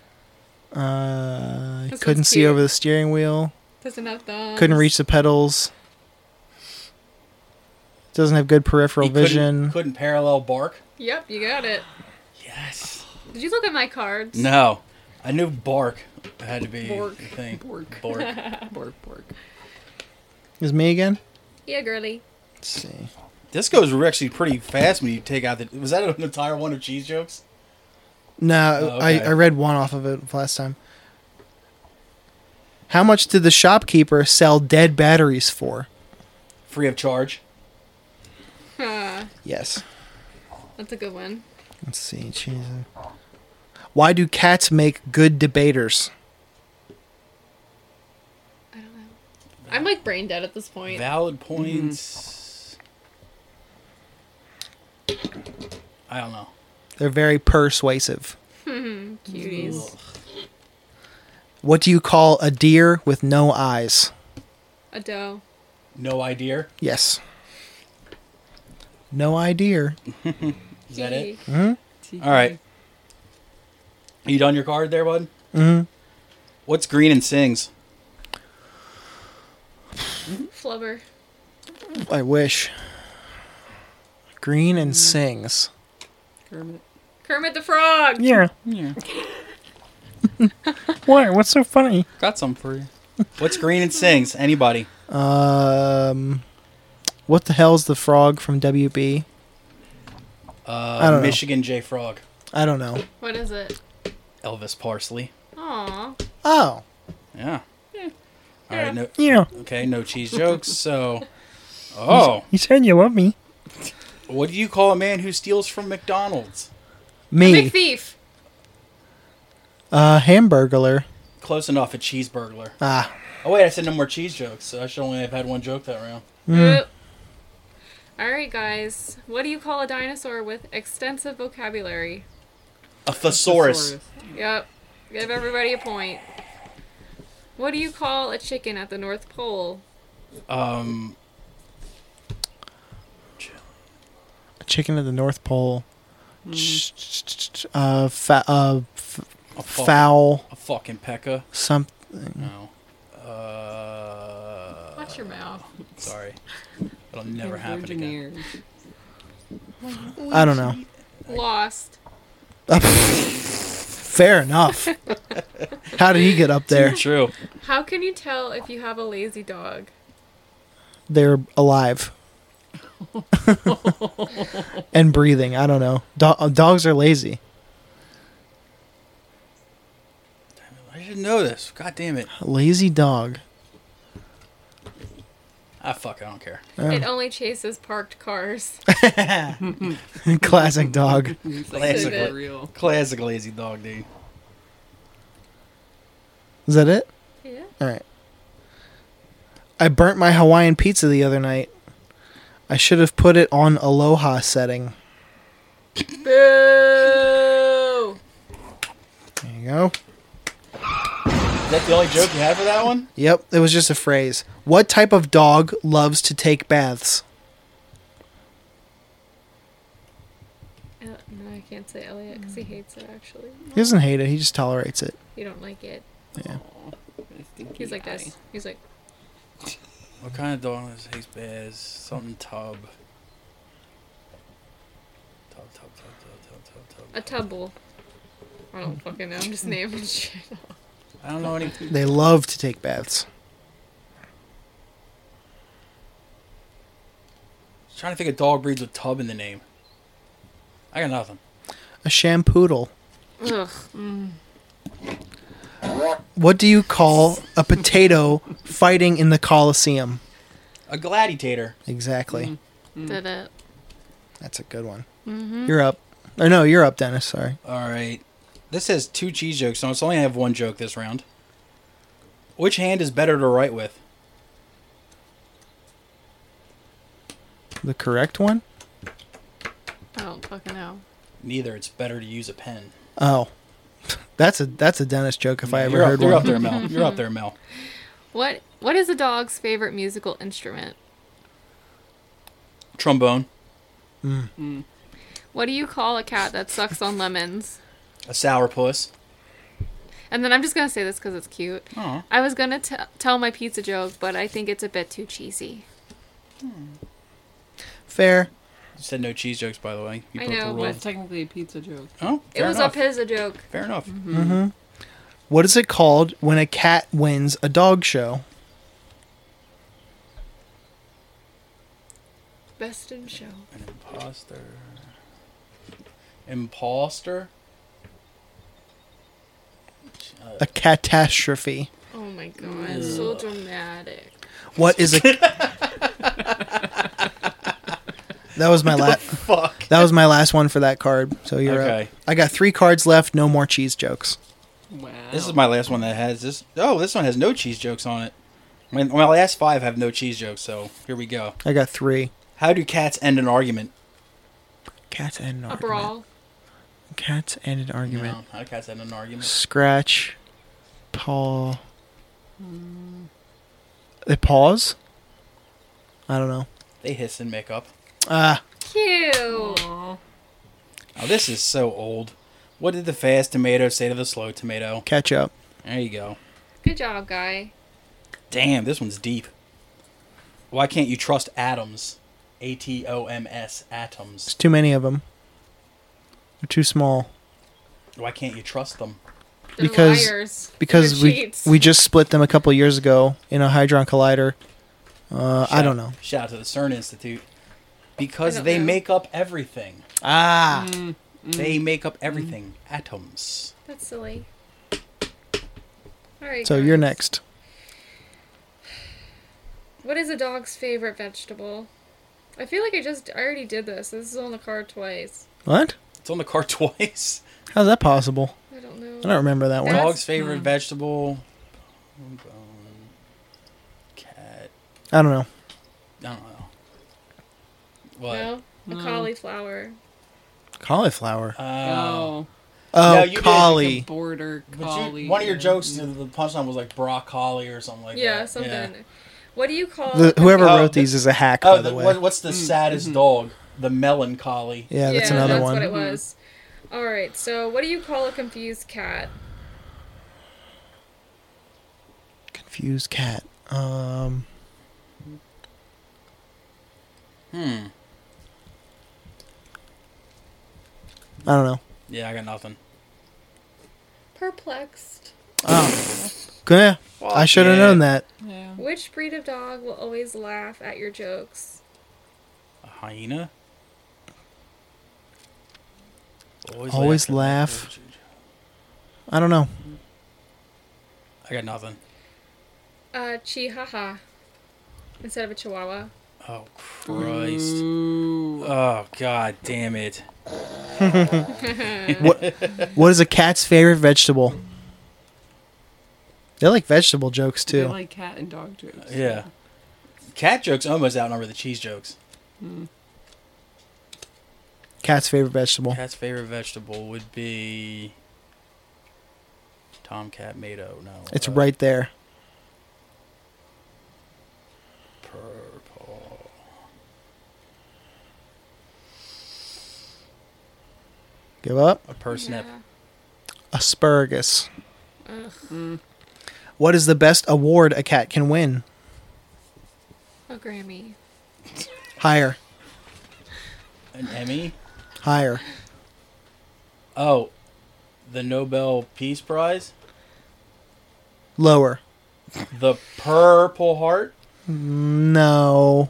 Uh, one's couldn't see cute. over the steering wheel. Doesn't have thumbs. Couldn't reach the pedals. Doesn't have good peripheral He couldn't- vision. Couldn't, parallel bark. Yep, you got it. Yes. Did you look at my cards? No, I knew bark had to be Bork. the thing. Bork. Bork. Bork, bork. Is me again? Yeah, girly. Let's see. This goes actually pretty fast when you take out the. Was that an entire one of cheese jokes? No, Oh, okay. I, I read one off of it last time. How much did the shopkeeper sell dead batteries for? Free of charge. Ah, Yes. that's a good one. Let's see. Jesus. Why do cats make good debaters? I don't know. I'm like brain dead at this point. Valid points. I don't know. They're very persuasive. Cuties. What do you call a deer with no eyes? A doe. No idea. Yes. No idea. Is that it? Tiki. All right. You done your card there, bud? Mm-hmm. What's green and sings? Hmm? Flubber. I wish. Green and sings. Kermit. Kermit the Frog. Yeah. Yeah. Why? What's so funny? Got some for you. What's green and sings? Anybody? Um, what the hell's the frog from WB? Uh, I don't know. Michigan J Frog. I don't know. What is it? Elvis Parsley. Aw. Oh, Yeah. All right. No, yeah. okay. No cheese jokes. So. Oh. You said you love me. What do you call a man who steals from McDonald's? Me, Big thief. uh, hamburglar. Close enough, a cheeseburglar. Ah, Oh wait, I said no more cheese jokes. So I should only have had one joke that round. Uh, All right, guys. What do you call a dinosaur with extensive vocabulary? A thesaurus. Yep. Give everybody a point. What do you call a chicken at the North Pole? Um, a chicken at the North Pole. Ch- ch- ch- ch- Uh, fa- uh, f- a, fuck, foul. a fucking pekka. Some. No. Uh, Watch your mouth. sorry. It'll never happen again. Virgin ears. I don't know. Lost. Fair enough. How did he get up there? True. How can you tell if you have a lazy dog? They're alive. and breathing. I don't know. Do- uh, dogs are lazy. I should know this. God damn it. Lazy dog. Ah, fuck. I don't care. It only chases parked cars. Classic dog. It's like Classic. the real. Classic lazy dog, dude. Is that it? yeah. All right. I burnt my Hawaiian pizza the other night. I should have put it on Aloha setting. Boo! There you go. Is that the only joke you had for that one? Yep, it was just a phrase. What type of dog loves to take baths? Uh, no, I can't say Elliot because he hates it, actually. He doesn't hate it, he just tolerates it. You don't like it. Stinky He's like eye. this. He's like, What kind of dog is takes bears? Something tub. Tub, tub, tub, tub, tub, tub, tub. a tubble. I don't fucking know. I'm just naming shit. I don't know any. They love to take baths. trying to think of dog breeds with tub in the name. I got nothing. A shampoodle. Ugh. What do you call a potato fighting in the Colosseum? A gladiator. Exactly. Did it. That's a good one. You're up. Or no, you're up, Dennis. Sorry. All right. This has two cheese jokes, so it's only I have one joke this round. Which hand is better to write with? The correct one? I don't Oh, fucking know. Neither. It's better to use a pen. Oh. That's a that's a Dennis joke if I ever you're heard up, you're one. up there, Mel. You're up there, Mel. What What is a dog's favorite musical instrument? Trombone. What do you call a cat that sucks on lemons? A sourpuss. And then I'm just gonna say this because it's cute. Aw. I was gonna t- tell my pizza joke, but I think it's a bit too cheesy. Fair. You said no cheese jokes, by the way. You I broke the know, rule. Well, it's technically a pizza joke. Oh, it fair was Mm-hmm. enough. a pizza joke. Fair enough. What is it called when a cat wins a dog show? Best in show. An imposter. Imposter? A catastrophe. Oh my god, so dramatic. What is a That was my last Fuck. that was my last one for that card. So you're Okay. up. I got 3 cards left, no more cheese jokes. Wow. This is my last one that has this. Oh, this one has no cheese jokes on it. My, my last five have no cheese jokes, so here we go. I got 3. How do cats end an argument? Cats end an A argument. brawl. Cats end an No, argument. how do cats end an argument? Scratch. Paw. They pause? I don't know. They hiss and make up. Ah, Cute. Aw. Now this is so old. What did the fast tomato say to the slow tomato? catch up. There you go. Good job, guy. Damn, this one's deep. Why can't you trust atoms? A T O M S It's atoms. too many of them. They're too small. Why can't you trust them? They're Because- liars. Because They're we cheats. we just split them a couple years ago in a hydron collider. Uh, I Shout- don't know. Shout out to the CERN Institute. I Because don't they know. Mm. make up everything. Ah, Mm. They make Mm-hmm. up everything. Atoms. That's silly. All right. so you're guys. next. What is a dog's favorite vegetable? I feel like I just I already did this. This is on the card twice. What? It's on the card twice. How's that possible? I don't know. I don't remember that one. That's- Dog's favorite Hmm. vegetable. Bone. Cat. I don't know. I don't know. What? No, a No. cauliflower. Cauliflower. Uh, Oh, No, Oh, you did. collie. border but collie. you, one of your jokes, the the punchline was like broccoli or something like that. yeah, something. What do you call The, whoever Oh, wrote the- these is a hack, Oh, by the, the, way. what, what's Hmm. the saddest Mm-hmm. dog? The melancholy. yeah, that's Yeah, another that's one. what it was. All right. So, what do you call a confused cat? Confused cat. Um, Hmm. I don't know. Yeah, I got nothing. Perplexed. Oh, yeah. I should have yeah. known that. Yeah. Which breed of dog will always laugh at your jokes? A hyena. Always at my laugh. poor j- I don't know. I got nothing. Uh, chihuahua instead of a chihuahua. Oh Christ. Ooh. Oh God damn it. What What is a cat's favorite vegetable? They like vegetable jokes They too. like cat and dog jokes. Uh, Yeah. Cat jokes almost outnumber the cheese jokes. cat's favorite vegetable. Cat's favorite vegetable would be Tomcat Mato. No, It's uh, right there. Purple. Give up. A parsnip. Asparagus. Yeah. Ugh. What is the best award a cat can win? A Grammy. Higher. An Emmy. Higher. Oh, the Nobel Peace Prize. Lower. The Purple Heart. No.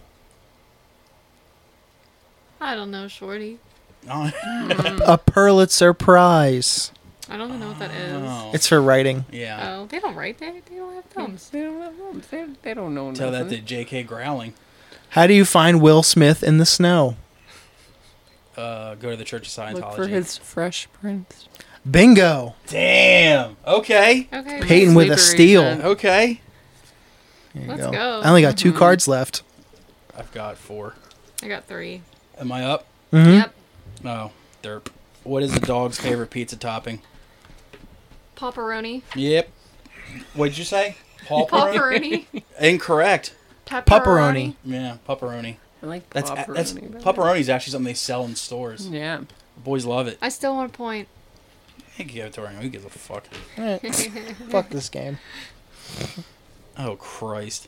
I don't know, Shorty. Oh, A Pulitzer Prize. I don't even know what that is. no. It's for writing. yeah. Oh, they don't write that. They don't have thumbs. They don't, know- they, they don't know Tell that to nothing. J.K. Growling. How do you find Will Smith in the snow? Uh, go to the Church of Scientology. Look for his fresh prints. Bingo. Damn. Okay. Okay. Peyton with a Sleeper steal. agent. Okay. There you Let's go. I only got two cards left. I've got four. I got three. Am I up? Mhm. Yep. No. Derp. What is the dog's favorite pizza topping? Pepperoni. Yep. What'd you say? Pulperoni? Pepperoni. Incorrect. Pepperoni. Yeah, pepperoni. I like That's pepperoni. that's better. pepperoni is actually something they sell in stores. Yeah. Boys love it. I still want a point. I give it to her. Who gives a fuck? Fuck this game. Oh Christ!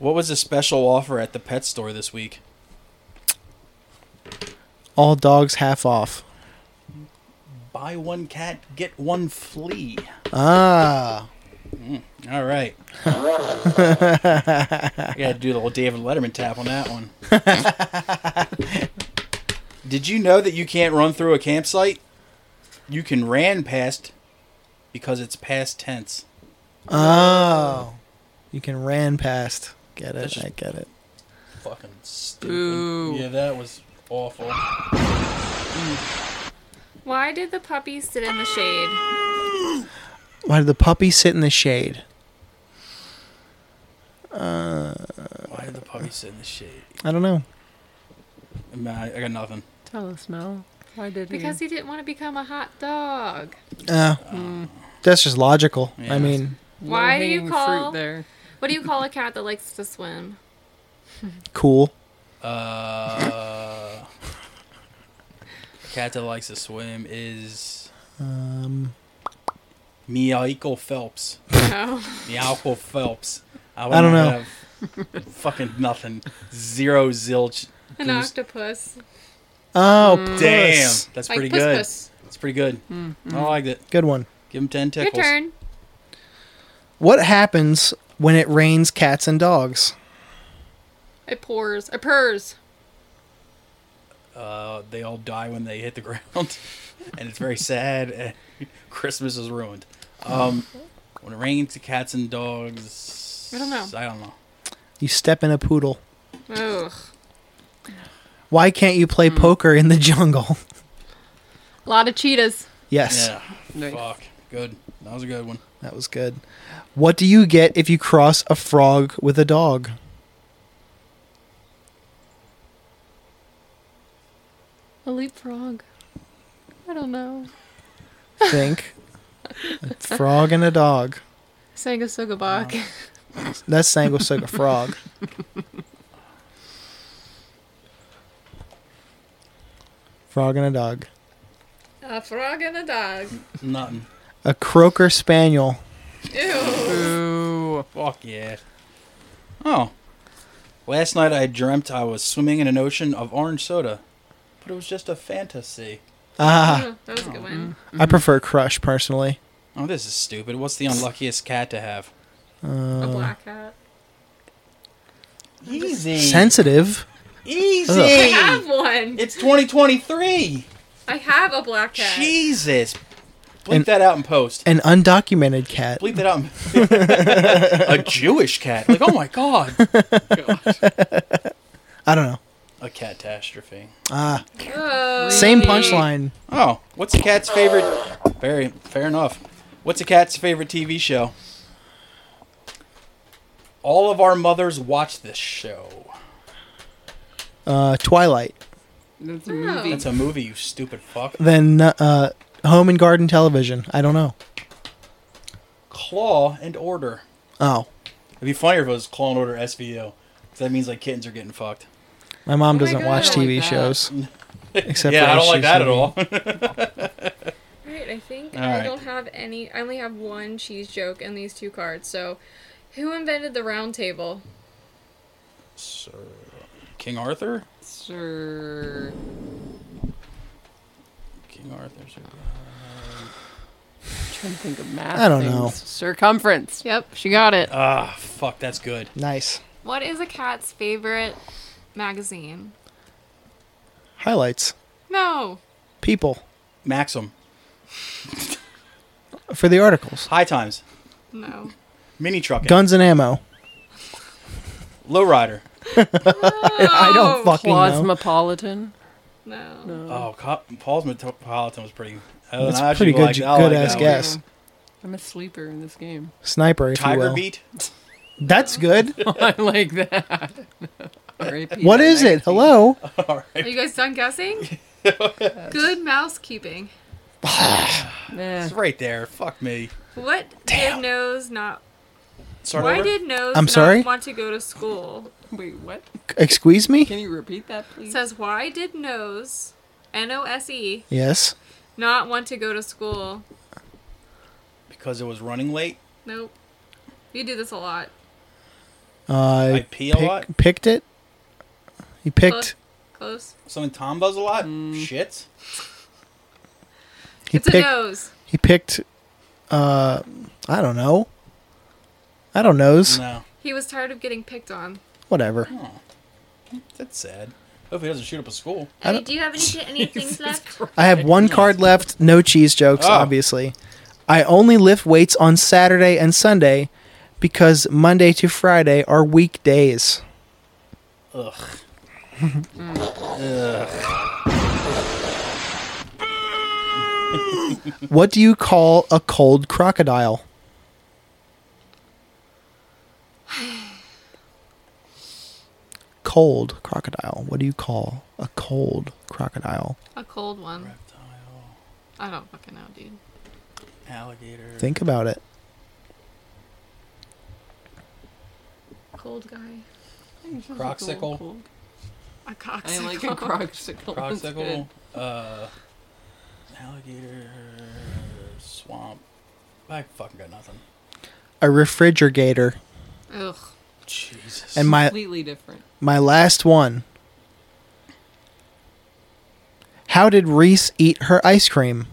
What was the special offer at the pet store this week? All dogs half off. Buy one cat, get one flea. Ah. All right. I gotta do the little David Letterman tap on that one. Did you know that you can't run through a campsite? You can ran past because it's past tense. Oh. You can ran past. Get That's it. just- I get it. Fucking stupid. Boo. Yeah, that was awful. Why did the puppy sit in the shade? Mm. Why did the puppy sit in the shade? Why did the puppy sit in the shade? I don't know. Man, I I got nothing. Tell us, Mel. Why did Because he? he didn't want to become a hot dog. Uh, that's just logical. Ah. Yeah. I mean, Why do you low-hanging call- fruit there? What do you call a cat that likes to swim? cool. Uh, cat that likes to swim is Um, Michael Phelps. No. Michael Phelps. I don't know. have fucking nothing. Zero zilch. An goose. octopus. oh, Mm. Damn, puss. that's Like pretty puss good. puss. Mm-hmm. It's pretty good. I liked it. Good one. Give him ten Your tickles. turn. What happens when it rains cats and dogs? It pours. It purrs. Uh, they all die when they hit the ground, and it's very sad. And Christmas is ruined. Um, when it rains to cats and dogs, I don't know. I don't know. You step in a poodle. Ugh. Why can't you play Hmm. poker in the jungle? A lot of cheetahs. yes, Yeah, Nice. fuck. Good. That was a good one. that was good. What do you get if you cross a frog with a dog? A leapfrog. I don't know. Think. a frog and a dog. Sangasoga Bach. Uh. That's Sangosuga frog. Frog and a dog. A frog and a dog. Nothing. A croaker spaniel. Ew. Ooh. Fuck yeah. Oh. Last night I dreamt I was swimming in an ocean of orange soda, but it was just a fantasy. Ah, Ugh, that was a good one. I prefer crush personally. Oh, this is stupid. What's the unluckiest cat to have? Uh. A black cat. Easy. Sensitive. I Easy. have one. It's 2023. I have a black cat. Jesus. Bleep And- that out in post. An undocumented cat. Bleep that out. in- a Jewish cat. Like, oh my god. I don't know. A catastrophe. Ah, Ugh. same punchline. Oh, what's a cat's favorite? Very fair enough. What's a cat's favorite TV show? All of our mothers watch this show. Uh, Twilight. That's a Oh. movie. That's a movie, you stupid fuck. Then uh, Home and Garden Television. I don't know. Claw and Order. Oh, It'd be funnier if it was Claw and Order SVO. 'cause that means like kittens are getting fucked. my mom my doesn't God. watch I don't like TV that. shows. Except yeah, for I don't like that at SJW. all. Alright, I think All I right. don't have any. I only have one cheese joke and these two cards. So, who invented the round table? Sir King Arthur? Sir. King Arthur. Sir. trying to think of math. I don't things. know. Circumference. Yep, she got it. Ah, fuck, that's good. Nice What is a cat's favorite magazine? highlights. No. People Maxim. for the articles. High times. No. Mini trucking. Guns and ammo. Lowrider. I don't fucking know. Cosmopolitan. Oh, No. Oh, Co- Paul's Metropolitan was pretty. I That's I actually pretty good, liked- I good liked ass that one. guess. I'm a sleeper in this game. Sniper, if you Tiger will. Beat. That's good. I like that. R.I.P. What that is it? magazine. Hello. All right. Are you guys done guessing? Good mousekeeping. Eh, It's right there. Fuck me. What did nose not? Start why over? did nose I'm not sorry? want to go to school? Wait, what? Excuse me. Can you repeat that, It please? says why did nose, N O S E, Yes. not want to go to school? Because it was running late. Nope. You do this a lot. Uh, I pee a lot. Picked it. You picked. Close. Close. Something Tom does a lot. Shit. He it's picked. a nose. He picked. Uh, I don't know. I don't knows. No. He was tired of getting picked on. Whatever. That's sad. Hope he doesn't shoot up a school. I don't- do you have any, any things left? I have one card left. No cheese jokes, Oh. obviously. I only lift weights on Saturday and Sunday because Monday to Friday are weekdays. Ugh. What do you call a cold crocodile? cold crocodile. What do you call a cold crocodile? A cold one. Reptile, I don't fucking know, dude. alligator. Think about it. Cold guy. Croxicle. A cocksicle. I like a croxicle. It's Oh, Croxicle. good. Uh, alligator. Swamp. I fucking got nothing. A refrigerator. Ugh. Jesus. And my Completely different. my last one. How did Reese eat her ice cream?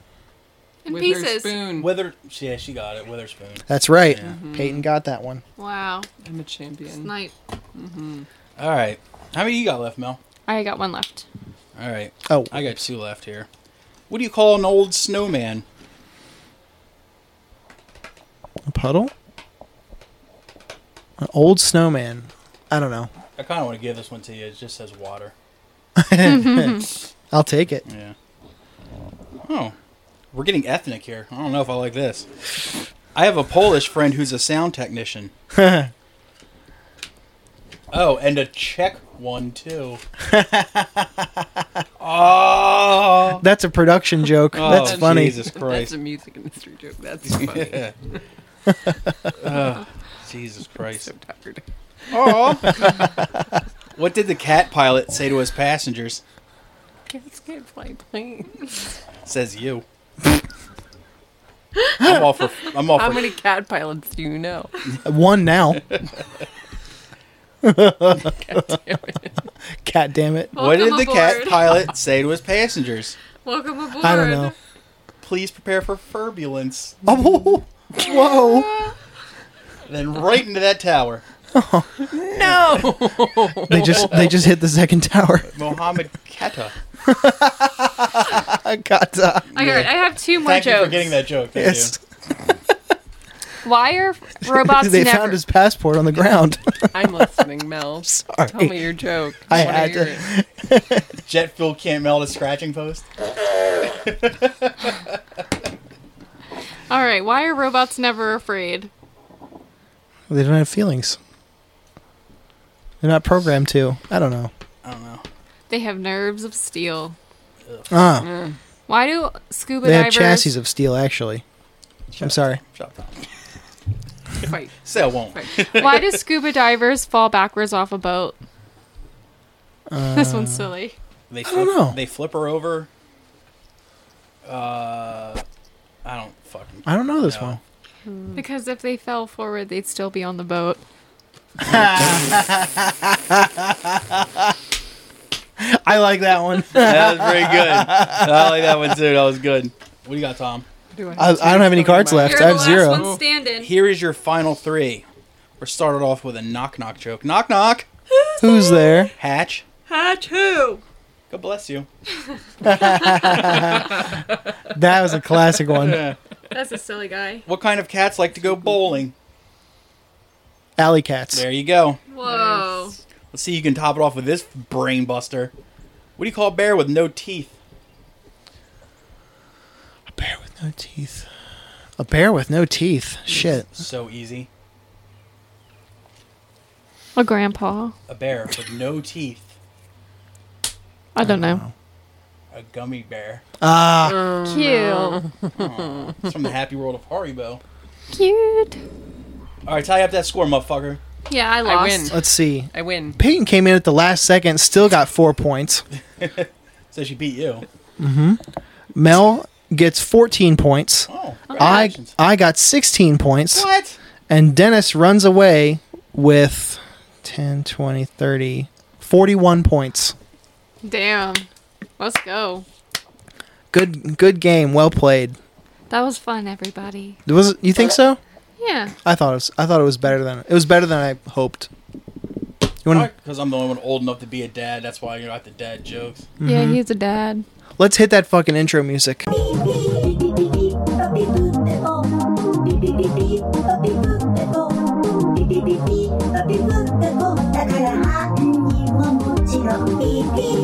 In With her pieces. spoon. Wither. Yeah, she got it. Witherspoon. That's right. Yeah. Peyton got that one. Wow. I'm a champion. Snipe. All right. How many you got left, Mel? I got one left. All right. Oh, I got two left here. What do you call an old snowman? a puddle? An old snowman. I don't know. I kind of want to give this one to you. It just says water. I'll take it. Yeah. Oh, we're getting ethnic here. I don't know if I like this. I have a Polish friend who's a sound technician. Oh, and a Czech one too. oh, That's a production joke. Oh, That's funny. Jesus That's Christ. a music industry joke. That's funny. Yeah. Ugh, Jesus Christ. So tired. Oh. what did the cat pilot say to his passengers? Cats can't fly planes. Says you. I'm all for. I'm all How for. many cat pilots do you know? One now. God damn it. Cat damn it. what did Welcome the cat aboard. pilot say to his passengers? Welcome aboard. I don't know. Please prepare for turbulence. Oh, whoa. Then right into that tower. They just they just hit the second tower. Mohammed Keta. I got that. All right, I have two more Thank jokes. you for getting that joke. Thank Yes. Why are robots they never? found his passport on the ground. I'm listening, Mel. Sorry. Tell me your joke. I wanna had hear to- it. you. Jet fuel can't melt a scratching post. All right, why are robots never afraid? They don't have feelings. They're not programmed to. I don't know. I don't know. They have nerves of steel. Ah, Why do scuba they have divers? chassis of steel. Actually, I'm sorry. Shut up. Fight. Say I won't. Why do scuba divers fall backwards off a boat? this one's Uh, silly. They flip, don't know. They flip her over. Uh, I don't fucking. I don't know this No. one. Because if they fell forward, they'd still be on the boat. I like that one. That was pretty good. I like that one too. That was good. What do you got, Tom? Do I, I don't have any cards You're left. I have zero. standing. Here is your final three. We're started off with a knock knock joke. Knock knock. Who's there? Hatch. Hatch who? God bless you. That was a classic one. That's a silly guy. What kind of cats like to go bowling? Alley cats. There you go. Whoa. Let's see. You can top it off with this brain buster. What do you call a bear with no teeth? A bear with no teeth. A bear with no teeth. Shit. So easy. A grandpa. A bear with no teeth. I don't know. A gummy bear. Ah, Cute. It's from the happy world of Haribo. Cute. All right, tie up that score, motherfucker. Yeah, I lost. win. let's see. I win. Peyton came in at the last second, still got four points. So she beat you. Mel gets 14 points. Oh, I congratulations. I got 16 points. What? And Dennis runs away with 10, 20, 30, 41 points. Damn. Let's go. Good good game. Well played. That was fun, everybody. Was it, you think so? Yeah. I thought it was, I thought it was better than it was better than I hoped. You want Because I'm the only one old enough to be a dad. That's why you got the dad jokes. Mm-hmm. Yeah, he's a dad. Let's hit that fucking intro music. Beep,